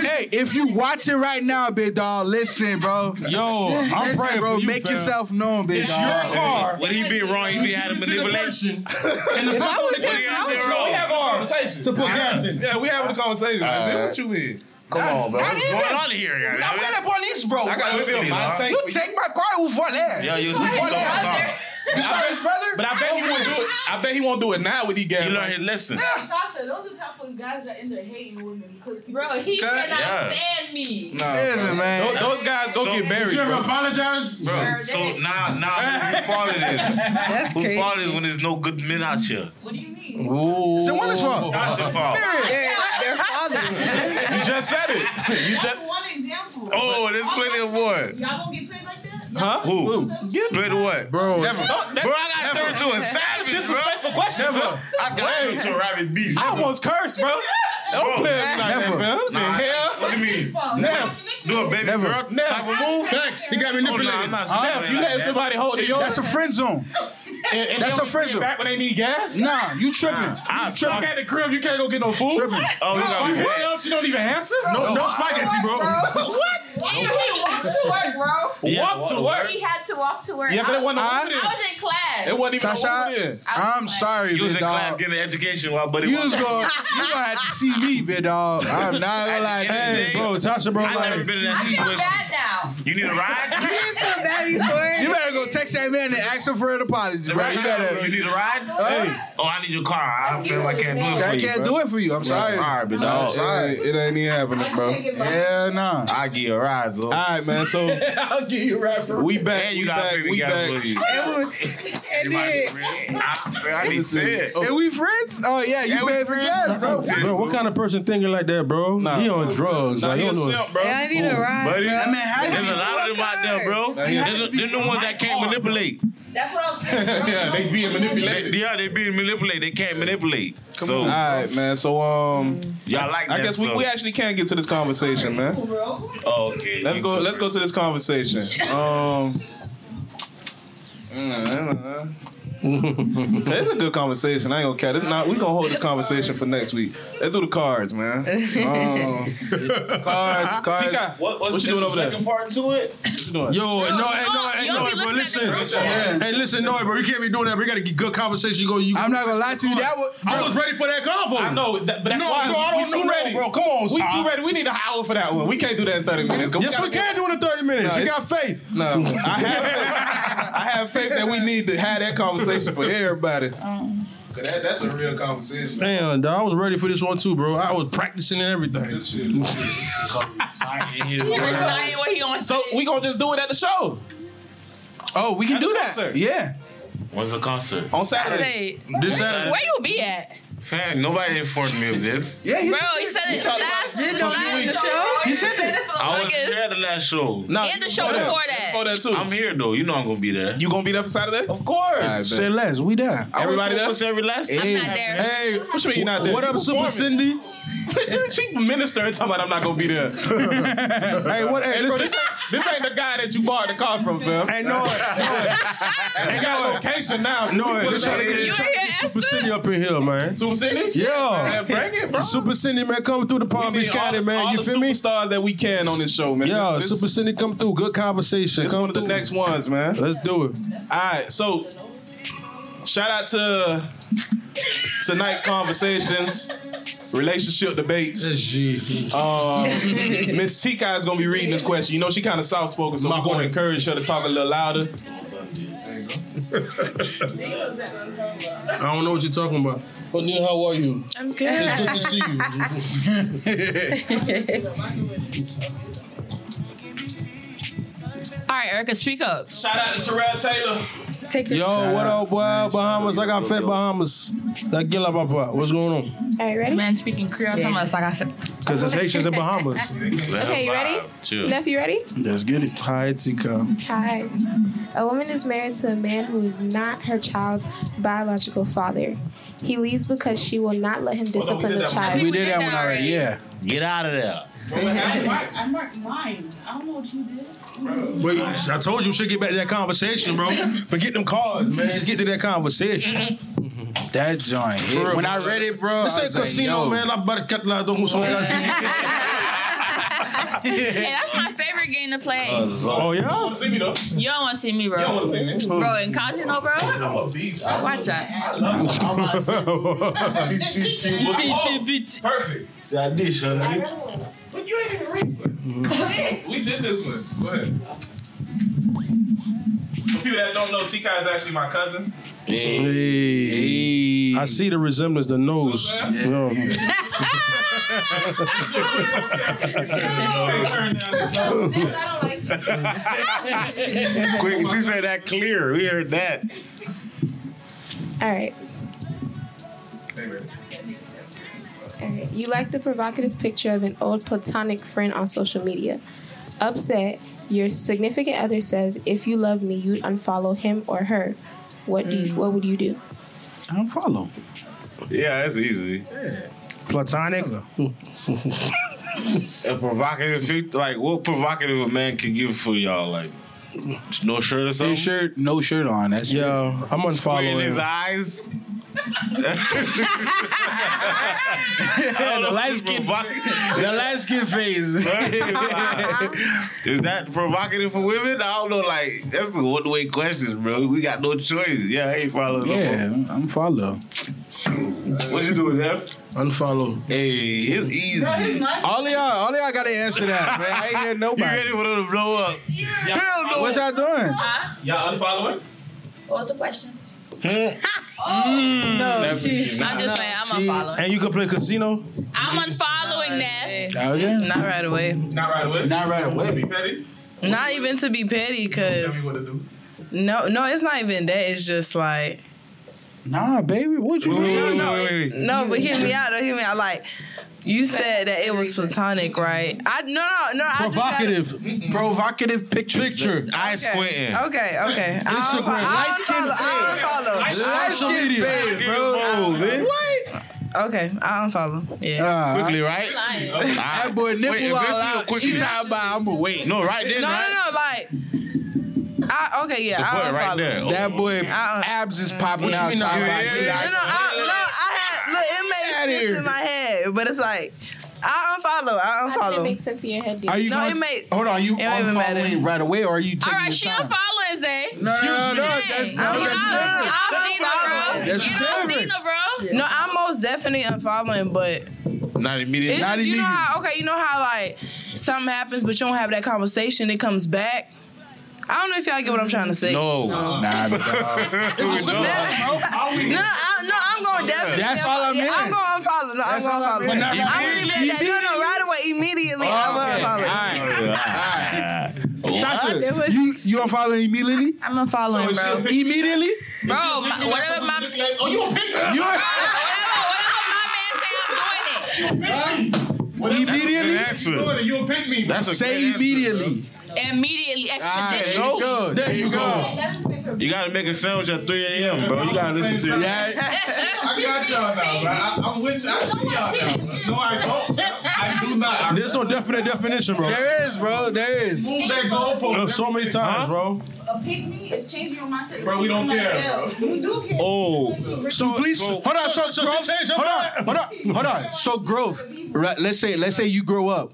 [SPEAKER 3] Hey, if you watch it right now, big dog, listen, bro.
[SPEAKER 5] Yo, I'm
[SPEAKER 3] Listen,
[SPEAKER 5] praying
[SPEAKER 3] bro.
[SPEAKER 5] for you,
[SPEAKER 3] make
[SPEAKER 5] fam.
[SPEAKER 3] yourself known, big
[SPEAKER 5] It's
[SPEAKER 3] dog.
[SPEAKER 5] your car.
[SPEAKER 8] Would he be wrong if he had a manipulation?
[SPEAKER 2] And the
[SPEAKER 7] If I was him,
[SPEAKER 8] Would he
[SPEAKER 7] I
[SPEAKER 8] have
[SPEAKER 7] would
[SPEAKER 8] been
[SPEAKER 7] draw.
[SPEAKER 2] we
[SPEAKER 8] wrong?
[SPEAKER 2] have a conversation.
[SPEAKER 5] To put gas in.
[SPEAKER 2] Yeah, we having a conversation. man. What you mean?
[SPEAKER 8] Come on, bro. What's
[SPEAKER 3] even-
[SPEAKER 8] going on here? guys?
[SPEAKER 3] I'm gonna police, bro.
[SPEAKER 8] I got
[SPEAKER 2] Yo,
[SPEAKER 8] with me,
[SPEAKER 2] my
[SPEAKER 8] dog.
[SPEAKER 2] tank
[SPEAKER 3] You
[SPEAKER 2] for you.
[SPEAKER 3] take my car, who for that?
[SPEAKER 8] Yo, you
[SPEAKER 3] Who
[SPEAKER 8] see
[SPEAKER 3] for
[SPEAKER 8] what
[SPEAKER 3] that? You
[SPEAKER 2] I
[SPEAKER 3] are his brother?
[SPEAKER 2] But I bet he won't do it. I bet he won't do it now with he gas.
[SPEAKER 8] He learned his lesson.
[SPEAKER 6] Tasha, those are the type of guys that end up hating women because
[SPEAKER 15] Bro, he
[SPEAKER 3] God,
[SPEAKER 15] cannot
[SPEAKER 8] yeah.
[SPEAKER 15] stand me.
[SPEAKER 3] Listen, man.
[SPEAKER 2] Those, those guys go
[SPEAKER 8] So-
[SPEAKER 2] get buried. bro.
[SPEAKER 5] apologize?
[SPEAKER 8] Bro, so now, now, whose fault it is?
[SPEAKER 7] That's
[SPEAKER 8] Whose
[SPEAKER 7] crazy.
[SPEAKER 8] fault it is when there's no good men out here?
[SPEAKER 6] what do you mean?
[SPEAKER 2] Ooh.
[SPEAKER 3] So what is wrong?
[SPEAKER 8] That's your fault.
[SPEAKER 7] Their, their father.
[SPEAKER 2] You just said it. You
[SPEAKER 6] That's
[SPEAKER 2] just
[SPEAKER 6] one example.
[SPEAKER 8] Oh, there's plenty of more.
[SPEAKER 6] Y'all gonna get played like that? Y'all
[SPEAKER 2] huh?
[SPEAKER 8] Who?
[SPEAKER 6] gonna-
[SPEAKER 8] Played what? Bro,
[SPEAKER 2] Never. Don't- that-
[SPEAKER 8] I got turned to a savage, bro.
[SPEAKER 2] disrespectful question, bro.
[SPEAKER 8] I got turned to a rabbit beast.
[SPEAKER 2] I almost cursed, bro. Don't play with me like that,
[SPEAKER 3] Never.
[SPEAKER 2] man. What the
[SPEAKER 8] Nah,
[SPEAKER 2] hell?
[SPEAKER 8] What you mean? Do a baby
[SPEAKER 3] Never.
[SPEAKER 8] girl type of move?
[SPEAKER 5] Facts. He got manipulated.
[SPEAKER 8] Oh, nah, I'm not
[SPEAKER 2] Huh?
[SPEAKER 8] smiling
[SPEAKER 2] if you
[SPEAKER 8] like
[SPEAKER 2] let
[SPEAKER 8] that.
[SPEAKER 2] somebody hold the yard,
[SPEAKER 3] That's a friend zone.
[SPEAKER 2] and, and
[SPEAKER 3] that's
[SPEAKER 2] they
[SPEAKER 3] a friend
[SPEAKER 2] only
[SPEAKER 3] zone.
[SPEAKER 2] Back when they need gas.
[SPEAKER 3] Nah, you tripping.
[SPEAKER 8] I'm
[SPEAKER 3] you tripping.
[SPEAKER 2] Back at the crib, you can't go get no food.
[SPEAKER 3] Tripping.
[SPEAKER 8] Oh, we
[SPEAKER 2] You
[SPEAKER 8] got
[SPEAKER 2] hit up, she don't even answer.
[SPEAKER 5] No, no spaghetti, bro.
[SPEAKER 6] What? And he walked to work, bro.
[SPEAKER 8] Yeah,
[SPEAKER 2] walk to work.
[SPEAKER 6] He had to walk to work.
[SPEAKER 2] Yeah, but
[SPEAKER 6] I
[SPEAKER 2] it wasn't
[SPEAKER 6] was-
[SPEAKER 2] a woman in.
[SPEAKER 6] I was in class.
[SPEAKER 2] It wasn't even a woman
[SPEAKER 3] Tasha,
[SPEAKER 2] in.
[SPEAKER 3] I'm sorry,
[SPEAKER 8] You was
[SPEAKER 3] big
[SPEAKER 8] in class
[SPEAKER 3] dog.
[SPEAKER 8] getting an education while buddy
[SPEAKER 3] You
[SPEAKER 8] was
[SPEAKER 3] was gonna, you gonna have to see me, big dog. I'm not gonna lie to you.
[SPEAKER 5] Hey, bro, Tasha, bro,
[SPEAKER 8] I never
[SPEAKER 5] like,
[SPEAKER 8] been in
[SPEAKER 6] I
[SPEAKER 8] that
[SPEAKER 6] feel
[SPEAKER 8] situation.
[SPEAKER 6] bad now.
[SPEAKER 8] You need a
[SPEAKER 7] I
[SPEAKER 8] ride?
[SPEAKER 7] didn't feel bad before.
[SPEAKER 3] You better go text that man and ask him for an apology, bro. You
[SPEAKER 8] Bro,
[SPEAKER 3] better.
[SPEAKER 8] You need a ride?
[SPEAKER 3] Hey,
[SPEAKER 8] Oh, I need your car. I don't feel like I can't do it for
[SPEAKER 3] I
[SPEAKER 8] you.
[SPEAKER 3] can't do
[SPEAKER 8] bro.
[SPEAKER 3] it for you. I'm sorry.
[SPEAKER 8] All right, but dog.
[SPEAKER 3] Sorry.
[SPEAKER 16] It ain't even happening, bro.
[SPEAKER 3] Yeah, nah.
[SPEAKER 8] I give you a ride, though.
[SPEAKER 16] All right, man. So
[SPEAKER 3] I'll give you a rap for
[SPEAKER 16] we back.
[SPEAKER 8] And you
[SPEAKER 16] we
[SPEAKER 8] got
[SPEAKER 16] back.
[SPEAKER 8] baby
[SPEAKER 16] We
[SPEAKER 8] got
[SPEAKER 16] back.
[SPEAKER 8] booty. I did. I mean, said.
[SPEAKER 3] And we friends? Oh yeah, you paid for gas, bro.
[SPEAKER 5] Bro, what kind of person thinking like that, bro? he on drugs.
[SPEAKER 8] Nah,
[SPEAKER 5] like,
[SPEAKER 8] he
[SPEAKER 5] he
[SPEAKER 8] a
[SPEAKER 5] don't know.
[SPEAKER 8] simp, bro.
[SPEAKER 9] Yeah, I need a ride.
[SPEAKER 8] Buddy,
[SPEAKER 9] bro.
[SPEAKER 3] That man had
[SPEAKER 8] There's
[SPEAKER 3] to
[SPEAKER 8] a
[SPEAKER 3] be
[SPEAKER 8] lot of them out there, bro. They're, they're the ones that can't manipulate.
[SPEAKER 17] That's what I was saying. bro.
[SPEAKER 1] Yeah, they being manipulated.
[SPEAKER 8] Yeah, they being manipulated. They can't manipulate. so
[SPEAKER 2] All right, man. So um,
[SPEAKER 8] y'all like that
[SPEAKER 2] I guess we,
[SPEAKER 8] stuff.
[SPEAKER 2] we actually can't get to this conversation, man.
[SPEAKER 17] Bro.
[SPEAKER 8] Oh, okay.
[SPEAKER 2] Let's
[SPEAKER 8] You
[SPEAKER 2] go.
[SPEAKER 8] good,
[SPEAKER 2] Let's
[SPEAKER 8] bro.
[SPEAKER 2] go to this conversation. Um. mm, mm, mm. It's a good conversation. I ain't gonna care. This- Nah, we gonna hold this conversation for next week. Let's do the cards, man. Um, cards, cards.
[SPEAKER 1] Tika,
[SPEAKER 8] What, what's
[SPEAKER 2] What you doing over there?
[SPEAKER 8] part to it?
[SPEAKER 2] What you doing?
[SPEAKER 5] Yo, no, no,
[SPEAKER 6] you
[SPEAKER 5] no,
[SPEAKER 6] don't-
[SPEAKER 5] hey,
[SPEAKER 6] you don't be
[SPEAKER 5] no, bro,
[SPEAKER 6] looking at
[SPEAKER 5] listen.
[SPEAKER 6] the group
[SPEAKER 3] chat.
[SPEAKER 5] Hey, listen, no, bro, we can't be doing that. We gotta get good conversation. You go, you.
[SPEAKER 3] I'm not gonna lie to you. That was
[SPEAKER 5] I was ready for that convo.
[SPEAKER 2] I know, that, but that's
[SPEAKER 5] No,
[SPEAKER 2] why
[SPEAKER 5] bro, I don't
[SPEAKER 2] we too
[SPEAKER 5] know, no,
[SPEAKER 2] ready,
[SPEAKER 5] bro, come on,
[SPEAKER 2] We
[SPEAKER 5] Ty.
[SPEAKER 2] too ready. We need an hour for that one. We can't do that in thirty minutes. 'cause
[SPEAKER 5] Yes, we
[SPEAKER 2] gotta
[SPEAKER 5] can do it in 30 minutes.
[SPEAKER 2] Nah,
[SPEAKER 5] we
[SPEAKER 2] it's-
[SPEAKER 5] got faith.
[SPEAKER 2] No, I have, faith- I have faith that we need to have that conversation for everybody. Cause that, that's a real conversation.
[SPEAKER 5] Damn, dog, I was ready for this one too, bro. I was practicing and everything.
[SPEAKER 2] This shit- this shit-
[SPEAKER 17] He deciding what he gonna
[SPEAKER 2] So
[SPEAKER 17] say.
[SPEAKER 2] we gonna just do it at the show
[SPEAKER 3] Oh, we can
[SPEAKER 2] At the
[SPEAKER 3] do that.
[SPEAKER 2] concert.
[SPEAKER 3] Yeah.
[SPEAKER 8] When's the concert?
[SPEAKER 2] on Saturday.
[SPEAKER 6] Saturday.
[SPEAKER 5] This Saturday.
[SPEAKER 6] Where you be at?
[SPEAKER 8] Fact, nobody informed me of this.
[SPEAKER 3] Yeah,
[SPEAKER 6] Bro, he said it last, the last show.
[SPEAKER 3] He said that.
[SPEAKER 8] I was
[SPEAKER 6] August.
[SPEAKER 8] there the last show.
[SPEAKER 2] Nah,
[SPEAKER 6] And the
[SPEAKER 2] you
[SPEAKER 6] show
[SPEAKER 2] gonna be there.
[SPEAKER 6] before that.
[SPEAKER 2] Before that too.
[SPEAKER 8] I'm here though. You know I'm gonna be there.
[SPEAKER 2] you gonna be there for Saturday? Of course.
[SPEAKER 3] Say less. We there.
[SPEAKER 2] Everybody there?
[SPEAKER 8] What's every last?
[SPEAKER 6] I'm not there.
[SPEAKER 2] Hey, what you mean you not there?
[SPEAKER 5] What up,
[SPEAKER 2] You
[SPEAKER 5] Super
[SPEAKER 2] performing.
[SPEAKER 5] Cindy?
[SPEAKER 2] She minister and talking about I'm not gonna be there. hey,
[SPEAKER 5] Hey, what? Hey,
[SPEAKER 2] bro,
[SPEAKER 5] listen.
[SPEAKER 2] this ain't, this ain't the guy that you borrowed the car from, fam.
[SPEAKER 5] Hey, no,
[SPEAKER 2] They got location now.
[SPEAKER 5] no, they trying to
[SPEAKER 6] You
[SPEAKER 5] get trying to
[SPEAKER 6] ain't
[SPEAKER 5] get Super
[SPEAKER 6] asked
[SPEAKER 5] Cindy up in here, man.
[SPEAKER 2] Super City?
[SPEAKER 5] Yeah.
[SPEAKER 2] Man, bring it, bro.
[SPEAKER 5] Super Cindy, man, come through the Palm Beach County, man. You feel me?
[SPEAKER 2] Stars that we can on this show, man.
[SPEAKER 5] Yeah,
[SPEAKER 2] this,
[SPEAKER 5] Super Cindy, come through. Good conversation.
[SPEAKER 2] This
[SPEAKER 5] Come
[SPEAKER 2] one of the
[SPEAKER 5] through.
[SPEAKER 2] next ones, man.
[SPEAKER 5] Let's do it.
[SPEAKER 2] All right, so shout out to tonight's conversations, relationship debates. Um, Miss Tika is gonna be reading this question. You know she kind of soft spoken, so we're gonna encourage her to talk a little louder.
[SPEAKER 5] I don't know what you're talking about.
[SPEAKER 18] But then how are you?
[SPEAKER 7] I'm good.
[SPEAKER 18] Good to see you.
[SPEAKER 6] All right, Erica, speak up.
[SPEAKER 2] Shout out to Terrell Taylor.
[SPEAKER 9] Take the
[SPEAKER 5] Yo, what up, boy? Bahamas. I got fat Bahamas. Like, get up, papa. What's going on?
[SPEAKER 9] All right, ready?
[SPEAKER 6] Man speaking Creole, I'm talking about Saga.
[SPEAKER 5] Because it's Haitians in Bahamas.
[SPEAKER 9] Okay, you ready?
[SPEAKER 8] Chill.
[SPEAKER 9] Left, you ready?
[SPEAKER 5] Let's get it. Hi, Tika.
[SPEAKER 9] Hi. A woman is married to a man who is not her child's biological father. He leaves because she will not let him discipline the
[SPEAKER 2] that one.
[SPEAKER 9] child.
[SPEAKER 6] We did that one already.
[SPEAKER 5] Yeah.
[SPEAKER 8] Get out of there.
[SPEAKER 17] I marked, I marked mine. I don't know what you did.
[SPEAKER 5] Wait, I told you we should get back to that conversation, bro. Forget them cards, man. Let's get to that conversation.
[SPEAKER 3] That joint. hit.
[SPEAKER 5] real,
[SPEAKER 3] When I
[SPEAKER 5] bro.
[SPEAKER 3] read it, bro,
[SPEAKER 5] This
[SPEAKER 3] I
[SPEAKER 5] ain't
[SPEAKER 3] was like,
[SPEAKER 5] casino,
[SPEAKER 3] yo.
[SPEAKER 5] man. I better cut la don't some casino.
[SPEAKER 6] Hey, that's my favorite game to play.
[SPEAKER 8] Uh,
[SPEAKER 5] Oh, yeah?
[SPEAKER 2] Wanna see me though?
[SPEAKER 6] you don't want to see me, bro.
[SPEAKER 2] Y'all wanna see me?
[SPEAKER 6] Bro, in casino, bro.
[SPEAKER 2] I'm a beast. bro.
[SPEAKER 6] Watch out.
[SPEAKER 2] Oh, perfect. But you ain't even read one. we did this one. Go ahead. For people that don't know, Tika is actually my cousin.
[SPEAKER 5] Hey. I see the resemblance, the nose.
[SPEAKER 2] Yeah.
[SPEAKER 5] Yeah.
[SPEAKER 2] Hey, turn down the-
[SPEAKER 8] Quick, she said that clear. We heard that.
[SPEAKER 9] All right.
[SPEAKER 2] Hey, man.
[SPEAKER 9] Alright, You like the provocative picture of an old platonic friend on social media. Upset, your significant other says, "If you love me, you'd unfollow him or her." What do you, what would you do?
[SPEAKER 3] I don't follow.
[SPEAKER 8] Yeah, that's easy.
[SPEAKER 5] Platonic?
[SPEAKER 8] A provocative, fic- like what provocative a man can give for y'all, like no shirt or something.
[SPEAKER 3] His shirt, no shirt on. That's yeah.
[SPEAKER 5] Yeah, I'm
[SPEAKER 8] in his
[SPEAKER 5] unfollowing.
[SPEAKER 8] eyes.
[SPEAKER 3] the light skin,
[SPEAKER 8] Provocative.
[SPEAKER 3] the light skin phase.
[SPEAKER 8] Is that provocative for women? I don't know. Like that's the one way questions, bro. We got no choice. Yeah, I ain't following. no
[SPEAKER 3] yeah, I'm follow.
[SPEAKER 8] more. What you doing, F?
[SPEAKER 5] Unfollow.
[SPEAKER 8] Hey, it's easy.
[SPEAKER 17] Bro, his nuts-
[SPEAKER 3] All of y'all, all of y'all got to answer that, man. I ain't hear
[SPEAKER 8] You
[SPEAKER 3] nobody.
[SPEAKER 8] ready for them to blow up?
[SPEAKER 2] Y'all,
[SPEAKER 3] What y'all doing?
[SPEAKER 17] Huh?
[SPEAKER 2] y'all unfollowing?
[SPEAKER 17] What was the question?
[SPEAKER 9] No, she's
[SPEAKER 6] I'm just playing. I'm unfollowing.
[SPEAKER 5] And you can play casino?
[SPEAKER 6] I'm unfollowing that.
[SPEAKER 3] Okay.
[SPEAKER 7] Not right away.
[SPEAKER 2] Not right away.
[SPEAKER 3] Not right
[SPEAKER 2] To
[SPEAKER 3] away.
[SPEAKER 2] be petty.
[SPEAKER 7] Not even to be petty,
[SPEAKER 2] Tell me
[SPEAKER 7] cause
[SPEAKER 2] what to do.
[SPEAKER 7] No, no, it's not even that. It's just like.
[SPEAKER 3] Nah, baby, what you
[SPEAKER 7] mean? No, no, no, but hear me out. though, Hear me out. Like, you said that it was platonic, right? I no, no, no. I just gotta-
[SPEAKER 3] Provocative, provocative picture.
[SPEAKER 8] Picture. I
[SPEAKER 7] Okay.
[SPEAKER 8] squinting.
[SPEAKER 7] Okay, okay. I
[SPEAKER 8] Instagram,
[SPEAKER 7] don't follow. I
[SPEAKER 8] light-skinned
[SPEAKER 7] don't follow. I
[SPEAKER 8] fed.
[SPEAKER 7] don't follow.
[SPEAKER 8] Social
[SPEAKER 7] Light-skinned
[SPEAKER 8] media.
[SPEAKER 7] fed,
[SPEAKER 8] Light-skinned
[SPEAKER 7] bro.
[SPEAKER 8] mode, man.
[SPEAKER 7] Okay, I don't follow. Yeah.
[SPEAKER 3] Uh,
[SPEAKER 8] quickly, right?
[SPEAKER 3] Uh-huh. That boy nipple
[SPEAKER 8] Wait,
[SPEAKER 3] all
[SPEAKER 8] eventually
[SPEAKER 3] out.
[SPEAKER 8] quickly.
[SPEAKER 3] She talking about I'm gonna wait.
[SPEAKER 8] No, right then,
[SPEAKER 7] No,
[SPEAKER 8] right?
[SPEAKER 7] no, no. Like, I okay, yeah.
[SPEAKER 8] The
[SPEAKER 7] I
[SPEAKER 8] boy
[SPEAKER 7] don't
[SPEAKER 8] right
[SPEAKER 7] follow.
[SPEAKER 8] there. Oh.
[SPEAKER 3] That boy abs is popping out. talking
[SPEAKER 8] mean, nah?
[SPEAKER 3] about
[SPEAKER 8] Yeah,
[SPEAKER 3] he
[SPEAKER 8] yeah,
[SPEAKER 3] like-
[SPEAKER 7] No, no, I, no, I had look. It
[SPEAKER 3] Outta
[SPEAKER 7] made sense
[SPEAKER 3] here.
[SPEAKER 7] in my head, but it's like I unfollow. I
[SPEAKER 9] How did it make
[SPEAKER 7] unfollow.
[SPEAKER 9] sense in your head?
[SPEAKER 3] Are you
[SPEAKER 7] No,
[SPEAKER 3] gonna,
[SPEAKER 7] it made-
[SPEAKER 3] Hold on, you
[SPEAKER 7] it don't even matter.
[SPEAKER 3] unfollowing right away, or are you taking
[SPEAKER 6] All right,
[SPEAKER 3] your
[SPEAKER 6] she
[SPEAKER 3] time?
[SPEAKER 6] unfollowing Zay.
[SPEAKER 3] No, no, no,
[SPEAKER 6] Dang.
[SPEAKER 3] that's, no,
[SPEAKER 6] I'm
[SPEAKER 3] that's
[SPEAKER 6] not-
[SPEAKER 3] different.
[SPEAKER 6] I'm Dina, bro.
[SPEAKER 3] That's
[SPEAKER 6] You know I'm
[SPEAKER 3] different.
[SPEAKER 6] Dina, bro.
[SPEAKER 7] No, I'm most definitely unfollowing, but
[SPEAKER 8] Not immediately.
[SPEAKER 7] It's
[SPEAKER 3] Not
[SPEAKER 7] just, you know
[SPEAKER 3] immediate.
[SPEAKER 7] how okay, you know how like something happens, but you don't have that conversation. It comes back. I don't know if y'all get what I'm trying to say.
[SPEAKER 8] no. no.
[SPEAKER 3] Nah, dog.
[SPEAKER 7] no, no, I, no, I'm going definitely.
[SPEAKER 3] That's all I meant.
[SPEAKER 7] I'm going to unfollow. No, I'm
[SPEAKER 3] That's all I
[SPEAKER 7] going to
[SPEAKER 3] meant.
[SPEAKER 7] unfollow. I'm leaving it at that. No, no, right away, immediately.
[SPEAKER 3] Oh,
[SPEAKER 7] I'm going to unfollow.
[SPEAKER 3] Sasha, you you unfollowing immediately?
[SPEAKER 6] I'm unfollowing, bro.
[SPEAKER 3] Immediately?
[SPEAKER 6] Bro, my, whatever my whatever,
[SPEAKER 1] Oh, you gonna pick me?
[SPEAKER 3] You
[SPEAKER 6] whatever my man say, I'm doing
[SPEAKER 3] immediately?
[SPEAKER 8] That's a
[SPEAKER 1] You gonna-
[SPEAKER 8] good answer.
[SPEAKER 1] You gonna pick me?
[SPEAKER 8] That's a good
[SPEAKER 3] Say
[SPEAKER 8] answer,
[SPEAKER 3] immediately.
[SPEAKER 6] it. Immediately,
[SPEAKER 3] Alright,
[SPEAKER 6] expedition.
[SPEAKER 3] there you go. There you go.
[SPEAKER 14] That is big for
[SPEAKER 8] bro. You gotta make a sandwich at 3 a.m., bro. You gotta listen to it.
[SPEAKER 3] Yeah,
[SPEAKER 1] I got y'all now, man. I, I'm with you. I see y'all now. bruh. No, I don't. I do not. I
[SPEAKER 5] There's no definite definition, bro.
[SPEAKER 3] there is, bro. There is.
[SPEAKER 1] move that goalpost.
[SPEAKER 5] Uh, so many times, bro.
[SPEAKER 14] A pick me is changing your mindset. to
[SPEAKER 1] Bro,
[SPEAKER 14] be
[SPEAKER 1] we don't
[SPEAKER 14] somebody
[SPEAKER 1] care, bro.
[SPEAKER 14] else. You do care.
[SPEAKER 8] Oh.
[SPEAKER 3] So please, hold on. So, growth. Hold on. Hold on. Hold on. So growth. Right, let's say let's say you grow up.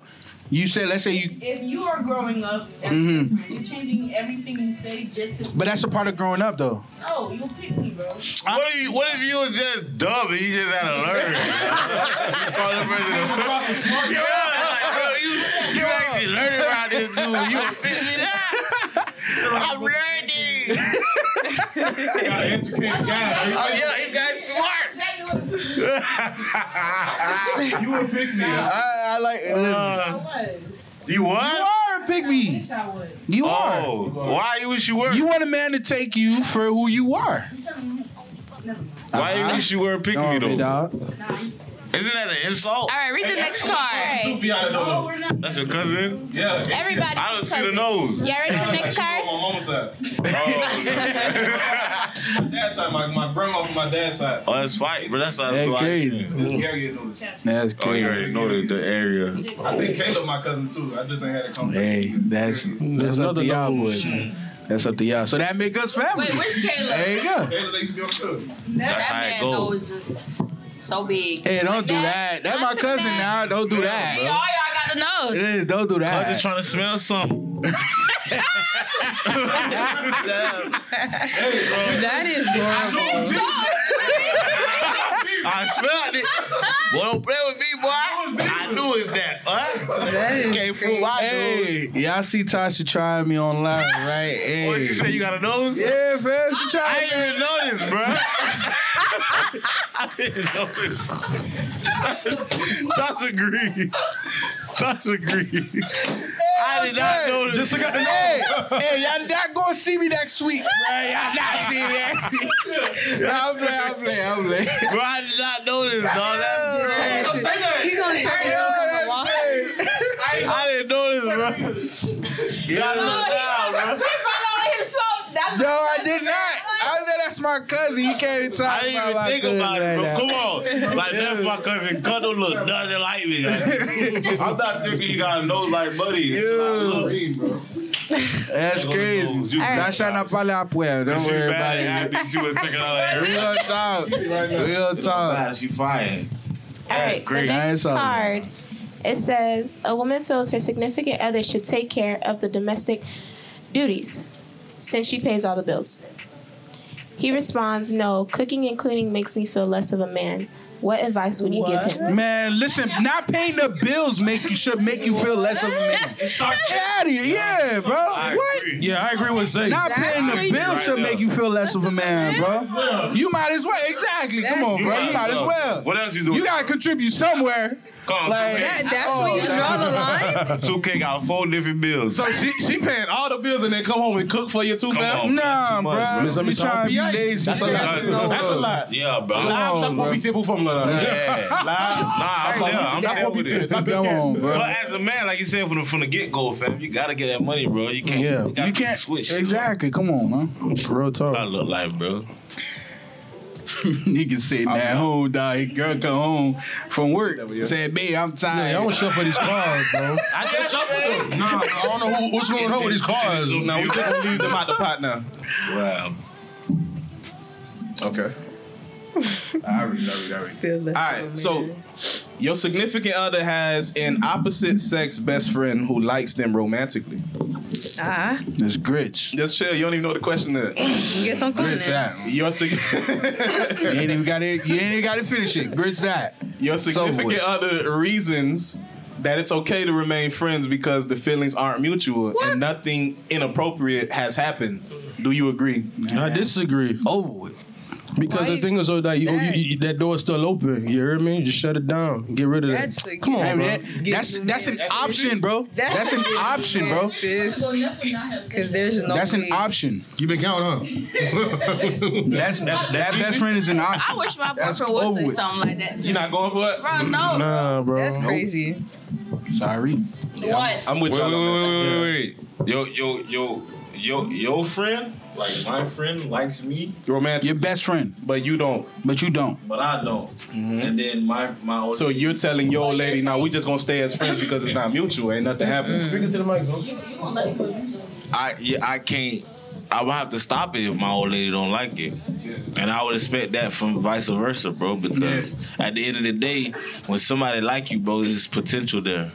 [SPEAKER 3] You say let's say you,
[SPEAKER 14] If you are growing up, that's different. you're changing everything you say just to.
[SPEAKER 3] Mm-hmm. but that's a part of growing up though.
[SPEAKER 14] Oh, you'll pick me, bro.
[SPEAKER 8] What if you, what if you was just dumb and you just had to learn? You call the president.
[SPEAKER 1] Across the smart
[SPEAKER 8] Yeah, like, bro, you, you actually learning around this dude. You pick me up. I'm learning.
[SPEAKER 1] guy, educated
[SPEAKER 8] Oh,
[SPEAKER 1] guy.
[SPEAKER 8] yeah, he got smart.
[SPEAKER 14] That you would pick me.
[SPEAKER 1] You would pick me. That's-
[SPEAKER 3] I, I like.
[SPEAKER 14] I
[SPEAKER 8] Uh,
[SPEAKER 14] was.
[SPEAKER 8] you
[SPEAKER 3] you
[SPEAKER 8] what?
[SPEAKER 3] are a pick
[SPEAKER 14] I
[SPEAKER 3] me.
[SPEAKER 14] wish I would.
[SPEAKER 3] You are.
[SPEAKER 8] Oh, why you wish you were?
[SPEAKER 3] You want a man to take you for who you are.
[SPEAKER 14] I'm telling you. Never mind.
[SPEAKER 8] Why you wish you were a pick me
[SPEAKER 3] Don't be,
[SPEAKER 8] though?
[SPEAKER 3] dog.
[SPEAKER 8] Isn't that an insult?
[SPEAKER 6] All right, read the next card.
[SPEAKER 1] Two for y'all that don't
[SPEAKER 14] No,
[SPEAKER 1] know.
[SPEAKER 14] we're not.
[SPEAKER 8] That's your cousin.
[SPEAKER 1] Yeah. it's-
[SPEAKER 9] Everybody.
[SPEAKER 8] I don't see the nose.
[SPEAKER 9] Yeah, ready for the
[SPEAKER 1] She
[SPEAKER 9] next
[SPEAKER 1] on
[SPEAKER 9] card?
[SPEAKER 1] my mama's side.
[SPEAKER 8] Oh,
[SPEAKER 1] My dad's side. My, my grandma from my dad's side.
[SPEAKER 8] oh that's fight, but that's not
[SPEAKER 3] That
[SPEAKER 8] so I-
[SPEAKER 3] crazy.
[SPEAKER 1] This Gary knows.
[SPEAKER 3] That's
[SPEAKER 8] Oh, you already know the, the area.
[SPEAKER 1] I think Caleb, my cousin too. I just ain't had a
[SPEAKER 3] Hey,
[SPEAKER 1] conversation.
[SPEAKER 3] that's that's up to y'all boys. That's up to y'all. So that make us family.
[SPEAKER 6] Wait, which Caleb?
[SPEAKER 3] There you go.
[SPEAKER 1] Caleb, they used to be on the field.
[SPEAKER 8] That's
[SPEAKER 6] that
[SPEAKER 8] how it
[SPEAKER 6] man
[SPEAKER 8] go.
[SPEAKER 6] nose is so big.
[SPEAKER 3] Hey, don't do that. That's my cousin now. Don't do
[SPEAKER 6] Hey,
[SPEAKER 3] that.
[SPEAKER 6] all y'all got the nose.
[SPEAKER 3] Eh, Don't do
[SPEAKER 8] I was just
[SPEAKER 3] that.
[SPEAKER 8] trying to smell something.
[SPEAKER 7] That is horrible.
[SPEAKER 8] I smelled it. Boy, don't play with me, boy. I knew it was that. Huh?
[SPEAKER 7] That is
[SPEAKER 8] Can't fool my dude.
[SPEAKER 3] Hey, y'all see Tasha trying me online, right? Hey.
[SPEAKER 8] What you say? You got a nose?
[SPEAKER 3] Yeah, fam, she
[SPEAKER 8] I
[SPEAKER 3] tried.
[SPEAKER 8] didn't even notice, bro. I didn't notice. Tosh, Tosh agreed. Tosh agreed. I did not notice. Just
[SPEAKER 3] Hey, hey, y'all not gonna see me next week, bro. Y'all not see me next week. nah, I'm playing, I'm playing, I'm playing.
[SPEAKER 8] Bro, I did not notice, dog. That's crazy.
[SPEAKER 1] Don't say that.
[SPEAKER 7] He gonna turn it
[SPEAKER 3] Yo,
[SPEAKER 7] over.
[SPEAKER 3] that's crazy.
[SPEAKER 8] I didn't notice, bro. Yeah, I looked down, bro.
[SPEAKER 3] No, I did not. I said that's my cousin. He can't talk
[SPEAKER 8] I
[SPEAKER 3] about my
[SPEAKER 8] didn't even
[SPEAKER 3] cousin
[SPEAKER 8] think about it,
[SPEAKER 3] like that.
[SPEAKER 8] bro. Come on. Like, that's my cousin. Cut don't look nothing like me. Like, I'm not thinking you got a nose like Buddy.
[SPEAKER 3] Ew, that's crazy. Tasha not probably up well. Don't
[SPEAKER 8] She
[SPEAKER 3] worry about
[SPEAKER 8] bad and
[SPEAKER 3] it.
[SPEAKER 8] happy. She was taking all that.
[SPEAKER 3] We gonna talk. We gonna talk.
[SPEAKER 8] She fired.
[SPEAKER 9] All right, the
[SPEAKER 8] Great.
[SPEAKER 3] Nice
[SPEAKER 9] next
[SPEAKER 3] of you.
[SPEAKER 9] card. It says a woman feels her significant other should take care of the domestic duties since she pays all the bills. He responds, No, cooking and cleaning makes me feel less of a man. What advice would you give him?
[SPEAKER 3] Man, listen, not paying the bills make you should make you feel less of a man. Get out of here, yeah, bro. What?
[SPEAKER 5] Yeah, I agree with Zay.
[SPEAKER 3] Not paying the bills should make you feel less of a man, bro. You might as well, exactly. Come on, bro. You might as well.
[SPEAKER 8] What else you doing?
[SPEAKER 3] You gotta contribute somewhere.
[SPEAKER 8] Come on,
[SPEAKER 3] Like,
[SPEAKER 8] 2K.
[SPEAKER 7] that's where you draw the line.
[SPEAKER 8] 2K got four different bills.
[SPEAKER 1] So she she paying all the bills and then come home and cook for you too,
[SPEAKER 8] Come
[SPEAKER 1] fam.
[SPEAKER 8] on,
[SPEAKER 3] Nah,
[SPEAKER 8] bro.
[SPEAKER 3] bro.
[SPEAKER 8] Miss
[SPEAKER 3] You trying to be lazy.
[SPEAKER 1] That's a lot. That's a lot.
[SPEAKER 8] Yeah, bro.
[SPEAKER 1] Live tak kopi cebu formula lah.
[SPEAKER 8] Yeah.
[SPEAKER 1] Live
[SPEAKER 8] Nah, I'm there. I'm
[SPEAKER 1] tak
[SPEAKER 8] there
[SPEAKER 1] kopi
[SPEAKER 8] with it.
[SPEAKER 1] cebu. Tak
[SPEAKER 3] Come on, bro.
[SPEAKER 8] But as a man, like you said from the from the get go, fam, you gotta get that money, bro. You can't.
[SPEAKER 3] Yeah,
[SPEAKER 8] you, gotta
[SPEAKER 3] you can't.
[SPEAKER 8] switch.
[SPEAKER 3] Exactly. Come on, man.
[SPEAKER 8] What
[SPEAKER 5] Real
[SPEAKER 8] I
[SPEAKER 5] talk.
[SPEAKER 8] look like, bro.
[SPEAKER 3] Niggas sitting at home, dog. Girl come home from work, said, "Babe, I'm
[SPEAKER 5] I
[SPEAKER 3] tired."
[SPEAKER 5] don't show for these cars, bro.
[SPEAKER 1] I just shuffled them.
[SPEAKER 5] Nah, I don't know who, what's going on with these cars.
[SPEAKER 1] Now we just gonna leave them out the pot now.
[SPEAKER 8] Wow.
[SPEAKER 19] Okay. I read, I read, I read.
[SPEAKER 7] Feel less
[SPEAKER 1] All
[SPEAKER 7] of a
[SPEAKER 1] right, so
[SPEAKER 7] man.
[SPEAKER 1] your significant other has an opposite sex best friend who likes them romantically.
[SPEAKER 7] ah,
[SPEAKER 3] There's grits.
[SPEAKER 1] Just chill. You don't even know what the question is.
[SPEAKER 7] get on
[SPEAKER 3] Grits
[SPEAKER 7] coconut.
[SPEAKER 3] that.
[SPEAKER 1] Your sig-
[SPEAKER 3] You ain't even got it. You ain't even got to finish it. Grits that.
[SPEAKER 1] your
[SPEAKER 3] So
[SPEAKER 1] significant other reasons that it's okay to remain friends because the feelings aren't mutual
[SPEAKER 7] What?
[SPEAKER 1] and nothing inappropriate has happened. Do you agree?
[SPEAKER 5] I disagree.
[SPEAKER 3] Over with.
[SPEAKER 5] Because
[SPEAKER 7] Why
[SPEAKER 5] the
[SPEAKER 7] you-
[SPEAKER 5] thing is, though, that, you, you,
[SPEAKER 7] Dang.
[SPEAKER 5] you- that door's still open. You hear me? You just shut it down. Get rid of that.
[SPEAKER 7] That's a-
[SPEAKER 5] Come
[SPEAKER 3] I
[SPEAKER 5] on,
[SPEAKER 3] mean,
[SPEAKER 5] bro.
[SPEAKER 3] that- that's that's an option, bro. That's an option, bro.
[SPEAKER 7] Because there's no.
[SPEAKER 3] That's an
[SPEAKER 7] way.
[SPEAKER 3] option.
[SPEAKER 5] You been counting,
[SPEAKER 3] That's, that best friend is an
[SPEAKER 6] I
[SPEAKER 3] option.
[SPEAKER 6] wish my
[SPEAKER 3] That's
[SPEAKER 6] boyfriend would
[SPEAKER 3] over
[SPEAKER 6] say
[SPEAKER 3] with.
[SPEAKER 6] something like that. To
[SPEAKER 1] You're
[SPEAKER 6] me.
[SPEAKER 1] not going for it.
[SPEAKER 6] Bro, no.
[SPEAKER 5] Nah, bro.
[SPEAKER 7] That's crazy.
[SPEAKER 3] Sorry.
[SPEAKER 6] Once.
[SPEAKER 1] I'm with
[SPEAKER 8] Wait,
[SPEAKER 1] y'all.
[SPEAKER 8] wait,
[SPEAKER 1] on that.
[SPEAKER 8] wait, wait, wait, wait. Yo, yo, yo, yo, your friend, like my friend, likes me,
[SPEAKER 1] Romantic,
[SPEAKER 3] Your best friend,
[SPEAKER 1] but you don't.
[SPEAKER 3] but you don't.
[SPEAKER 8] but I don't. And then my my old
[SPEAKER 1] So you're telling your old lady, now we just gonna stay as friends because it's not mutual. Ain't nothing happening.
[SPEAKER 5] Speaking to the mic, bro.
[SPEAKER 8] I yeah, I can't. I would have to stop it if my old lady don't like it, and I would expect that from vice versa, bro. Because at the end of the day, when somebody like you, bro, there's potential there.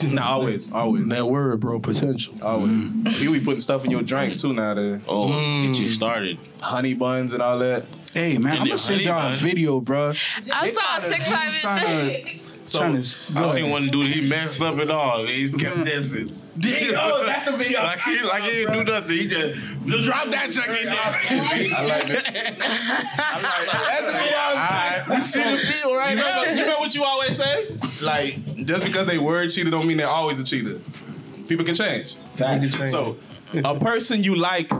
[SPEAKER 1] Nah, always, always,
[SPEAKER 5] That word, bro, potential.
[SPEAKER 1] always.
[SPEAKER 8] Mm.
[SPEAKER 1] You be putting stuff in your drinks too now, the
[SPEAKER 8] Oh, get you started.
[SPEAKER 1] honey buns and all that.
[SPEAKER 3] Hey man, I'm
[SPEAKER 8] then
[SPEAKER 3] gonna send
[SPEAKER 8] honey
[SPEAKER 3] y'all a
[SPEAKER 8] bun.
[SPEAKER 3] video, bro.
[SPEAKER 6] I saw a text five
[SPEAKER 3] Trying to, trying to,
[SPEAKER 8] I seen one dude. He messed up at all. He kept dancing.
[SPEAKER 3] Oh, that's a video.
[SPEAKER 8] like he like he didn't do nothing. He just "Just drop that check in there.
[SPEAKER 19] I like that.
[SPEAKER 8] You see the feel right
[SPEAKER 1] You remember, you remember what you always say? Like, just because they were a cheater don't mean they're always a cheater. People can change. So, a person you like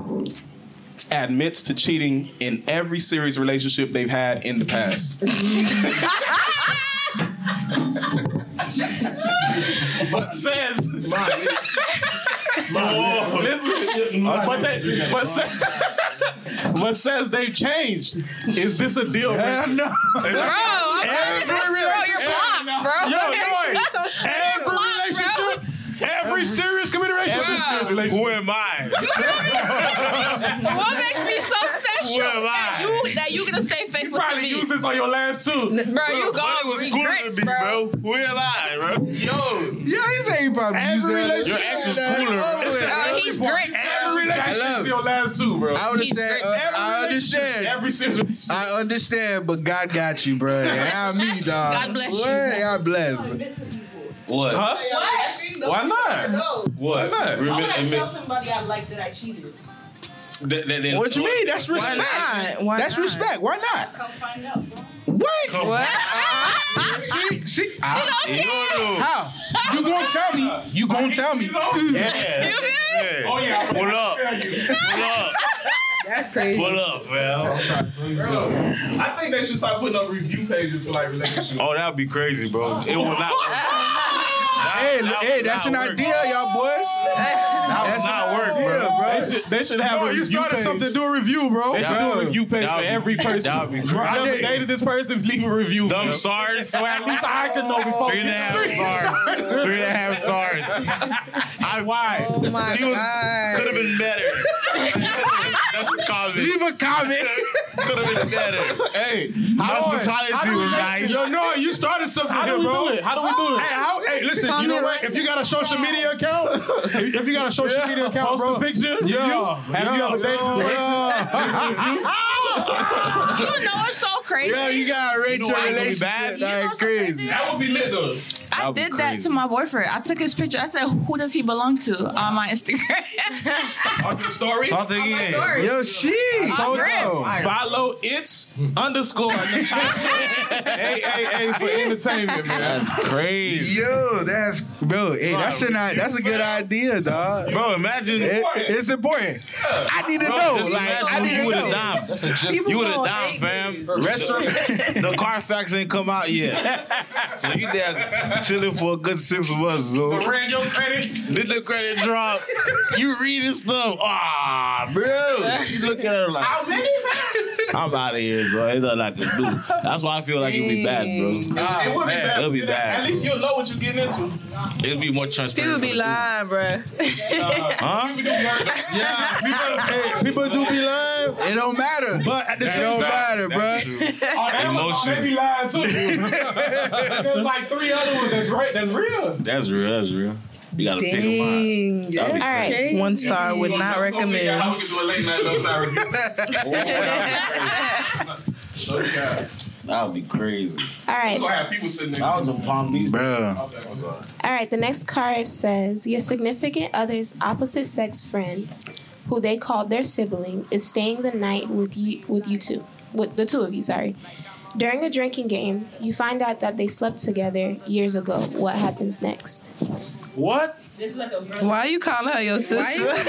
[SPEAKER 1] admits to cheating in every serious relationship they've had in the past. but says, Whoa, listen, but, they, but, says, but says they've changed. Is this a deal? breaker?
[SPEAKER 6] Bro, I'm sorry, bro, you're blocked, bro. You're blocked,
[SPEAKER 5] Every serious committed
[SPEAKER 6] bro. Bro,
[SPEAKER 8] Who am I?
[SPEAKER 6] What makes me so special
[SPEAKER 8] Where am
[SPEAKER 6] that
[SPEAKER 8] I?
[SPEAKER 6] you that you gonna stay faithful to
[SPEAKER 1] probably
[SPEAKER 6] me,
[SPEAKER 1] used this on your last two.
[SPEAKER 6] bro? You
[SPEAKER 8] Money
[SPEAKER 6] gone
[SPEAKER 8] was
[SPEAKER 6] with
[SPEAKER 8] cooler to
[SPEAKER 6] regrets,
[SPEAKER 8] me,
[SPEAKER 6] bro.
[SPEAKER 8] bro. Who am I, bro?
[SPEAKER 1] Yo,
[SPEAKER 3] Yeah, he said he probably used
[SPEAKER 5] Every
[SPEAKER 3] that.
[SPEAKER 8] Your ex is cooler.
[SPEAKER 6] Uh, he's grits, bro.
[SPEAKER 1] every relationship
[SPEAKER 3] love-
[SPEAKER 1] to your last two, bro.
[SPEAKER 3] I would have
[SPEAKER 6] He's
[SPEAKER 3] said,
[SPEAKER 6] great.
[SPEAKER 3] uh, I understand.
[SPEAKER 1] Every situation.
[SPEAKER 3] I understand, but God got you, bro. Yeah, me, dog.
[SPEAKER 6] God bless you.
[SPEAKER 3] What? God bless.
[SPEAKER 8] What?
[SPEAKER 1] Huh? Why not?
[SPEAKER 8] What?
[SPEAKER 1] Why not?
[SPEAKER 20] I would
[SPEAKER 8] Remem-
[SPEAKER 20] not tell
[SPEAKER 8] remem-
[SPEAKER 20] somebody I like that I cheated.
[SPEAKER 8] th- th- th-
[SPEAKER 3] What you mean? That's respect.
[SPEAKER 7] not? Why
[SPEAKER 3] That's
[SPEAKER 7] not?
[SPEAKER 3] respect. Why not?
[SPEAKER 20] Come find out. bro.
[SPEAKER 3] What?
[SPEAKER 8] Come
[SPEAKER 7] What?
[SPEAKER 3] She, she,
[SPEAKER 8] You don't know.
[SPEAKER 3] how? You gonna tell me? You gonna tell me?
[SPEAKER 8] Yeah.
[SPEAKER 6] You feel me?
[SPEAKER 8] Yeah.
[SPEAKER 1] Oh yeah,
[SPEAKER 8] Pull up. Pull up.
[SPEAKER 7] That's crazy.
[SPEAKER 8] Pull up, fam.
[SPEAKER 1] I think they should start putting up review pages for like relationships.
[SPEAKER 8] Oh, that'd be crazy, bro. It will not. That-
[SPEAKER 3] Hey,
[SPEAKER 8] that
[SPEAKER 3] hey,
[SPEAKER 8] would
[SPEAKER 3] that's an
[SPEAKER 8] not work.
[SPEAKER 3] idea, y'all boys.
[SPEAKER 8] That would
[SPEAKER 3] That's
[SPEAKER 8] not
[SPEAKER 3] an
[SPEAKER 8] work,
[SPEAKER 3] idea,
[SPEAKER 8] bro.
[SPEAKER 1] They should, they should have
[SPEAKER 5] No,
[SPEAKER 1] a
[SPEAKER 5] you
[SPEAKER 1] review
[SPEAKER 5] started
[SPEAKER 1] page.
[SPEAKER 5] something. Do a review, bro.
[SPEAKER 1] They should
[SPEAKER 8] That
[SPEAKER 1] do a
[SPEAKER 8] would-
[SPEAKER 1] review page
[SPEAKER 8] that
[SPEAKER 1] for
[SPEAKER 8] would be-
[SPEAKER 1] every person.
[SPEAKER 8] that would be
[SPEAKER 1] Bro, I
[SPEAKER 8] crazy.
[SPEAKER 1] never dated this person. Leave a review.
[SPEAKER 8] Dumb
[SPEAKER 1] bro.
[SPEAKER 8] stars.
[SPEAKER 1] So at least I could know before.
[SPEAKER 8] Three and a half stars. Three and a half stars. I why?
[SPEAKER 7] Oh my
[SPEAKER 8] He was- Could have
[SPEAKER 7] god.
[SPEAKER 8] been better. That's a comment.
[SPEAKER 3] Leave a comment.
[SPEAKER 8] Could have been better.
[SPEAKER 1] Hey,
[SPEAKER 8] Hospitality was nice.
[SPEAKER 5] Yo, no, you started something
[SPEAKER 1] how
[SPEAKER 5] here,
[SPEAKER 1] do we
[SPEAKER 5] bro.
[SPEAKER 1] do it? How do we do it?
[SPEAKER 5] Hey, how, hey, listen, you know what? If you got a social media account, if if you got a social media account,
[SPEAKER 1] Post
[SPEAKER 5] bro.
[SPEAKER 1] a picture.
[SPEAKER 5] Yeah.
[SPEAKER 1] Have you ever dated this
[SPEAKER 5] yeah.
[SPEAKER 6] you know it's so crazy.
[SPEAKER 3] Yo, you gotta rate your relationship. That ain't crazy.
[SPEAKER 1] That would be lit though.
[SPEAKER 6] I did that to my boyfriend. I took his picture. I said, "Who does he belong to?" on my Instagram.
[SPEAKER 1] On your story.
[SPEAKER 6] Something On my in. story. Yo,
[SPEAKER 1] she.
[SPEAKER 6] Follow-
[SPEAKER 1] Follow it's underscore. hey, hey, hey, for entertainment, man.
[SPEAKER 3] That's crazy. Yo, that's bro. Hey, that's a not, that's a good idea, dog.
[SPEAKER 8] Bro, imagine-
[SPEAKER 3] It- it's important. I need to
[SPEAKER 8] Bro,
[SPEAKER 3] know.
[SPEAKER 8] just
[SPEAKER 3] Like,
[SPEAKER 8] imagine
[SPEAKER 3] I need
[SPEAKER 8] you
[SPEAKER 3] to
[SPEAKER 8] would
[SPEAKER 3] know.
[SPEAKER 8] have died. You would have died, fam. Restaurant. the Carfax ain't come out yet. So you there chilling for a good six months, so.
[SPEAKER 1] Ran your credit.
[SPEAKER 8] Did the credit drop? You reading stuff? Ah, bro. You look at her like.
[SPEAKER 1] How many?
[SPEAKER 8] I'm out of here, bro. It's nothing I can do. That's why I feel like it'd be bad, bro.
[SPEAKER 1] it
[SPEAKER 8] Ah,
[SPEAKER 1] would be bad.
[SPEAKER 8] It'll be bad.
[SPEAKER 1] At least you'll know what you're getting into.
[SPEAKER 8] it'll be more transparent.
[SPEAKER 7] People be lying, bruh.
[SPEAKER 8] Huh?
[SPEAKER 5] yeah, people, hey, people do be lying.
[SPEAKER 21] It don't matter.
[SPEAKER 5] But at the
[SPEAKER 3] That
[SPEAKER 5] same
[SPEAKER 3] don't
[SPEAKER 5] time,
[SPEAKER 3] matter, bruh.
[SPEAKER 1] On Amazon, they be lying too. There's like three other ones that's right. That's real.
[SPEAKER 8] That's real. That's real. You gotta pick them out.
[SPEAKER 7] Dang.
[SPEAKER 8] That'd be
[SPEAKER 7] All right.
[SPEAKER 8] crazy.
[SPEAKER 7] One star would not
[SPEAKER 1] How
[SPEAKER 7] recommend.
[SPEAKER 1] we can do a late night love time review.
[SPEAKER 8] That would be crazy.
[SPEAKER 9] All right.
[SPEAKER 1] We're gonna have people sitting there.
[SPEAKER 8] I was in Palm Beach,
[SPEAKER 3] bro.
[SPEAKER 9] All right, the next card says your significant other's opposite sex friend, who they called their sibling, is staying the night with you with you two, with the two of you. Sorry. During a drinking game, you find out that they slept together years ago. What happens next?
[SPEAKER 3] What?
[SPEAKER 7] Why you calling her your sister?
[SPEAKER 9] Bro,
[SPEAKER 1] Ain't
[SPEAKER 9] that's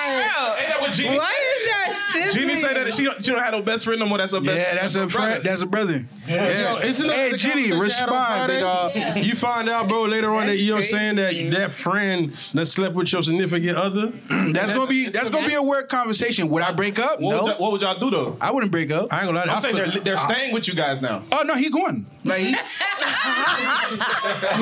[SPEAKER 1] that what Jeannie?
[SPEAKER 7] Why is that sibling?
[SPEAKER 1] Jeannie said that she don't, she don't have no best friend no more. That's her best.
[SPEAKER 3] Yeah, that's a friend. That's a brother. Yeah.
[SPEAKER 5] Yo, isn't that
[SPEAKER 3] hey,
[SPEAKER 5] the
[SPEAKER 3] Ginny,
[SPEAKER 5] conversation I
[SPEAKER 3] respond,
[SPEAKER 5] had on
[SPEAKER 3] big dog.
[SPEAKER 5] Friday? You find out, bro, later on that
[SPEAKER 3] That's
[SPEAKER 5] you know what I'm saying that that friend that slept with your significant other.
[SPEAKER 3] That's gonna be that's gonna be a weird conversation. Would I break
[SPEAKER 1] What,
[SPEAKER 3] up? no,
[SPEAKER 1] would y'all, what would y'all do though?
[SPEAKER 3] I wouldn't break up.
[SPEAKER 5] I ain't gonna lie. to you.
[SPEAKER 1] I'm saying
[SPEAKER 5] I
[SPEAKER 1] they're
[SPEAKER 5] feel-
[SPEAKER 1] they're staying with you guys now.
[SPEAKER 3] Oh no, he going. Like, he, but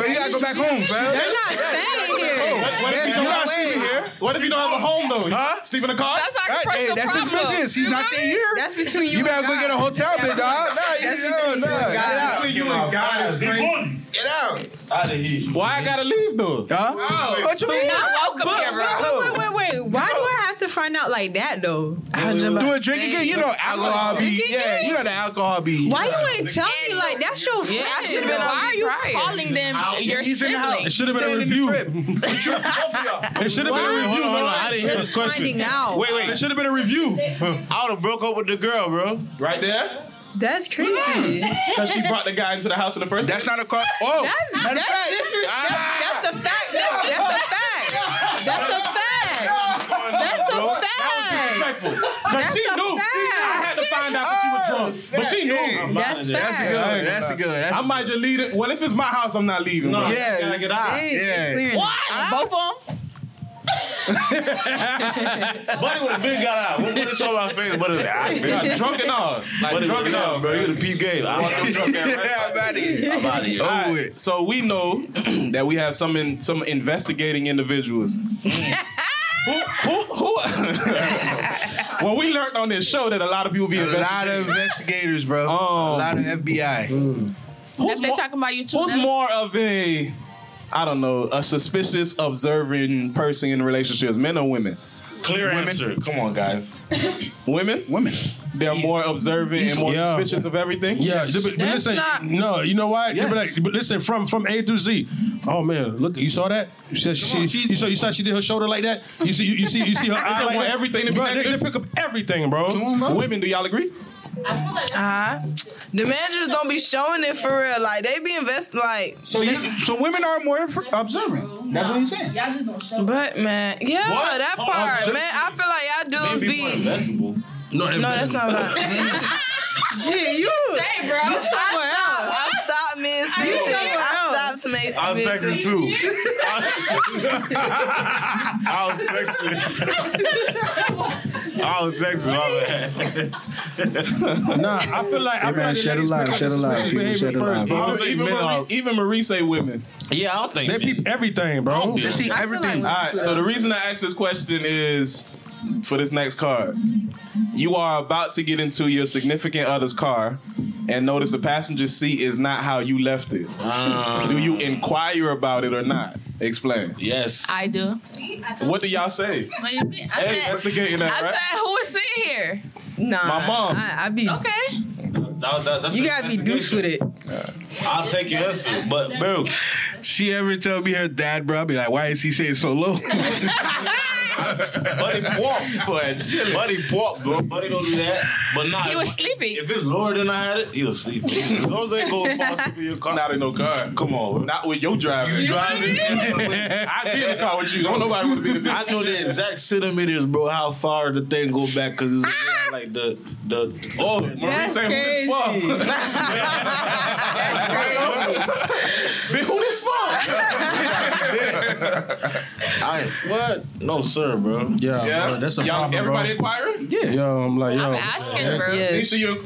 [SPEAKER 3] you gotta go back home, bro.
[SPEAKER 7] They're not staying here.
[SPEAKER 1] What, what if you
[SPEAKER 7] There's
[SPEAKER 1] don't
[SPEAKER 7] no
[SPEAKER 1] have-
[SPEAKER 7] way.
[SPEAKER 1] What if you don't have a home though? Huh? Sleep in a car?
[SPEAKER 7] That's our
[SPEAKER 3] That- hey,
[SPEAKER 7] personal
[SPEAKER 3] that's his
[SPEAKER 7] problem.
[SPEAKER 3] business. He's not there here.
[SPEAKER 7] That's between you.
[SPEAKER 3] You better
[SPEAKER 7] and
[SPEAKER 3] go
[SPEAKER 7] God.
[SPEAKER 3] get a hotel, big dog. Nah, you
[SPEAKER 7] That's
[SPEAKER 3] yo,
[SPEAKER 7] between you
[SPEAKER 3] nah,
[SPEAKER 7] and
[SPEAKER 3] get
[SPEAKER 7] God.
[SPEAKER 3] out.
[SPEAKER 1] Between you and God is crazy.
[SPEAKER 3] Get out.
[SPEAKER 8] Out of here.
[SPEAKER 1] Why I gotta leave though?
[SPEAKER 3] Huh? What you
[SPEAKER 7] You're
[SPEAKER 3] mean?
[SPEAKER 7] not welcome
[SPEAKER 3] But-
[SPEAKER 7] here, bro. Wait, wait, wait, wait. Why do I have to find out like that though?
[SPEAKER 3] Do a drink again. You know alcohol be.
[SPEAKER 7] Drinking
[SPEAKER 3] Yeah,
[SPEAKER 7] game?
[SPEAKER 3] you know the alcohol be.
[SPEAKER 7] Why you ain't tell me like that's your friend?
[SPEAKER 22] I should've
[SPEAKER 7] bro.
[SPEAKER 22] been
[SPEAKER 7] Why
[SPEAKER 22] on
[SPEAKER 7] are you
[SPEAKER 22] prior.
[SPEAKER 6] calling them your sibling.
[SPEAKER 5] It should have been a
[SPEAKER 3] Stand in
[SPEAKER 5] review.
[SPEAKER 3] the
[SPEAKER 5] It should have been a review.
[SPEAKER 8] Hold on,
[SPEAKER 5] man.
[SPEAKER 8] I didn't hear this
[SPEAKER 7] finding
[SPEAKER 8] question.
[SPEAKER 7] out?
[SPEAKER 8] Wait, wait.
[SPEAKER 5] It should have been a review.
[SPEAKER 8] I would have broke up with the girl, bro.
[SPEAKER 1] Right there?
[SPEAKER 7] That's crazy.
[SPEAKER 1] Because she brought the guy into the house in the first
[SPEAKER 3] That's not a car. Oh,
[SPEAKER 7] That's
[SPEAKER 3] matter of
[SPEAKER 7] that's
[SPEAKER 3] fact.
[SPEAKER 7] disrespect.
[SPEAKER 8] Ah.
[SPEAKER 7] That's a fact. though. That's a fact. That's a fact. That's a fact.
[SPEAKER 1] Disrespectful. Because
[SPEAKER 7] That's
[SPEAKER 1] she knew.
[SPEAKER 7] a
[SPEAKER 1] She knew I had to find out that you were drunk. But she knew.
[SPEAKER 7] That's
[SPEAKER 3] That's
[SPEAKER 7] fact.
[SPEAKER 3] good. That's good. That's
[SPEAKER 1] I might just leave it. Well, if it's my house, I'm not leaving. bro.
[SPEAKER 3] Yeah.
[SPEAKER 8] gotta get out.
[SPEAKER 7] Hey,
[SPEAKER 3] Yeah.
[SPEAKER 7] clearing it.
[SPEAKER 6] Both of them.
[SPEAKER 8] Buddy would have been got out. What would have told my face? But I've been
[SPEAKER 1] Yeah, drunk and all. Like,
[SPEAKER 8] Buddy
[SPEAKER 1] drunk and
[SPEAKER 8] would've been
[SPEAKER 1] all,
[SPEAKER 8] out,
[SPEAKER 1] bro.
[SPEAKER 8] bro. You would have peep game. I want them drunk ass right
[SPEAKER 3] I'm out of here.
[SPEAKER 8] I'm out of here.
[SPEAKER 1] All right, So we know that we have some in, some investigating individuals. who, who, who? well, we learned on this show that a lot of people be
[SPEAKER 3] A lot
[SPEAKER 1] investigating.
[SPEAKER 3] of investigators, bro.
[SPEAKER 1] Oh.
[SPEAKER 3] A lot of FBI.
[SPEAKER 6] If
[SPEAKER 1] who's,
[SPEAKER 6] they
[SPEAKER 1] more,
[SPEAKER 6] talking about you too.
[SPEAKER 1] who's
[SPEAKER 6] now.
[SPEAKER 1] more of a, I don't know, a suspicious, observing person in relationships, men or women?
[SPEAKER 8] Clear answer. Come on, guys.
[SPEAKER 1] Women?
[SPEAKER 3] Women.
[SPEAKER 1] They're more observant and more
[SPEAKER 5] Yeah.
[SPEAKER 1] suspicious of everything?
[SPEAKER 5] Yeah, they be- but
[SPEAKER 7] That's
[SPEAKER 5] listen,
[SPEAKER 7] not-
[SPEAKER 5] no, you know why? They be
[SPEAKER 3] Yes.
[SPEAKER 5] like, but listen, from from A through Z. Oh man, look, you saw that? You said she, you saw you saw she did her shoulder like that. You see, you, you see, you see her eye
[SPEAKER 1] They
[SPEAKER 5] like
[SPEAKER 1] want
[SPEAKER 5] that?
[SPEAKER 1] everything to be
[SPEAKER 5] Bro,
[SPEAKER 1] that
[SPEAKER 5] they, they
[SPEAKER 1] good.
[SPEAKER 5] pick up everything, bro.
[SPEAKER 1] Women, do y'all agree?
[SPEAKER 23] I feel like that's
[SPEAKER 7] Uh-huh. The managers don't be showing it for real. Like they be investing. Like,
[SPEAKER 3] So you, so women are more inf- observant. That's what he's saying.
[SPEAKER 23] y'all just don't show.
[SPEAKER 7] but man, yeah,
[SPEAKER 8] What?
[SPEAKER 7] that
[SPEAKER 8] Oh,
[SPEAKER 7] part,
[SPEAKER 8] observe-
[SPEAKER 7] man. I feel like y'all dudes
[SPEAKER 8] Maybe more
[SPEAKER 7] be.
[SPEAKER 8] investable.
[SPEAKER 5] No,
[SPEAKER 7] No, that's not what. I- Gee, you.
[SPEAKER 23] Hey, bro.
[SPEAKER 7] I stopped. I stopped mid season. I stopped to make.
[SPEAKER 8] I'll
[SPEAKER 7] mid-
[SPEAKER 8] text her too. I'll text her. I'll text her. My bad.
[SPEAKER 5] Nah, I feel like I feel like
[SPEAKER 3] shed a
[SPEAKER 5] ladies
[SPEAKER 3] light,
[SPEAKER 5] pick up
[SPEAKER 3] shed
[SPEAKER 5] the
[SPEAKER 3] a light,
[SPEAKER 5] suspicious
[SPEAKER 3] people,
[SPEAKER 5] behavior
[SPEAKER 3] shed a light.
[SPEAKER 5] first, bro.
[SPEAKER 1] Even, even, Marie, even Marie say women.
[SPEAKER 8] Yeah, I don't think
[SPEAKER 5] They peep everything,
[SPEAKER 1] Oh,
[SPEAKER 5] bro.
[SPEAKER 8] do
[SPEAKER 3] They see
[SPEAKER 7] I feel
[SPEAKER 3] everything.
[SPEAKER 7] like-
[SPEAKER 1] All right. So the reason I asked this question is for this next card. You are about to get into your significant other's car and notice the passenger seat is not how you left it.
[SPEAKER 8] Um,
[SPEAKER 1] Do you inquire about it or not? Explain.
[SPEAKER 8] Yes.
[SPEAKER 6] I do.
[SPEAKER 23] See, I told
[SPEAKER 1] What do y'all say?
[SPEAKER 6] What do you mean? I
[SPEAKER 1] Hey,
[SPEAKER 6] said,
[SPEAKER 1] investigating
[SPEAKER 6] I
[SPEAKER 1] that, right?
[SPEAKER 6] said, who is sitting here?
[SPEAKER 7] Nah,
[SPEAKER 1] My mom.
[SPEAKER 7] I, I be
[SPEAKER 6] okay.
[SPEAKER 8] That- that- that's
[SPEAKER 7] you
[SPEAKER 8] a-
[SPEAKER 7] gotta
[SPEAKER 8] that's
[SPEAKER 7] be
[SPEAKER 8] a
[SPEAKER 7] douche with
[SPEAKER 8] good
[SPEAKER 7] it.
[SPEAKER 8] shit. I'll take your answer, but bro,
[SPEAKER 24] She ever tell me her dad, bro, I'll be like, why is he saying so low?
[SPEAKER 8] Buddy Pop, but Buddy Pop, bro. Buddy don't do that. But nah,
[SPEAKER 6] He
[SPEAKER 8] if-
[SPEAKER 6] was sleeping.
[SPEAKER 8] If it's lower than I had it, he was sleeping. As long as they go fall asleep in your car,
[SPEAKER 1] Not in no car.
[SPEAKER 8] come on, bro.
[SPEAKER 1] Not with your driver.
[SPEAKER 8] You driving?
[SPEAKER 1] I'd be in the car with you. Don't nobody want to be in the
[SPEAKER 8] I know the exact centimeters, bro. How far the thing go back? Cause it's around, like the the.
[SPEAKER 1] Oh, Marie
[SPEAKER 7] That's
[SPEAKER 1] saying who this
[SPEAKER 7] crazy.
[SPEAKER 1] for? Man, who this for?
[SPEAKER 8] I, what? No, sir, bro.
[SPEAKER 5] Yeah,
[SPEAKER 1] Yeah.
[SPEAKER 5] bro, that's a
[SPEAKER 1] Y'all,
[SPEAKER 5] problem,
[SPEAKER 1] everybody
[SPEAKER 5] bro.
[SPEAKER 1] inquiring?
[SPEAKER 5] Yeah, yo, I'm like, yo,
[SPEAKER 6] I'm asking, bro.
[SPEAKER 7] Yeah.
[SPEAKER 1] These are your.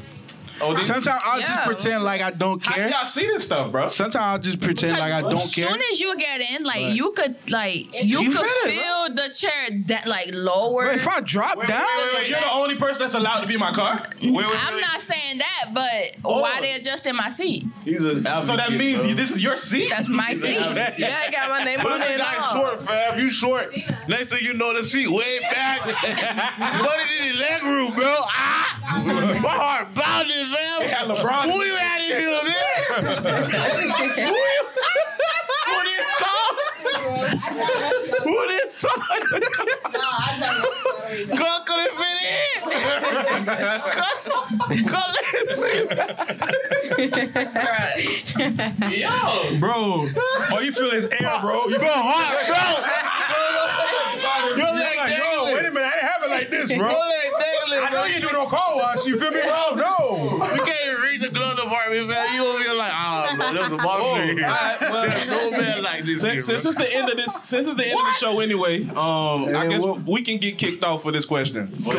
[SPEAKER 1] Oh, these,
[SPEAKER 24] Sometimes I'll just
[SPEAKER 7] Yeah.
[SPEAKER 24] pretend like I don't
[SPEAKER 1] how
[SPEAKER 24] care.
[SPEAKER 1] y'all see this stuff, bro?
[SPEAKER 24] Sometimes I'll just pretend like I don't
[SPEAKER 6] As
[SPEAKER 24] care.
[SPEAKER 6] soon as you get in, like you could, like you,
[SPEAKER 24] You
[SPEAKER 6] could
[SPEAKER 24] feel it,
[SPEAKER 6] feel the chair that like lower.
[SPEAKER 24] But if I drop
[SPEAKER 1] Wait, wait,
[SPEAKER 24] down,
[SPEAKER 1] wait, wait, You're the only person that's allowed to be in my car.
[SPEAKER 8] wait, wait,
[SPEAKER 6] I'm
[SPEAKER 8] wait.
[SPEAKER 6] not saying that, but why they adjusting my seat?
[SPEAKER 8] He's an advocate,
[SPEAKER 1] So that means you, this is your seat.
[SPEAKER 6] That's my seat.
[SPEAKER 7] Yeah, I got my name on
[SPEAKER 8] Money
[SPEAKER 7] it. and
[SPEAKER 8] got
[SPEAKER 7] all.
[SPEAKER 8] short, fam. You short. Next thing you know, the seat way back. Money in the leg room, bro. Ah, my heart pounding,
[SPEAKER 1] They
[SPEAKER 8] fam.
[SPEAKER 1] had LeBron.
[SPEAKER 8] Who you out here, man? Who you? Who this talk? Who this talk? Girl couldn't fit in. Girl- Girl couldn't fit in. Yo,
[SPEAKER 5] bro. All you feel is air, bro. You
[SPEAKER 8] bro, heart, bro. Your leg
[SPEAKER 5] like, yo, wait a
[SPEAKER 8] dangling.
[SPEAKER 5] minute, I didn't have it like this,
[SPEAKER 8] Your
[SPEAKER 5] bro.
[SPEAKER 8] leg dangling,
[SPEAKER 5] I know
[SPEAKER 8] bro.
[SPEAKER 5] you do no car wash. You feel me, bro? No.
[SPEAKER 8] You can't even reach the glove department, man. You over here like, ah, bro, there's a monster here.
[SPEAKER 1] right, well-
[SPEAKER 8] There's no man like this
[SPEAKER 1] Since,
[SPEAKER 8] here,
[SPEAKER 1] since it's the end of this, since it's the end of the show anyway, um, I
[SPEAKER 5] Hey,
[SPEAKER 1] guess
[SPEAKER 5] what-
[SPEAKER 1] we can get kicked off for this question.
[SPEAKER 8] bro.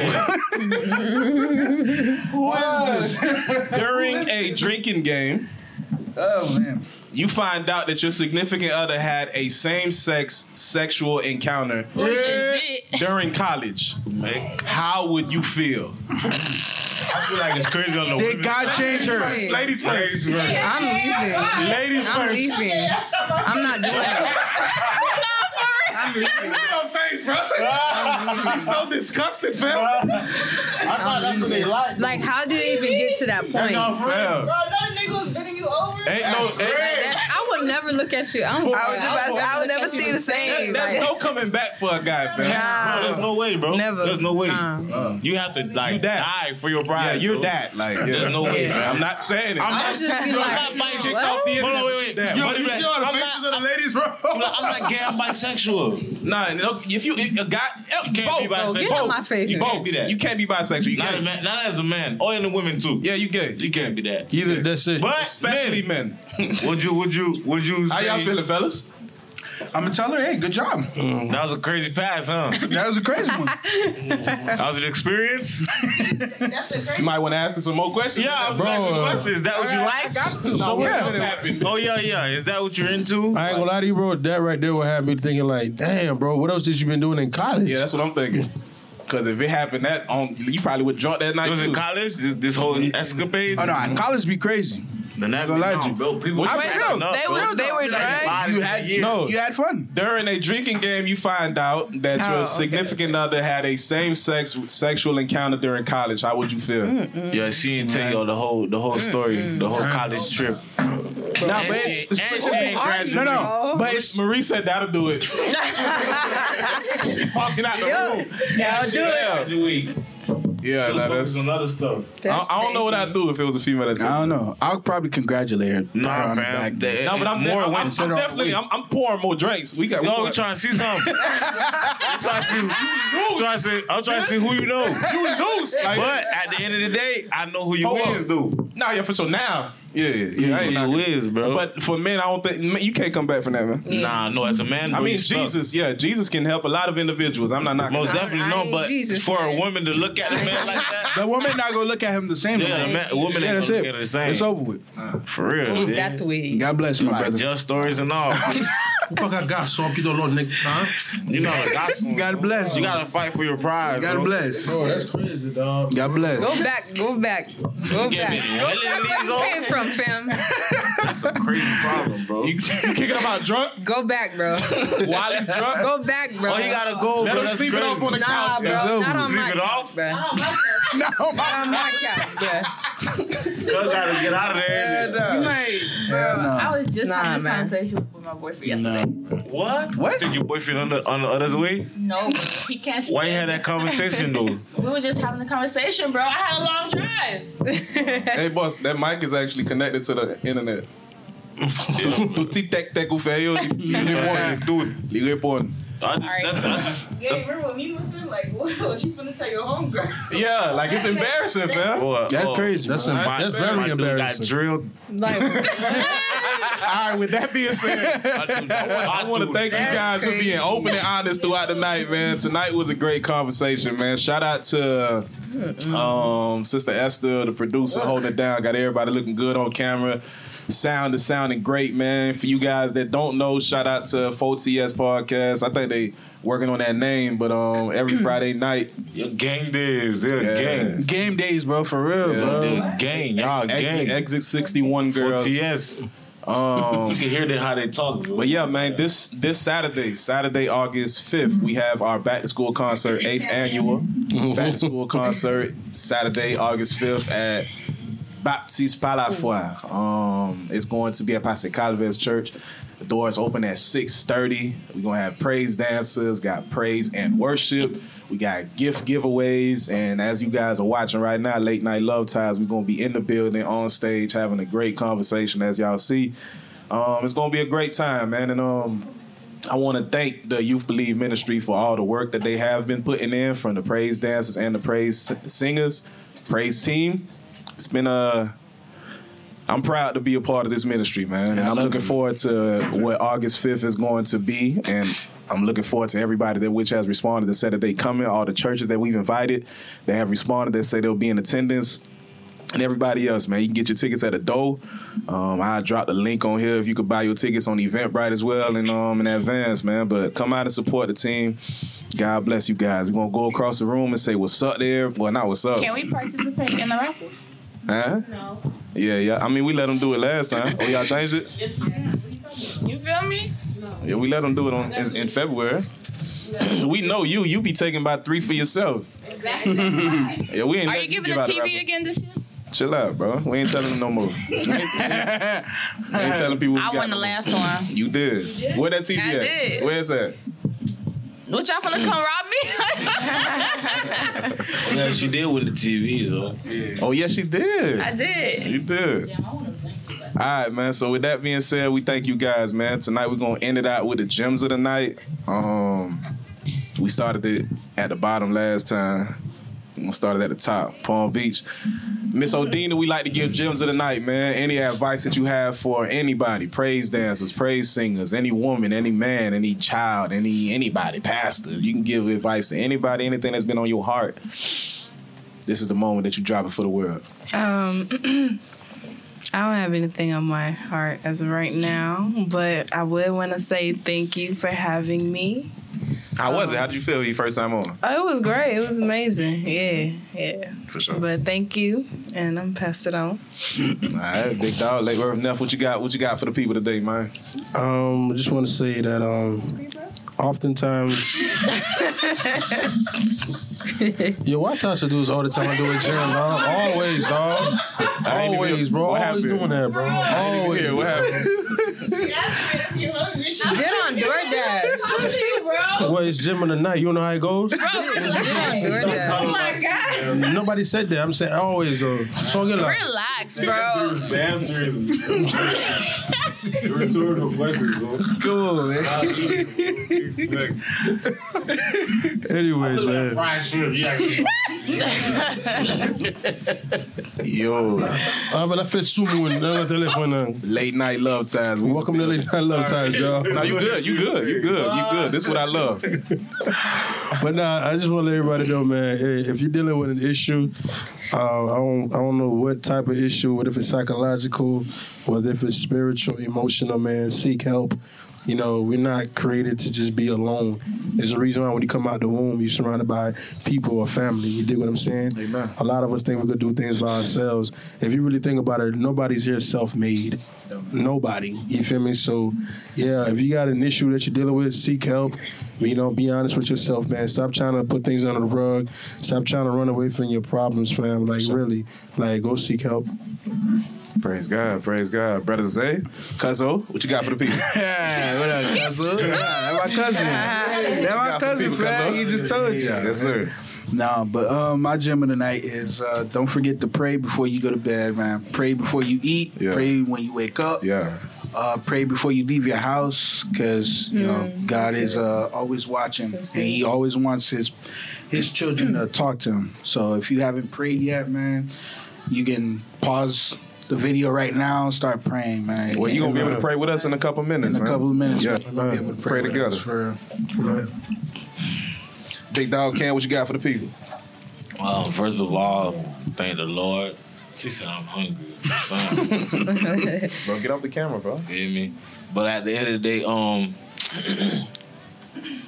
[SPEAKER 1] During a drinking game,
[SPEAKER 24] oh man,
[SPEAKER 1] you find out that your significant other had a same-sex sexual encounter
[SPEAKER 6] Which is it.
[SPEAKER 1] during college.
[SPEAKER 8] Man,
[SPEAKER 1] How would you feel?
[SPEAKER 8] I feel like it's crazy on the
[SPEAKER 24] they
[SPEAKER 8] women.
[SPEAKER 24] got changed her.
[SPEAKER 1] Ladies first.
[SPEAKER 7] I'm leaving.
[SPEAKER 1] Ladies
[SPEAKER 7] I'm
[SPEAKER 1] first.
[SPEAKER 7] leaving. I'm not doing it. I'm leaving.
[SPEAKER 1] Your face, bro. She's so disgusted, fam.
[SPEAKER 8] I thought that's what they like.
[SPEAKER 7] Like, how do they even get to that point?
[SPEAKER 8] Y'all friends.
[SPEAKER 1] Ain't no, ain't,
[SPEAKER 25] I would never look at you. I'm
[SPEAKER 7] I was
[SPEAKER 25] sorry.
[SPEAKER 7] just about to say, I would never
[SPEAKER 25] think
[SPEAKER 7] see
[SPEAKER 25] you
[SPEAKER 7] the
[SPEAKER 25] was
[SPEAKER 7] same.
[SPEAKER 1] there's
[SPEAKER 7] like,
[SPEAKER 1] no coming back for a guy, fam.
[SPEAKER 8] Bro, there's no way, bro.
[SPEAKER 7] Never.
[SPEAKER 8] There's no way.
[SPEAKER 7] Nah.
[SPEAKER 25] um,
[SPEAKER 8] You have to like
[SPEAKER 1] that.
[SPEAKER 8] die for your
[SPEAKER 1] Yeah,
[SPEAKER 8] bride.
[SPEAKER 1] you're
[SPEAKER 8] bro.
[SPEAKER 1] that. Like, yeah.
[SPEAKER 8] There's no way.
[SPEAKER 7] Yeah.
[SPEAKER 8] bro.
[SPEAKER 1] I'm not saying it. I'm
[SPEAKER 7] I would just be like,
[SPEAKER 8] I'm not bisexual.
[SPEAKER 1] kicked off the internet.
[SPEAKER 8] Hold on, wait, wait.
[SPEAKER 1] Damn,
[SPEAKER 8] Yo,
[SPEAKER 1] buddy,
[SPEAKER 8] you
[SPEAKER 1] man.
[SPEAKER 8] sure the
[SPEAKER 1] I'm
[SPEAKER 8] faces
[SPEAKER 1] not-
[SPEAKER 8] of the
[SPEAKER 1] ladies, bro.
[SPEAKER 8] I'm like, I'm like gay. I'm bisexual.
[SPEAKER 1] Nah, no, if you if a guy, you
[SPEAKER 8] can't
[SPEAKER 1] both,
[SPEAKER 8] be bisexual.
[SPEAKER 1] both.
[SPEAKER 8] Get
[SPEAKER 25] out my face.
[SPEAKER 1] You
[SPEAKER 25] You
[SPEAKER 1] both.
[SPEAKER 8] can't be that.
[SPEAKER 1] You can't be bisexual. You
[SPEAKER 8] Not, a
[SPEAKER 1] can't.
[SPEAKER 8] man, not as a man. Or in the women too.
[SPEAKER 1] Yeah, you gay.
[SPEAKER 8] You can't be that.
[SPEAKER 5] Either that's it.
[SPEAKER 8] But
[SPEAKER 1] Especially men.
[SPEAKER 8] men, would you? Would you? Would you?
[SPEAKER 1] How
[SPEAKER 8] Say,
[SPEAKER 1] y'all feeling, fellas?
[SPEAKER 24] I'm gonna tell her, hey, good job.
[SPEAKER 8] That was a crazy pass, huh?
[SPEAKER 24] That was a crazy one.
[SPEAKER 8] that was an experience.
[SPEAKER 1] You might want to ask me some more questions.
[SPEAKER 8] Yeah, I'm
[SPEAKER 5] Bro.
[SPEAKER 8] asking questions. Is that what you like?
[SPEAKER 1] So what
[SPEAKER 24] yeah.
[SPEAKER 1] else happened?
[SPEAKER 8] Oh yeah, yeah. Is that what you're into?
[SPEAKER 5] I ain't gonna lie to you, bro. That right there would have me thinking like, damn, bro, what else did you been doing in college?
[SPEAKER 1] Yeah, that's what I'm thinking. Because if it happened that on, you probably would drunk that night
[SPEAKER 8] It was
[SPEAKER 1] too.
[SPEAKER 8] in college. This, this whole escapade.
[SPEAKER 24] Oh no, college be crazy.
[SPEAKER 8] Then that
[SPEAKER 24] gonna lie to you.
[SPEAKER 8] bro. People,
[SPEAKER 1] What-
[SPEAKER 7] wait,
[SPEAKER 24] Still,
[SPEAKER 7] they, was, they were dragged.
[SPEAKER 24] You had
[SPEAKER 8] no.
[SPEAKER 1] no,
[SPEAKER 24] You had fun.
[SPEAKER 1] during a drinking game, you find out that
[SPEAKER 7] Oh,
[SPEAKER 1] your
[SPEAKER 7] okay.
[SPEAKER 1] significant other had a same-sex sexual encounter during college. How would you feel?
[SPEAKER 7] Mm.
[SPEAKER 8] Yeah, she didn't tell y'all the whole the whole story, the whole college trip.
[SPEAKER 24] No, but
[SPEAKER 8] And
[SPEAKER 24] it's,
[SPEAKER 8] she- and she ain't
[SPEAKER 24] no,
[SPEAKER 8] graduated.
[SPEAKER 24] no,
[SPEAKER 7] Oh.
[SPEAKER 24] but it's
[SPEAKER 1] Marie said that'll do it. she walking out the
[SPEAKER 7] Yo,
[SPEAKER 1] room. That'll do
[SPEAKER 8] Graduate.
[SPEAKER 1] Yeah, nah, that's. I,
[SPEAKER 8] other stuff.
[SPEAKER 25] That's
[SPEAKER 1] I don't know what
[SPEAKER 25] crazy.
[SPEAKER 1] I'd do if it was a female that took
[SPEAKER 24] I
[SPEAKER 1] it.
[SPEAKER 24] don't know. I'll probably congratulate her.
[SPEAKER 8] Nah, fam.
[SPEAKER 24] Back.
[SPEAKER 8] That,
[SPEAKER 1] No, but I'm,
[SPEAKER 8] more
[SPEAKER 1] I'm, I'm,
[SPEAKER 8] women.
[SPEAKER 1] I'm definitely I'm, I'm pouring more drinks. We got.
[SPEAKER 8] Yo,
[SPEAKER 1] we
[SPEAKER 8] we trying to see something. I'm trying to see. I'm trying to see. I'm trying to see who you know.
[SPEAKER 1] you loose. Like,
[SPEAKER 8] But at the end of the day, I know who you
[SPEAKER 1] Hold
[SPEAKER 8] is, dude.
[SPEAKER 1] Nah, yeah, for sure. Now, yeah, yeah, yeah. I ain't
[SPEAKER 8] Who you
[SPEAKER 1] knocking.
[SPEAKER 8] is, bro?
[SPEAKER 1] But for men, I don't think man, you can't come back from that, man.
[SPEAKER 8] nah, no, as a man,
[SPEAKER 1] I
[SPEAKER 8] bro,
[SPEAKER 1] mean,
[SPEAKER 8] you stuck.
[SPEAKER 1] Jesus, yeah, Jesus can help a lot of individuals. I'm not knocking.
[SPEAKER 8] Most
[SPEAKER 1] that.
[SPEAKER 8] definitely
[SPEAKER 25] I
[SPEAKER 8] no,
[SPEAKER 25] ain't
[SPEAKER 8] but
[SPEAKER 25] Jesus,
[SPEAKER 8] for a
[SPEAKER 25] man.
[SPEAKER 8] woman to look at a man like that,
[SPEAKER 24] The woman not gonna look at him the same. no
[SPEAKER 8] yeah,
[SPEAKER 24] more.
[SPEAKER 8] the man, a woman
[SPEAKER 24] Yeah,
[SPEAKER 8] ain't
[SPEAKER 24] that's
[SPEAKER 8] gonna look at her the
[SPEAKER 24] it.
[SPEAKER 8] same.
[SPEAKER 24] It's over with.
[SPEAKER 8] For real, dude.
[SPEAKER 25] That way.
[SPEAKER 24] God bless my
[SPEAKER 8] like
[SPEAKER 24] brother.
[SPEAKER 8] just stories and all.
[SPEAKER 5] Fuck, I got so aqui do lado, nigga. Huh?
[SPEAKER 8] You know, the gospel.
[SPEAKER 24] God bless
[SPEAKER 8] You
[SPEAKER 24] you.
[SPEAKER 8] gotta fight for your pride.
[SPEAKER 24] God
[SPEAKER 8] bro.
[SPEAKER 24] bless.
[SPEAKER 5] Bro, that's crazy, dog.
[SPEAKER 24] God bless.
[SPEAKER 25] Go back. Go back. Go
[SPEAKER 8] Give
[SPEAKER 25] back.
[SPEAKER 8] me
[SPEAKER 25] Go
[SPEAKER 8] Helen
[SPEAKER 25] back where you
[SPEAKER 8] Lizzo.
[SPEAKER 25] came from, fam.
[SPEAKER 8] That's a crazy problem, bro.
[SPEAKER 1] You, you kicking him out drunk?
[SPEAKER 25] Go back, bro.
[SPEAKER 1] While he's drunk?
[SPEAKER 25] Go back, bro.
[SPEAKER 8] Oh, you gotta go.
[SPEAKER 1] Let
[SPEAKER 8] bro.
[SPEAKER 1] him
[SPEAKER 8] That's
[SPEAKER 1] sleep it
[SPEAKER 8] crazy.
[SPEAKER 1] off on the
[SPEAKER 25] nah,
[SPEAKER 1] couch.
[SPEAKER 25] bro.
[SPEAKER 1] It's over.
[SPEAKER 25] Not on
[SPEAKER 8] Sleep
[SPEAKER 25] my
[SPEAKER 8] it
[SPEAKER 25] couch,
[SPEAKER 8] off?
[SPEAKER 25] bro. Not
[SPEAKER 24] No,
[SPEAKER 25] on my couch, bro.
[SPEAKER 8] Cuz gotta get out of there.
[SPEAKER 25] Right.
[SPEAKER 24] Hell no.
[SPEAKER 14] I was just
[SPEAKER 25] Nah,
[SPEAKER 14] having this
[SPEAKER 25] man.
[SPEAKER 14] conversation with my boyfriend yesterday.
[SPEAKER 8] What?
[SPEAKER 24] What?
[SPEAKER 8] Did your boyfriend on the on the other way?
[SPEAKER 14] No, he can't. Stand
[SPEAKER 8] Why you had that conversation though?
[SPEAKER 14] We were just having a conversation, bro. I had a long drive.
[SPEAKER 1] Hey, boss, that mic is actually connected to the internet. Tu ti tec tec ou fe yo, li repon.
[SPEAKER 8] Dude,
[SPEAKER 1] Li repon.
[SPEAKER 8] I just, that's, that's just,
[SPEAKER 14] Yeah, remember when we was in, like, what, what you finna tell your homegirl?
[SPEAKER 1] Yeah, like it's embarrassing, fam.
[SPEAKER 8] boy,
[SPEAKER 5] That's
[SPEAKER 8] oh,
[SPEAKER 5] crazy. That's,
[SPEAKER 1] man.
[SPEAKER 8] My,
[SPEAKER 5] that's
[SPEAKER 8] my
[SPEAKER 5] very
[SPEAKER 8] dude Got
[SPEAKER 5] embarrassing.
[SPEAKER 8] drilled.
[SPEAKER 25] Like,
[SPEAKER 1] All right, with that being said,
[SPEAKER 8] My dude- my
[SPEAKER 1] I want to
[SPEAKER 8] dude-
[SPEAKER 1] thank you
[SPEAKER 25] That's
[SPEAKER 1] guys for
[SPEAKER 25] crazy.
[SPEAKER 1] being open and honest throughout the night, man. Tonight was a great conversation, man. Shout out to um, Sister Esther, the producer, holding it down. Got everybody looking good on camera. Sound is sounding great, man. For you guys that don't know, shout out to 4TS Podcast. I think they working on that name, but um, every Friday night,
[SPEAKER 8] Your gang days. They're
[SPEAKER 1] Yeah.
[SPEAKER 8] a gang.
[SPEAKER 3] Game days, bro, for real,
[SPEAKER 1] Yeah.
[SPEAKER 3] bro.
[SPEAKER 8] They're a gang. Y'all a
[SPEAKER 1] Exit,
[SPEAKER 8] gang.
[SPEAKER 1] exit 61 girls.
[SPEAKER 8] Yes.
[SPEAKER 1] Um,
[SPEAKER 8] You can hear that how they talk. bro.
[SPEAKER 1] But yeah, man, this this Saturday, Saturday, August 5th, we have our back to school concert, eighth annual back to school concert, Saturday, August 5th at Baptiste Palafoy. Um, it's going to be at Pastor Calvez Church. The doors open at 6.30. We're going to have praise dancers, got praise and worship. We got gift giveaways. And as you guys are watching right now, Late Night Love Ties, we're going to be in the building, on stage, having a great conversation, as y'all see. Um, it's gonna be a great time, man, and um, I want to thank the Youth Believe Ministry for all the work that they have been putting in, from the praise dancers and the praise s- singers, praise team. It's been a I'm proud to be a part of this ministry, man, and I'm looking forward to what August 5th is going to be, and I'm looking forward to everybody that which has responded and said that they coming, all the churches that we've invited that have responded that say they'll be in attendance and everybody else, man. You can get your tickets at the door. Um, I drop the link on here if you could buy your tickets on Eventbrite as well and um in advance, man. But come out and support the team. God bless you guys. We're gonna go across the room and say what's up there. Well, not what's up.
[SPEAKER 14] Can we participate in the raffle?
[SPEAKER 1] Huh?
[SPEAKER 14] No.
[SPEAKER 1] Yeah, yeah. I mean, we let them do it last time. Oh, y'all changed it?
[SPEAKER 14] Yes, ma'am. You feel me?
[SPEAKER 1] Yeah, we let them do it on in, in February. we know you. You be taking about three for yourself.
[SPEAKER 14] Exactly.
[SPEAKER 1] Yeah, we ain't.
[SPEAKER 6] Are
[SPEAKER 1] letting
[SPEAKER 6] you giving
[SPEAKER 1] give
[SPEAKER 6] a
[SPEAKER 1] out raffle.
[SPEAKER 6] TV again this year?
[SPEAKER 1] Chill out, bro. We ain't telling them no more. we ain't, we ain't telling people. We
[SPEAKER 6] I
[SPEAKER 1] got
[SPEAKER 6] won the
[SPEAKER 1] no more.
[SPEAKER 6] last one.
[SPEAKER 1] You did. Where that TV
[SPEAKER 6] I
[SPEAKER 1] at?
[SPEAKER 6] did.
[SPEAKER 1] Where's that?
[SPEAKER 6] What y'all finna come rob me?
[SPEAKER 8] Yeah, she did with the TV, though.
[SPEAKER 1] Oh yeah, she did.
[SPEAKER 6] I did.
[SPEAKER 1] you did. All right, man. So with that being said, we thank you guys, man. Tonight we're gonna end it out with the gems of the night. Um, we started it at the bottom last time. We're gonna start it at the top, Palm Beach. Miss Odina, we like to give gems of the night, man. Any advice that you have for anybody, praise dancers, praise singers, any woman, any man, any child, any anybody, pastors. You can give advice to anybody, anything that's been on your heart. This is the moment that you drop it for the world.
[SPEAKER 7] Um, I don't have anything on my heart as of right now, but I would want to say thank you for having me.
[SPEAKER 1] How was it? How did you feel your first time on?
[SPEAKER 7] Oh, it was great. It was amazing. Yeah, yeah.
[SPEAKER 1] For sure.
[SPEAKER 7] But thank you, and I'm pass it
[SPEAKER 1] All
[SPEAKER 7] on.
[SPEAKER 1] right, big dog, late Earth Neff, what you got? What you got for the people today, man?
[SPEAKER 5] Um, I just want to say that um, oftentimes. Yo, why Tasha do this all the time? I do it, Jim, dog. Always, dog.
[SPEAKER 1] ain't even-
[SPEAKER 5] Always, bro.
[SPEAKER 1] what
[SPEAKER 5] Always
[SPEAKER 1] happened?
[SPEAKER 5] doing that, bro. Always.
[SPEAKER 1] Yeah, what happened?
[SPEAKER 25] Get on DoorDash.
[SPEAKER 5] Well, it's Jim in the night. You know how it goes.
[SPEAKER 25] Get on DoorDash.
[SPEAKER 14] my God.
[SPEAKER 5] Nobody said that. I'm saying always, though. So get like,
[SPEAKER 6] Relax, bro.
[SPEAKER 8] The answer is the rhetorical questions, though.
[SPEAKER 5] cool. Anyways, man.
[SPEAKER 1] Yo,
[SPEAKER 5] Ah, but I feel sumo in the telephone. now.
[SPEAKER 1] late night love times. We-
[SPEAKER 5] Welcome to Late Night Love Times, y'all.
[SPEAKER 1] No, you good. You good. You good. You good. This is what I love.
[SPEAKER 5] But nah, I just want to let everybody know, man. hey, If you're dealing with an issue, uh, I don't, I don't know what type of issue. What if it's psychological, whether if it's spiritual, emotional, man. Seek help. You know, we're not created to just be alone. There's a reason why when you come out the womb, you're surrounded by people or family. You dig what I'm saying?
[SPEAKER 1] Amen.
[SPEAKER 5] A lot of us think we could do things by ourselves. If you really think about it, nobody's here self-made. nobody. You feel me? So, yeah, if you got an issue that you're dealing with, seek help. You know, be honest with yourself, man. Stop trying to put things under the rug. Stop trying to run away from your problems, fam. Like really, like go seek help.
[SPEAKER 1] Praise God, praise God, brother Zay, Cuzzo, what you got for the people?
[SPEAKER 26] yeah, what up, cousin? Yeah, that's my cousin. That's my cousin, fam. He just told you.
[SPEAKER 1] Yes, sir.
[SPEAKER 3] Nah, but um, my gem of the night is uh, don't forget to pray before you go to bed, man. Pray before you eat.
[SPEAKER 1] Yeah.
[SPEAKER 3] Pray when you wake up.
[SPEAKER 1] Yeah.
[SPEAKER 3] Uh, pray before you leave your house, because you know God is uh, always watching, and He always wants His His children to talk to Him. So if you haven't prayed yet, man, you can pause the video right now and start praying, man.
[SPEAKER 1] Well, you gonna be able to pray with us in a couple minutes.
[SPEAKER 3] in a
[SPEAKER 1] man.
[SPEAKER 3] couple of minutes.
[SPEAKER 1] Yeah,
[SPEAKER 3] man, you'll be able to
[SPEAKER 1] pray
[SPEAKER 3] with
[SPEAKER 1] together.
[SPEAKER 3] us For,
[SPEAKER 1] Big dog can, what you got for the people?
[SPEAKER 8] Well, Um, first of all, thank the Lord. She said I'm hungry. Fine.
[SPEAKER 1] Bro, get off the camera, bro.
[SPEAKER 8] You hear me? But at the end of the day, um,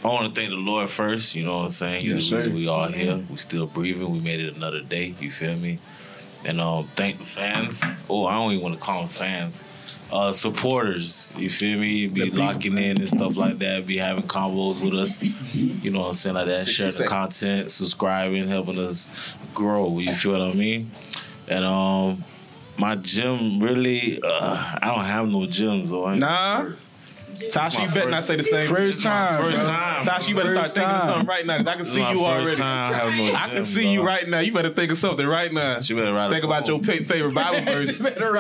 [SPEAKER 8] I want to thank the Lord first. You know what I'm saying?
[SPEAKER 1] Yes,
[SPEAKER 8] He's the reason
[SPEAKER 1] sir.
[SPEAKER 8] we all here. We still breathing. We made it another day. You feel me? And um, thank the fans. Oh, I don't even want to call them fans. Uh, supporters, you feel me? Be locking in and stuff like that. Be having combos with us, you know what I'm saying? Like that,
[SPEAKER 1] 60
[SPEAKER 8] share the
[SPEAKER 1] seconds.
[SPEAKER 8] content, subscribing, helping us grow. You feel what I mean? And um, my gym really, uh, I don't have no gyms though. I ain't-
[SPEAKER 1] Nah. Tasha, you better not say the same.
[SPEAKER 3] first time,
[SPEAKER 8] First time.
[SPEAKER 1] Tasha, you better start
[SPEAKER 3] First
[SPEAKER 1] thinking of
[SPEAKER 3] time.
[SPEAKER 1] something right now. 'cause I can
[SPEAKER 8] This is
[SPEAKER 1] see
[SPEAKER 8] my
[SPEAKER 1] you
[SPEAKER 8] first
[SPEAKER 1] already.
[SPEAKER 8] time having no
[SPEAKER 1] I
[SPEAKER 8] gym,
[SPEAKER 1] can see
[SPEAKER 8] bro.
[SPEAKER 1] you right now. You better think of something right now.
[SPEAKER 8] She better ride.
[SPEAKER 1] Think about your pa- favorite Bible verse. better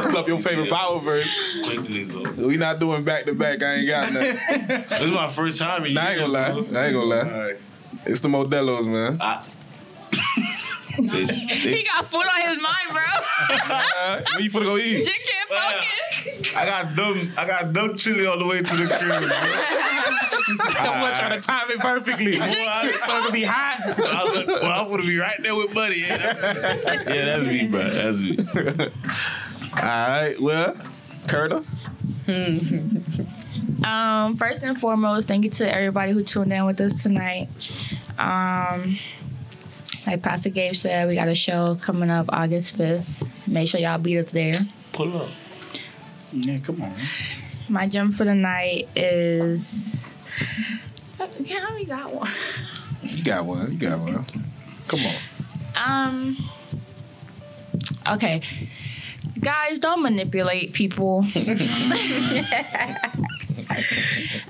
[SPEAKER 1] pull up your favorite Bible verse.
[SPEAKER 8] This
[SPEAKER 1] We not doing back to back. I ain't got nothing.
[SPEAKER 8] is my first time. in
[SPEAKER 1] I ain't gonna
[SPEAKER 8] years,
[SPEAKER 1] lie. I
[SPEAKER 8] bro.
[SPEAKER 1] ain't gonna lie. It's the Modelo's, man.
[SPEAKER 8] I- They-
[SPEAKER 6] He
[SPEAKER 8] they-
[SPEAKER 6] got food on his mind, bro.
[SPEAKER 1] When you finna go eat?
[SPEAKER 6] Jig can't focus.
[SPEAKER 8] I got dumb. I got dumb chili all the way to the crib.
[SPEAKER 1] I'm gonna try to time it perfectly.
[SPEAKER 6] Jig can't focus.
[SPEAKER 1] be hot.
[SPEAKER 8] I was, well, I'm gonna be right there with Buddy. Yeah, that's- yeah, that's me, bro. That's me.
[SPEAKER 1] All right. Well, Curta.
[SPEAKER 6] Um, first and foremost, thank you to everybody who tuned in with us tonight. Um, like Pastor Gabe said, we got a show coming up August 5th. Make sure y'all beat us there.
[SPEAKER 8] Pull up.
[SPEAKER 3] yeah, come on.
[SPEAKER 6] My gem for the night is. Can I only got one?
[SPEAKER 1] You got one. You got one. Come on.
[SPEAKER 6] Um. Okay. Guys, don't manipulate people.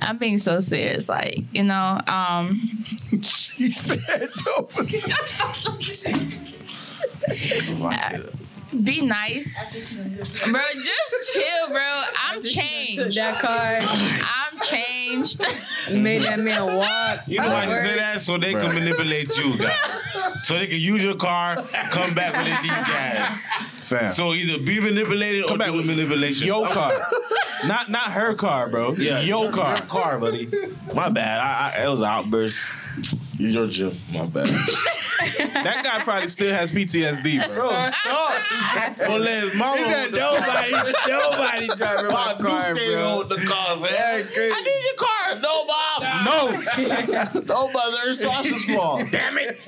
[SPEAKER 6] I'm being so serious. Like, you know, um,
[SPEAKER 1] She said, "Don't forget."
[SPEAKER 6] be nice. Bro, just chill, bro. I'm
[SPEAKER 7] Took
[SPEAKER 6] changed.
[SPEAKER 7] that card,
[SPEAKER 6] I'm changed.
[SPEAKER 7] made that man walk.
[SPEAKER 8] You know why you say that? So they can manipulate you, guys. So they can use your car, come back with it, these guys.
[SPEAKER 1] Fam.
[SPEAKER 8] So either be manipulated or
[SPEAKER 1] Come back
[SPEAKER 8] do
[SPEAKER 1] with-
[SPEAKER 8] manipulation.
[SPEAKER 1] Your car, not not her car, bro.
[SPEAKER 8] Yeah.
[SPEAKER 1] your car.
[SPEAKER 8] car, buddy. My bad. I, I, it was an outburst. It's your gym. My bad.
[SPEAKER 1] That guy probably still has PTSD, bro.
[SPEAKER 8] Don't let his mama. hold the-
[SPEAKER 26] nobody, nobody driving
[SPEAKER 8] My
[SPEAKER 26] my
[SPEAKER 8] dude
[SPEAKER 26] car,
[SPEAKER 8] can't
[SPEAKER 26] bro.
[SPEAKER 8] hold the car, man.
[SPEAKER 26] That's crazy.
[SPEAKER 8] I need your car. No, Bob. No. no, brother. It's Tasha's fault. Damn it.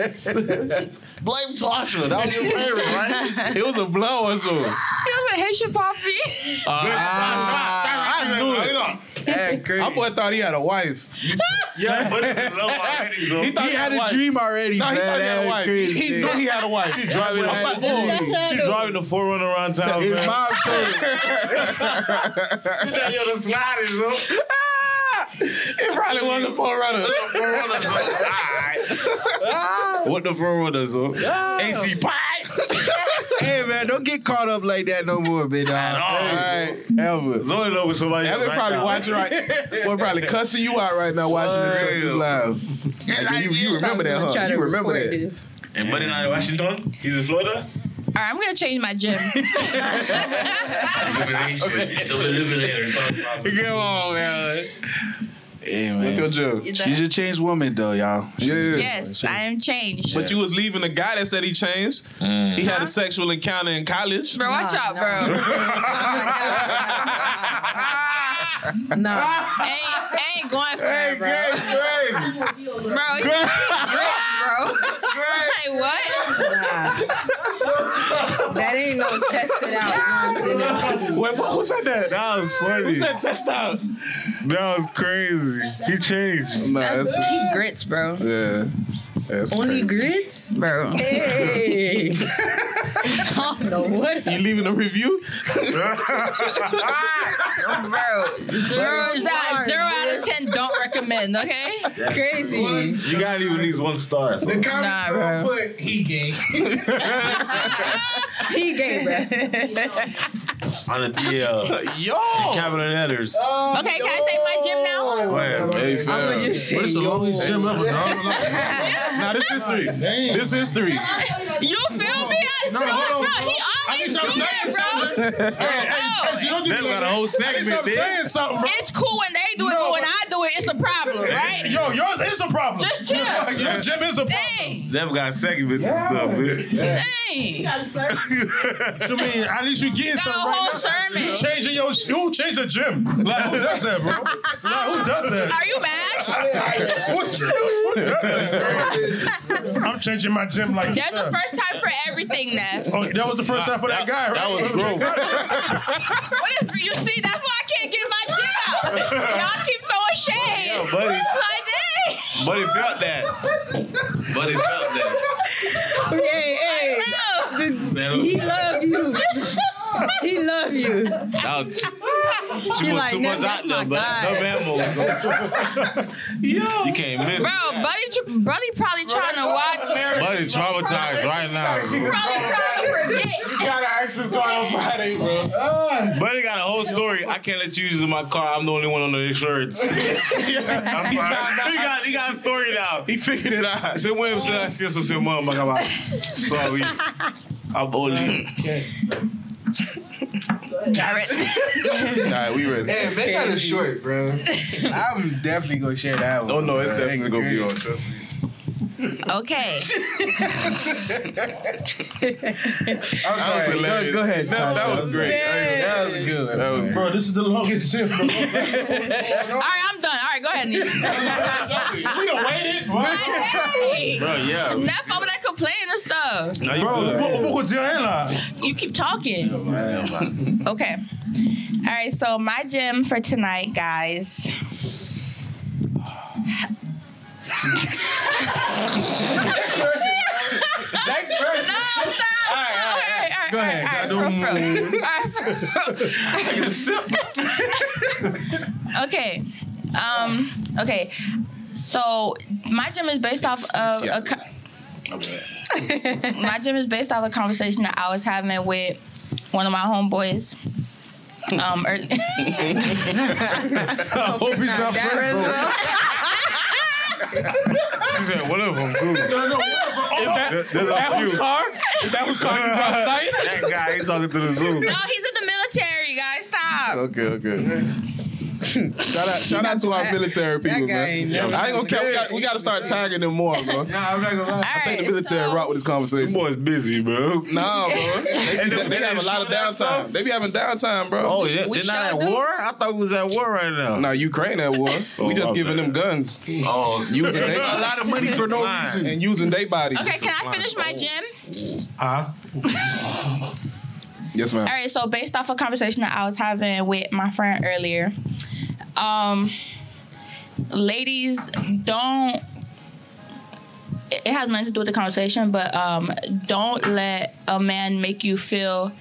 [SPEAKER 8] Blame Tasha. That was your favorite, right?
[SPEAKER 1] It was a blow or so.
[SPEAKER 6] I'm gonna hit you, Poppy.
[SPEAKER 1] I knew it.
[SPEAKER 26] That's crazy.
[SPEAKER 1] My boy thought he had a wife.
[SPEAKER 8] Yeah, but it's low already, so.
[SPEAKER 1] He thought
[SPEAKER 26] He had a
[SPEAKER 1] wife.
[SPEAKER 26] dream already,
[SPEAKER 1] No, he
[SPEAKER 26] man.
[SPEAKER 1] thought he had a
[SPEAKER 26] That's
[SPEAKER 1] wife.
[SPEAKER 26] crazy.
[SPEAKER 1] He knew he had a wife. She's
[SPEAKER 8] driving a- She's driving the forerunner around town,
[SPEAKER 26] His
[SPEAKER 8] man.
[SPEAKER 26] mom told him.
[SPEAKER 8] Yo, the slide is up.
[SPEAKER 1] It probably wasn't the forerunner.
[SPEAKER 8] Forerunners up. Alright. What the forerunners up? AC Pie.
[SPEAKER 26] Hey, man, don't get caught up like that no more, big dog.
[SPEAKER 8] all,
[SPEAKER 26] Hey,
[SPEAKER 1] Ever.
[SPEAKER 8] Oh. Zoe in love with somebody.
[SPEAKER 1] Evan
[SPEAKER 8] right
[SPEAKER 1] probably
[SPEAKER 8] now.
[SPEAKER 1] watching right. We're probably cussing you out right now watching this
[SPEAKER 8] Word.
[SPEAKER 1] live. Like, you, you remember that, huh? You remember that.
[SPEAKER 8] And Buddy not in Washington. He's in Florida.
[SPEAKER 6] All right, I'm gonna change my gym.
[SPEAKER 8] Elimination. Eliminator.
[SPEAKER 26] Come on, man. Hey,
[SPEAKER 1] What's your
[SPEAKER 26] man.
[SPEAKER 1] job?
[SPEAKER 26] She's a changed woman, though, y'all.
[SPEAKER 1] Yeah.
[SPEAKER 6] yes, I am changed.
[SPEAKER 1] But you was leaving a guy that said he changed. He had a sexual encounter in college.
[SPEAKER 6] Bro, watch out, bro.
[SPEAKER 7] Nah,
[SPEAKER 6] ain't, ain't going for that, bro. Bro, you bro. Like what?
[SPEAKER 7] that ain't no test it out.
[SPEAKER 1] Wait, what, who said that?
[SPEAKER 27] That was funny.
[SPEAKER 1] Who said test out?
[SPEAKER 27] That was crazy. He changed.
[SPEAKER 6] Nah, that's he grits, bro.
[SPEAKER 1] Yeah. That's
[SPEAKER 7] Only grits,
[SPEAKER 6] bro.
[SPEAKER 7] Hey. I don't know what.
[SPEAKER 1] You leaving a review?
[SPEAKER 6] bro, zero, is out, zero out of ten. Don't recommend. Okay.
[SPEAKER 7] That's Crazy.
[SPEAKER 27] You gotta leave at least one star. So.
[SPEAKER 5] The comments nah, bro. put he gay.
[SPEAKER 7] he gay,
[SPEAKER 8] bro. On the DL.
[SPEAKER 1] Yo.
[SPEAKER 8] Capital letters.
[SPEAKER 6] Oh, okay, yo. can I say my gym now?
[SPEAKER 27] Wait,
[SPEAKER 1] hey, fam.
[SPEAKER 7] I'm gonna just say.
[SPEAKER 28] What's the longest gym ever?
[SPEAKER 1] Now this history. This history.
[SPEAKER 6] You feel me? I, no, bro, no, bro, he always do that, bro.
[SPEAKER 1] hey, hey, Church, you don't do
[SPEAKER 8] That
[SPEAKER 1] that.
[SPEAKER 8] got a whole segment,
[SPEAKER 1] At least I'm
[SPEAKER 8] man.
[SPEAKER 1] saying something, bro.
[SPEAKER 6] It's cool when they do it,
[SPEAKER 1] No,
[SPEAKER 6] but when
[SPEAKER 1] but-
[SPEAKER 6] I do it, it's a problem, right?
[SPEAKER 1] Yo, yours is a problem.
[SPEAKER 6] Just chill.
[SPEAKER 1] Your gym is a problem.
[SPEAKER 6] Dang,
[SPEAKER 8] Never got segments and stuff, man.
[SPEAKER 6] dang.
[SPEAKER 1] What you mean? At least you getting
[SPEAKER 6] Got a
[SPEAKER 1] something right
[SPEAKER 6] whole
[SPEAKER 1] now.
[SPEAKER 6] sermon.
[SPEAKER 1] You changing your who changed the gym? Like who does that, bro? Like who does that?
[SPEAKER 6] Are you mad?
[SPEAKER 1] What you- who does that, bro? I'm changing my gym like
[SPEAKER 6] That's the
[SPEAKER 1] that.
[SPEAKER 6] first time for everything, Neff.
[SPEAKER 1] Oh, that was the first time for that, guy, right?
[SPEAKER 8] That was broke.
[SPEAKER 6] What is you see? That's why I can't get my gym out. Y'all keep throwing shade.
[SPEAKER 27] Yeah, buddy.
[SPEAKER 6] Like dang.
[SPEAKER 8] Buddy felt that. Buddy felt that.
[SPEAKER 7] Hey, hey.
[SPEAKER 6] No.
[SPEAKER 8] That
[SPEAKER 7] He
[SPEAKER 8] was,
[SPEAKER 7] love you. He love you.
[SPEAKER 8] that was too,
[SPEAKER 7] She
[SPEAKER 8] too
[SPEAKER 7] like,
[SPEAKER 8] much- too
[SPEAKER 7] "Nah,
[SPEAKER 8] much
[SPEAKER 7] that's
[SPEAKER 8] out there,
[SPEAKER 7] my
[SPEAKER 8] but
[SPEAKER 7] guy."
[SPEAKER 8] no ammo. Yo. You can't miss it.
[SPEAKER 6] Bro, buddy, tr- buddy probably trying to watch.
[SPEAKER 8] Buddy traumatized right now.
[SPEAKER 6] Probably trying to forget.
[SPEAKER 5] Got our access card on Friday, bro.
[SPEAKER 8] Buddy got a whole story. I can't let you use it in my car. I'm the only one on the insurance. I'm sorry. He got, he got a story now.
[SPEAKER 1] He figured it out.
[SPEAKER 8] Você mueve, você acha que eu sou seu mano, acabar. Sorry. I'm only.
[SPEAKER 1] All right, we ready.
[SPEAKER 5] Hey, make that a short, bro. I'm definitely gonna share that one.
[SPEAKER 1] Oh no, it's
[SPEAKER 5] bro.
[SPEAKER 1] definitely
[SPEAKER 5] That
[SPEAKER 1] gonna be
[SPEAKER 5] great.
[SPEAKER 1] on. Trust me.
[SPEAKER 6] Okay.
[SPEAKER 5] I'm sorry. Go,
[SPEAKER 1] hilarious.
[SPEAKER 5] go ahead.
[SPEAKER 1] No, that
[SPEAKER 5] Tasha.
[SPEAKER 1] was great.
[SPEAKER 5] That was good.
[SPEAKER 1] That was
[SPEAKER 28] Bro, this is the longest gym. Bro.
[SPEAKER 6] All right, I'm done. All right, go ahead.
[SPEAKER 1] We done waited.
[SPEAKER 6] Neff
[SPEAKER 8] Bro, yeah.
[SPEAKER 6] over there complaining and stuff.
[SPEAKER 8] Now you
[SPEAKER 1] Bro,
[SPEAKER 8] good.
[SPEAKER 1] what- what- what's your end line?
[SPEAKER 6] You keep talking. Okay. All right, so my gym for tonight, guys.
[SPEAKER 5] Next person.
[SPEAKER 6] Stop, stop. All right, all right, all right.
[SPEAKER 5] Go ahead.
[SPEAKER 6] All right, all right, for, for. All right, for, for.
[SPEAKER 1] Taking a sip.
[SPEAKER 6] Okay. Um, okay. So my gym is based off of a co- my gym is based off a conversation that I was having with one of my homeboys. Um, ear-
[SPEAKER 1] I hope he's not friends. Is
[SPEAKER 27] She said, one of them, cool.
[SPEAKER 1] that
[SPEAKER 27] There's a
[SPEAKER 1] that was
[SPEAKER 27] few.
[SPEAKER 1] car? Is that was car you brought tonight?
[SPEAKER 27] That guy, he's talking to the zoo.
[SPEAKER 6] no, he's in the military, guys. Stop.
[SPEAKER 1] Okay, okay. shout out, shout out to our military people,
[SPEAKER 7] guy
[SPEAKER 1] man.
[SPEAKER 7] ain't never
[SPEAKER 1] I ain't gonna care. We got, we got to start tagging them more, bro.
[SPEAKER 5] Nah, I'm not gonna lie.
[SPEAKER 6] All
[SPEAKER 1] I think
[SPEAKER 6] right,
[SPEAKER 1] the military
[SPEAKER 6] so-
[SPEAKER 1] rock with this
[SPEAKER 27] This
[SPEAKER 1] conversation.
[SPEAKER 27] boy's busy, bro.
[SPEAKER 1] Nah, bro. They, be- they have a lot of downtime. They be having downtime, bro.
[SPEAKER 8] Oh, yeah.
[SPEAKER 6] we
[SPEAKER 8] They're not
[SPEAKER 6] sure
[SPEAKER 8] at
[SPEAKER 6] do.
[SPEAKER 8] war? I thought we was at war right now.
[SPEAKER 1] Now Ukraine at war. we
[SPEAKER 8] Oh my
[SPEAKER 1] just giving
[SPEAKER 8] bad.
[SPEAKER 1] them guns,
[SPEAKER 8] Oh, you
[SPEAKER 1] using they, a lot of money for
[SPEAKER 8] no reason.
[SPEAKER 1] and using their bodies.
[SPEAKER 6] Okay, can I finish my gym?
[SPEAKER 28] Ah,
[SPEAKER 1] Yes, ma'am.
[SPEAKER 6] All right, so based off a conversation that I was having with my friend earlier, um, ladies don't. It it has nothing to do with the conversation, but um, don't let a man make you feel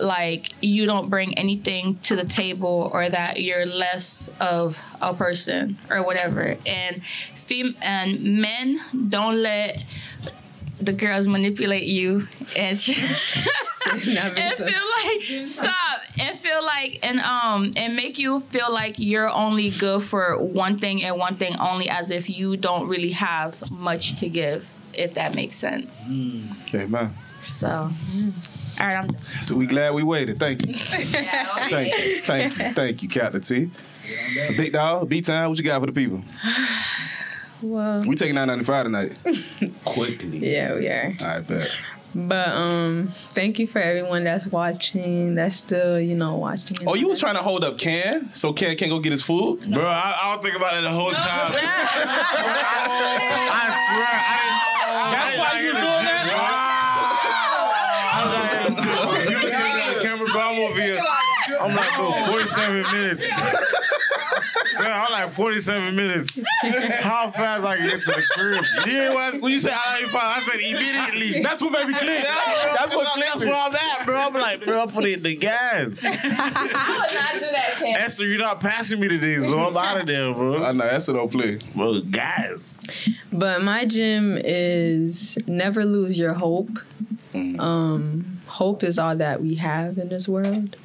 [SPEAKER 6] like you don't bring anything to the table or that you're less of a person or whatever. And fem- and men don't let the girls manipulate you and. and feel like stop and feel like and um and make you feel like you're only good for one thing and one thing only as if you don't really have much to give if that makes sense
[SPEAKER 1] Hey, man.
[SPEAKER 6] so all right i'm
[SPEAKER 1] So we glad we waited. Thank you. Thank you. Thank you. Thank you, Captain T. Big dog, B time, what you got for the people?
[SPEAKER 7] Well,
[SPEAKER 1] We taking 995 tonight.
[SPEAKER 8] quickly.
[SPEAKER 7] yeah, we are.
[SPEAKER 1] I bet.
[SPEAKER 7] But um, thank you for everyone that's watching. That's still, you know, watching.
[SPEAKER 1] Oh, you was trying to hold up Can so Can can't go get his food?
[SPEAKER 8] Bro, I, I don't think about it the whole time. I swear, I,
[SPEAKER 1] That's why you was doing
[SPEAKER 8] that? I was like, you looking at the camera, bro. I'm over here. I'm like, bro, 47 minutes. Man, I'm like 47 minutes. How fast I can get to the crib? You hear what I- when you said I ain't fast, I said immediately.
[SPEAKER 1] That's what made me click. That's what clicked
[SPEAKER 8] That's
[SPEAKER 1] me.
[SPEAKER 8] where I'm at, bro. I'm like, bro, I'm putting in the
[SPEAKER 6] I
[SPEAKER 8] gas.
[SPEAKER 6] would not do that, Ken.
[SPEAKER 8] Esther, you're not passing me today, so I'm out of there, bro.
[SPEAKER 1] I know that's a don't play.
[SPEAKER 8] Bro, guys.
[SPEAKER 7] But my gym is never lose your hope.
[SPEAKER 1] Mm.
[SPEAKER 7] Um, hope is all that we have in this world.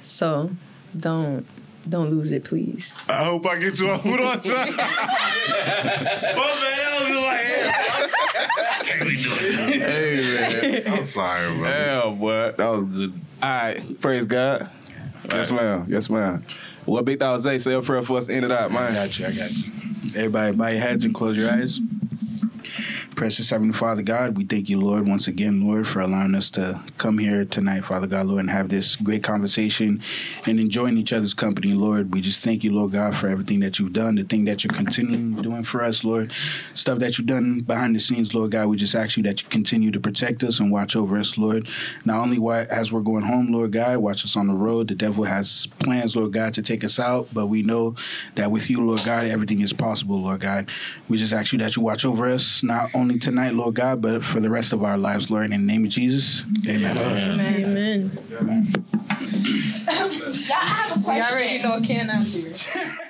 [SPEAKER 7] So don't don't lose it, please.
[SPEAKER 8] I hope I get to a hood on time. What the hell's in my head? I can't really do
[SPEAKER 1] Hey man.
[SPEAKER 8] I'm sorry, bro.
[SPEAKER 1] Damn, boy.
[SPEAKER 8] That was good.
[SPEAKER 1] All right. Praise God. Yes, ma'am. Yes, ma'am. Well, Big Dog Zay, say a prayer for us to end it out, man.
[SPEAKER 3] got you. I got you. Everybody, bow your heads and close your eyes. Precious Heavenly Father God, we thank you, Lord, once again, Lord, for allowing us to come here tonight, Father God, Lord, and have this great conversation and enjoying each other's company, Lord. We just thank you, Lord God, for everything that you've done, the thing that you're continuing doing for us, Lord. Stuff that you've done behind the scenes, Lord God, we just ask you that you continue to protect us and watch over us, Lord. Not only why, as we're going home, Lord God, watch us on the road. The devil has plans, Lord God, to take us out, but we know that with you, Lord God, everything is possible, Lord God. We just ask you that you watch over us, not only tonight, Lord God, but for the rest of our lives, Lord. In the name of Jesus, amen.
[SPEAKER 7] Amen.
[SPEAKER 6] Y'all, I have a
[SPEAKER 7] We
[SPEAKER 6] question.
[SPEAKER 7] already know Ken out here.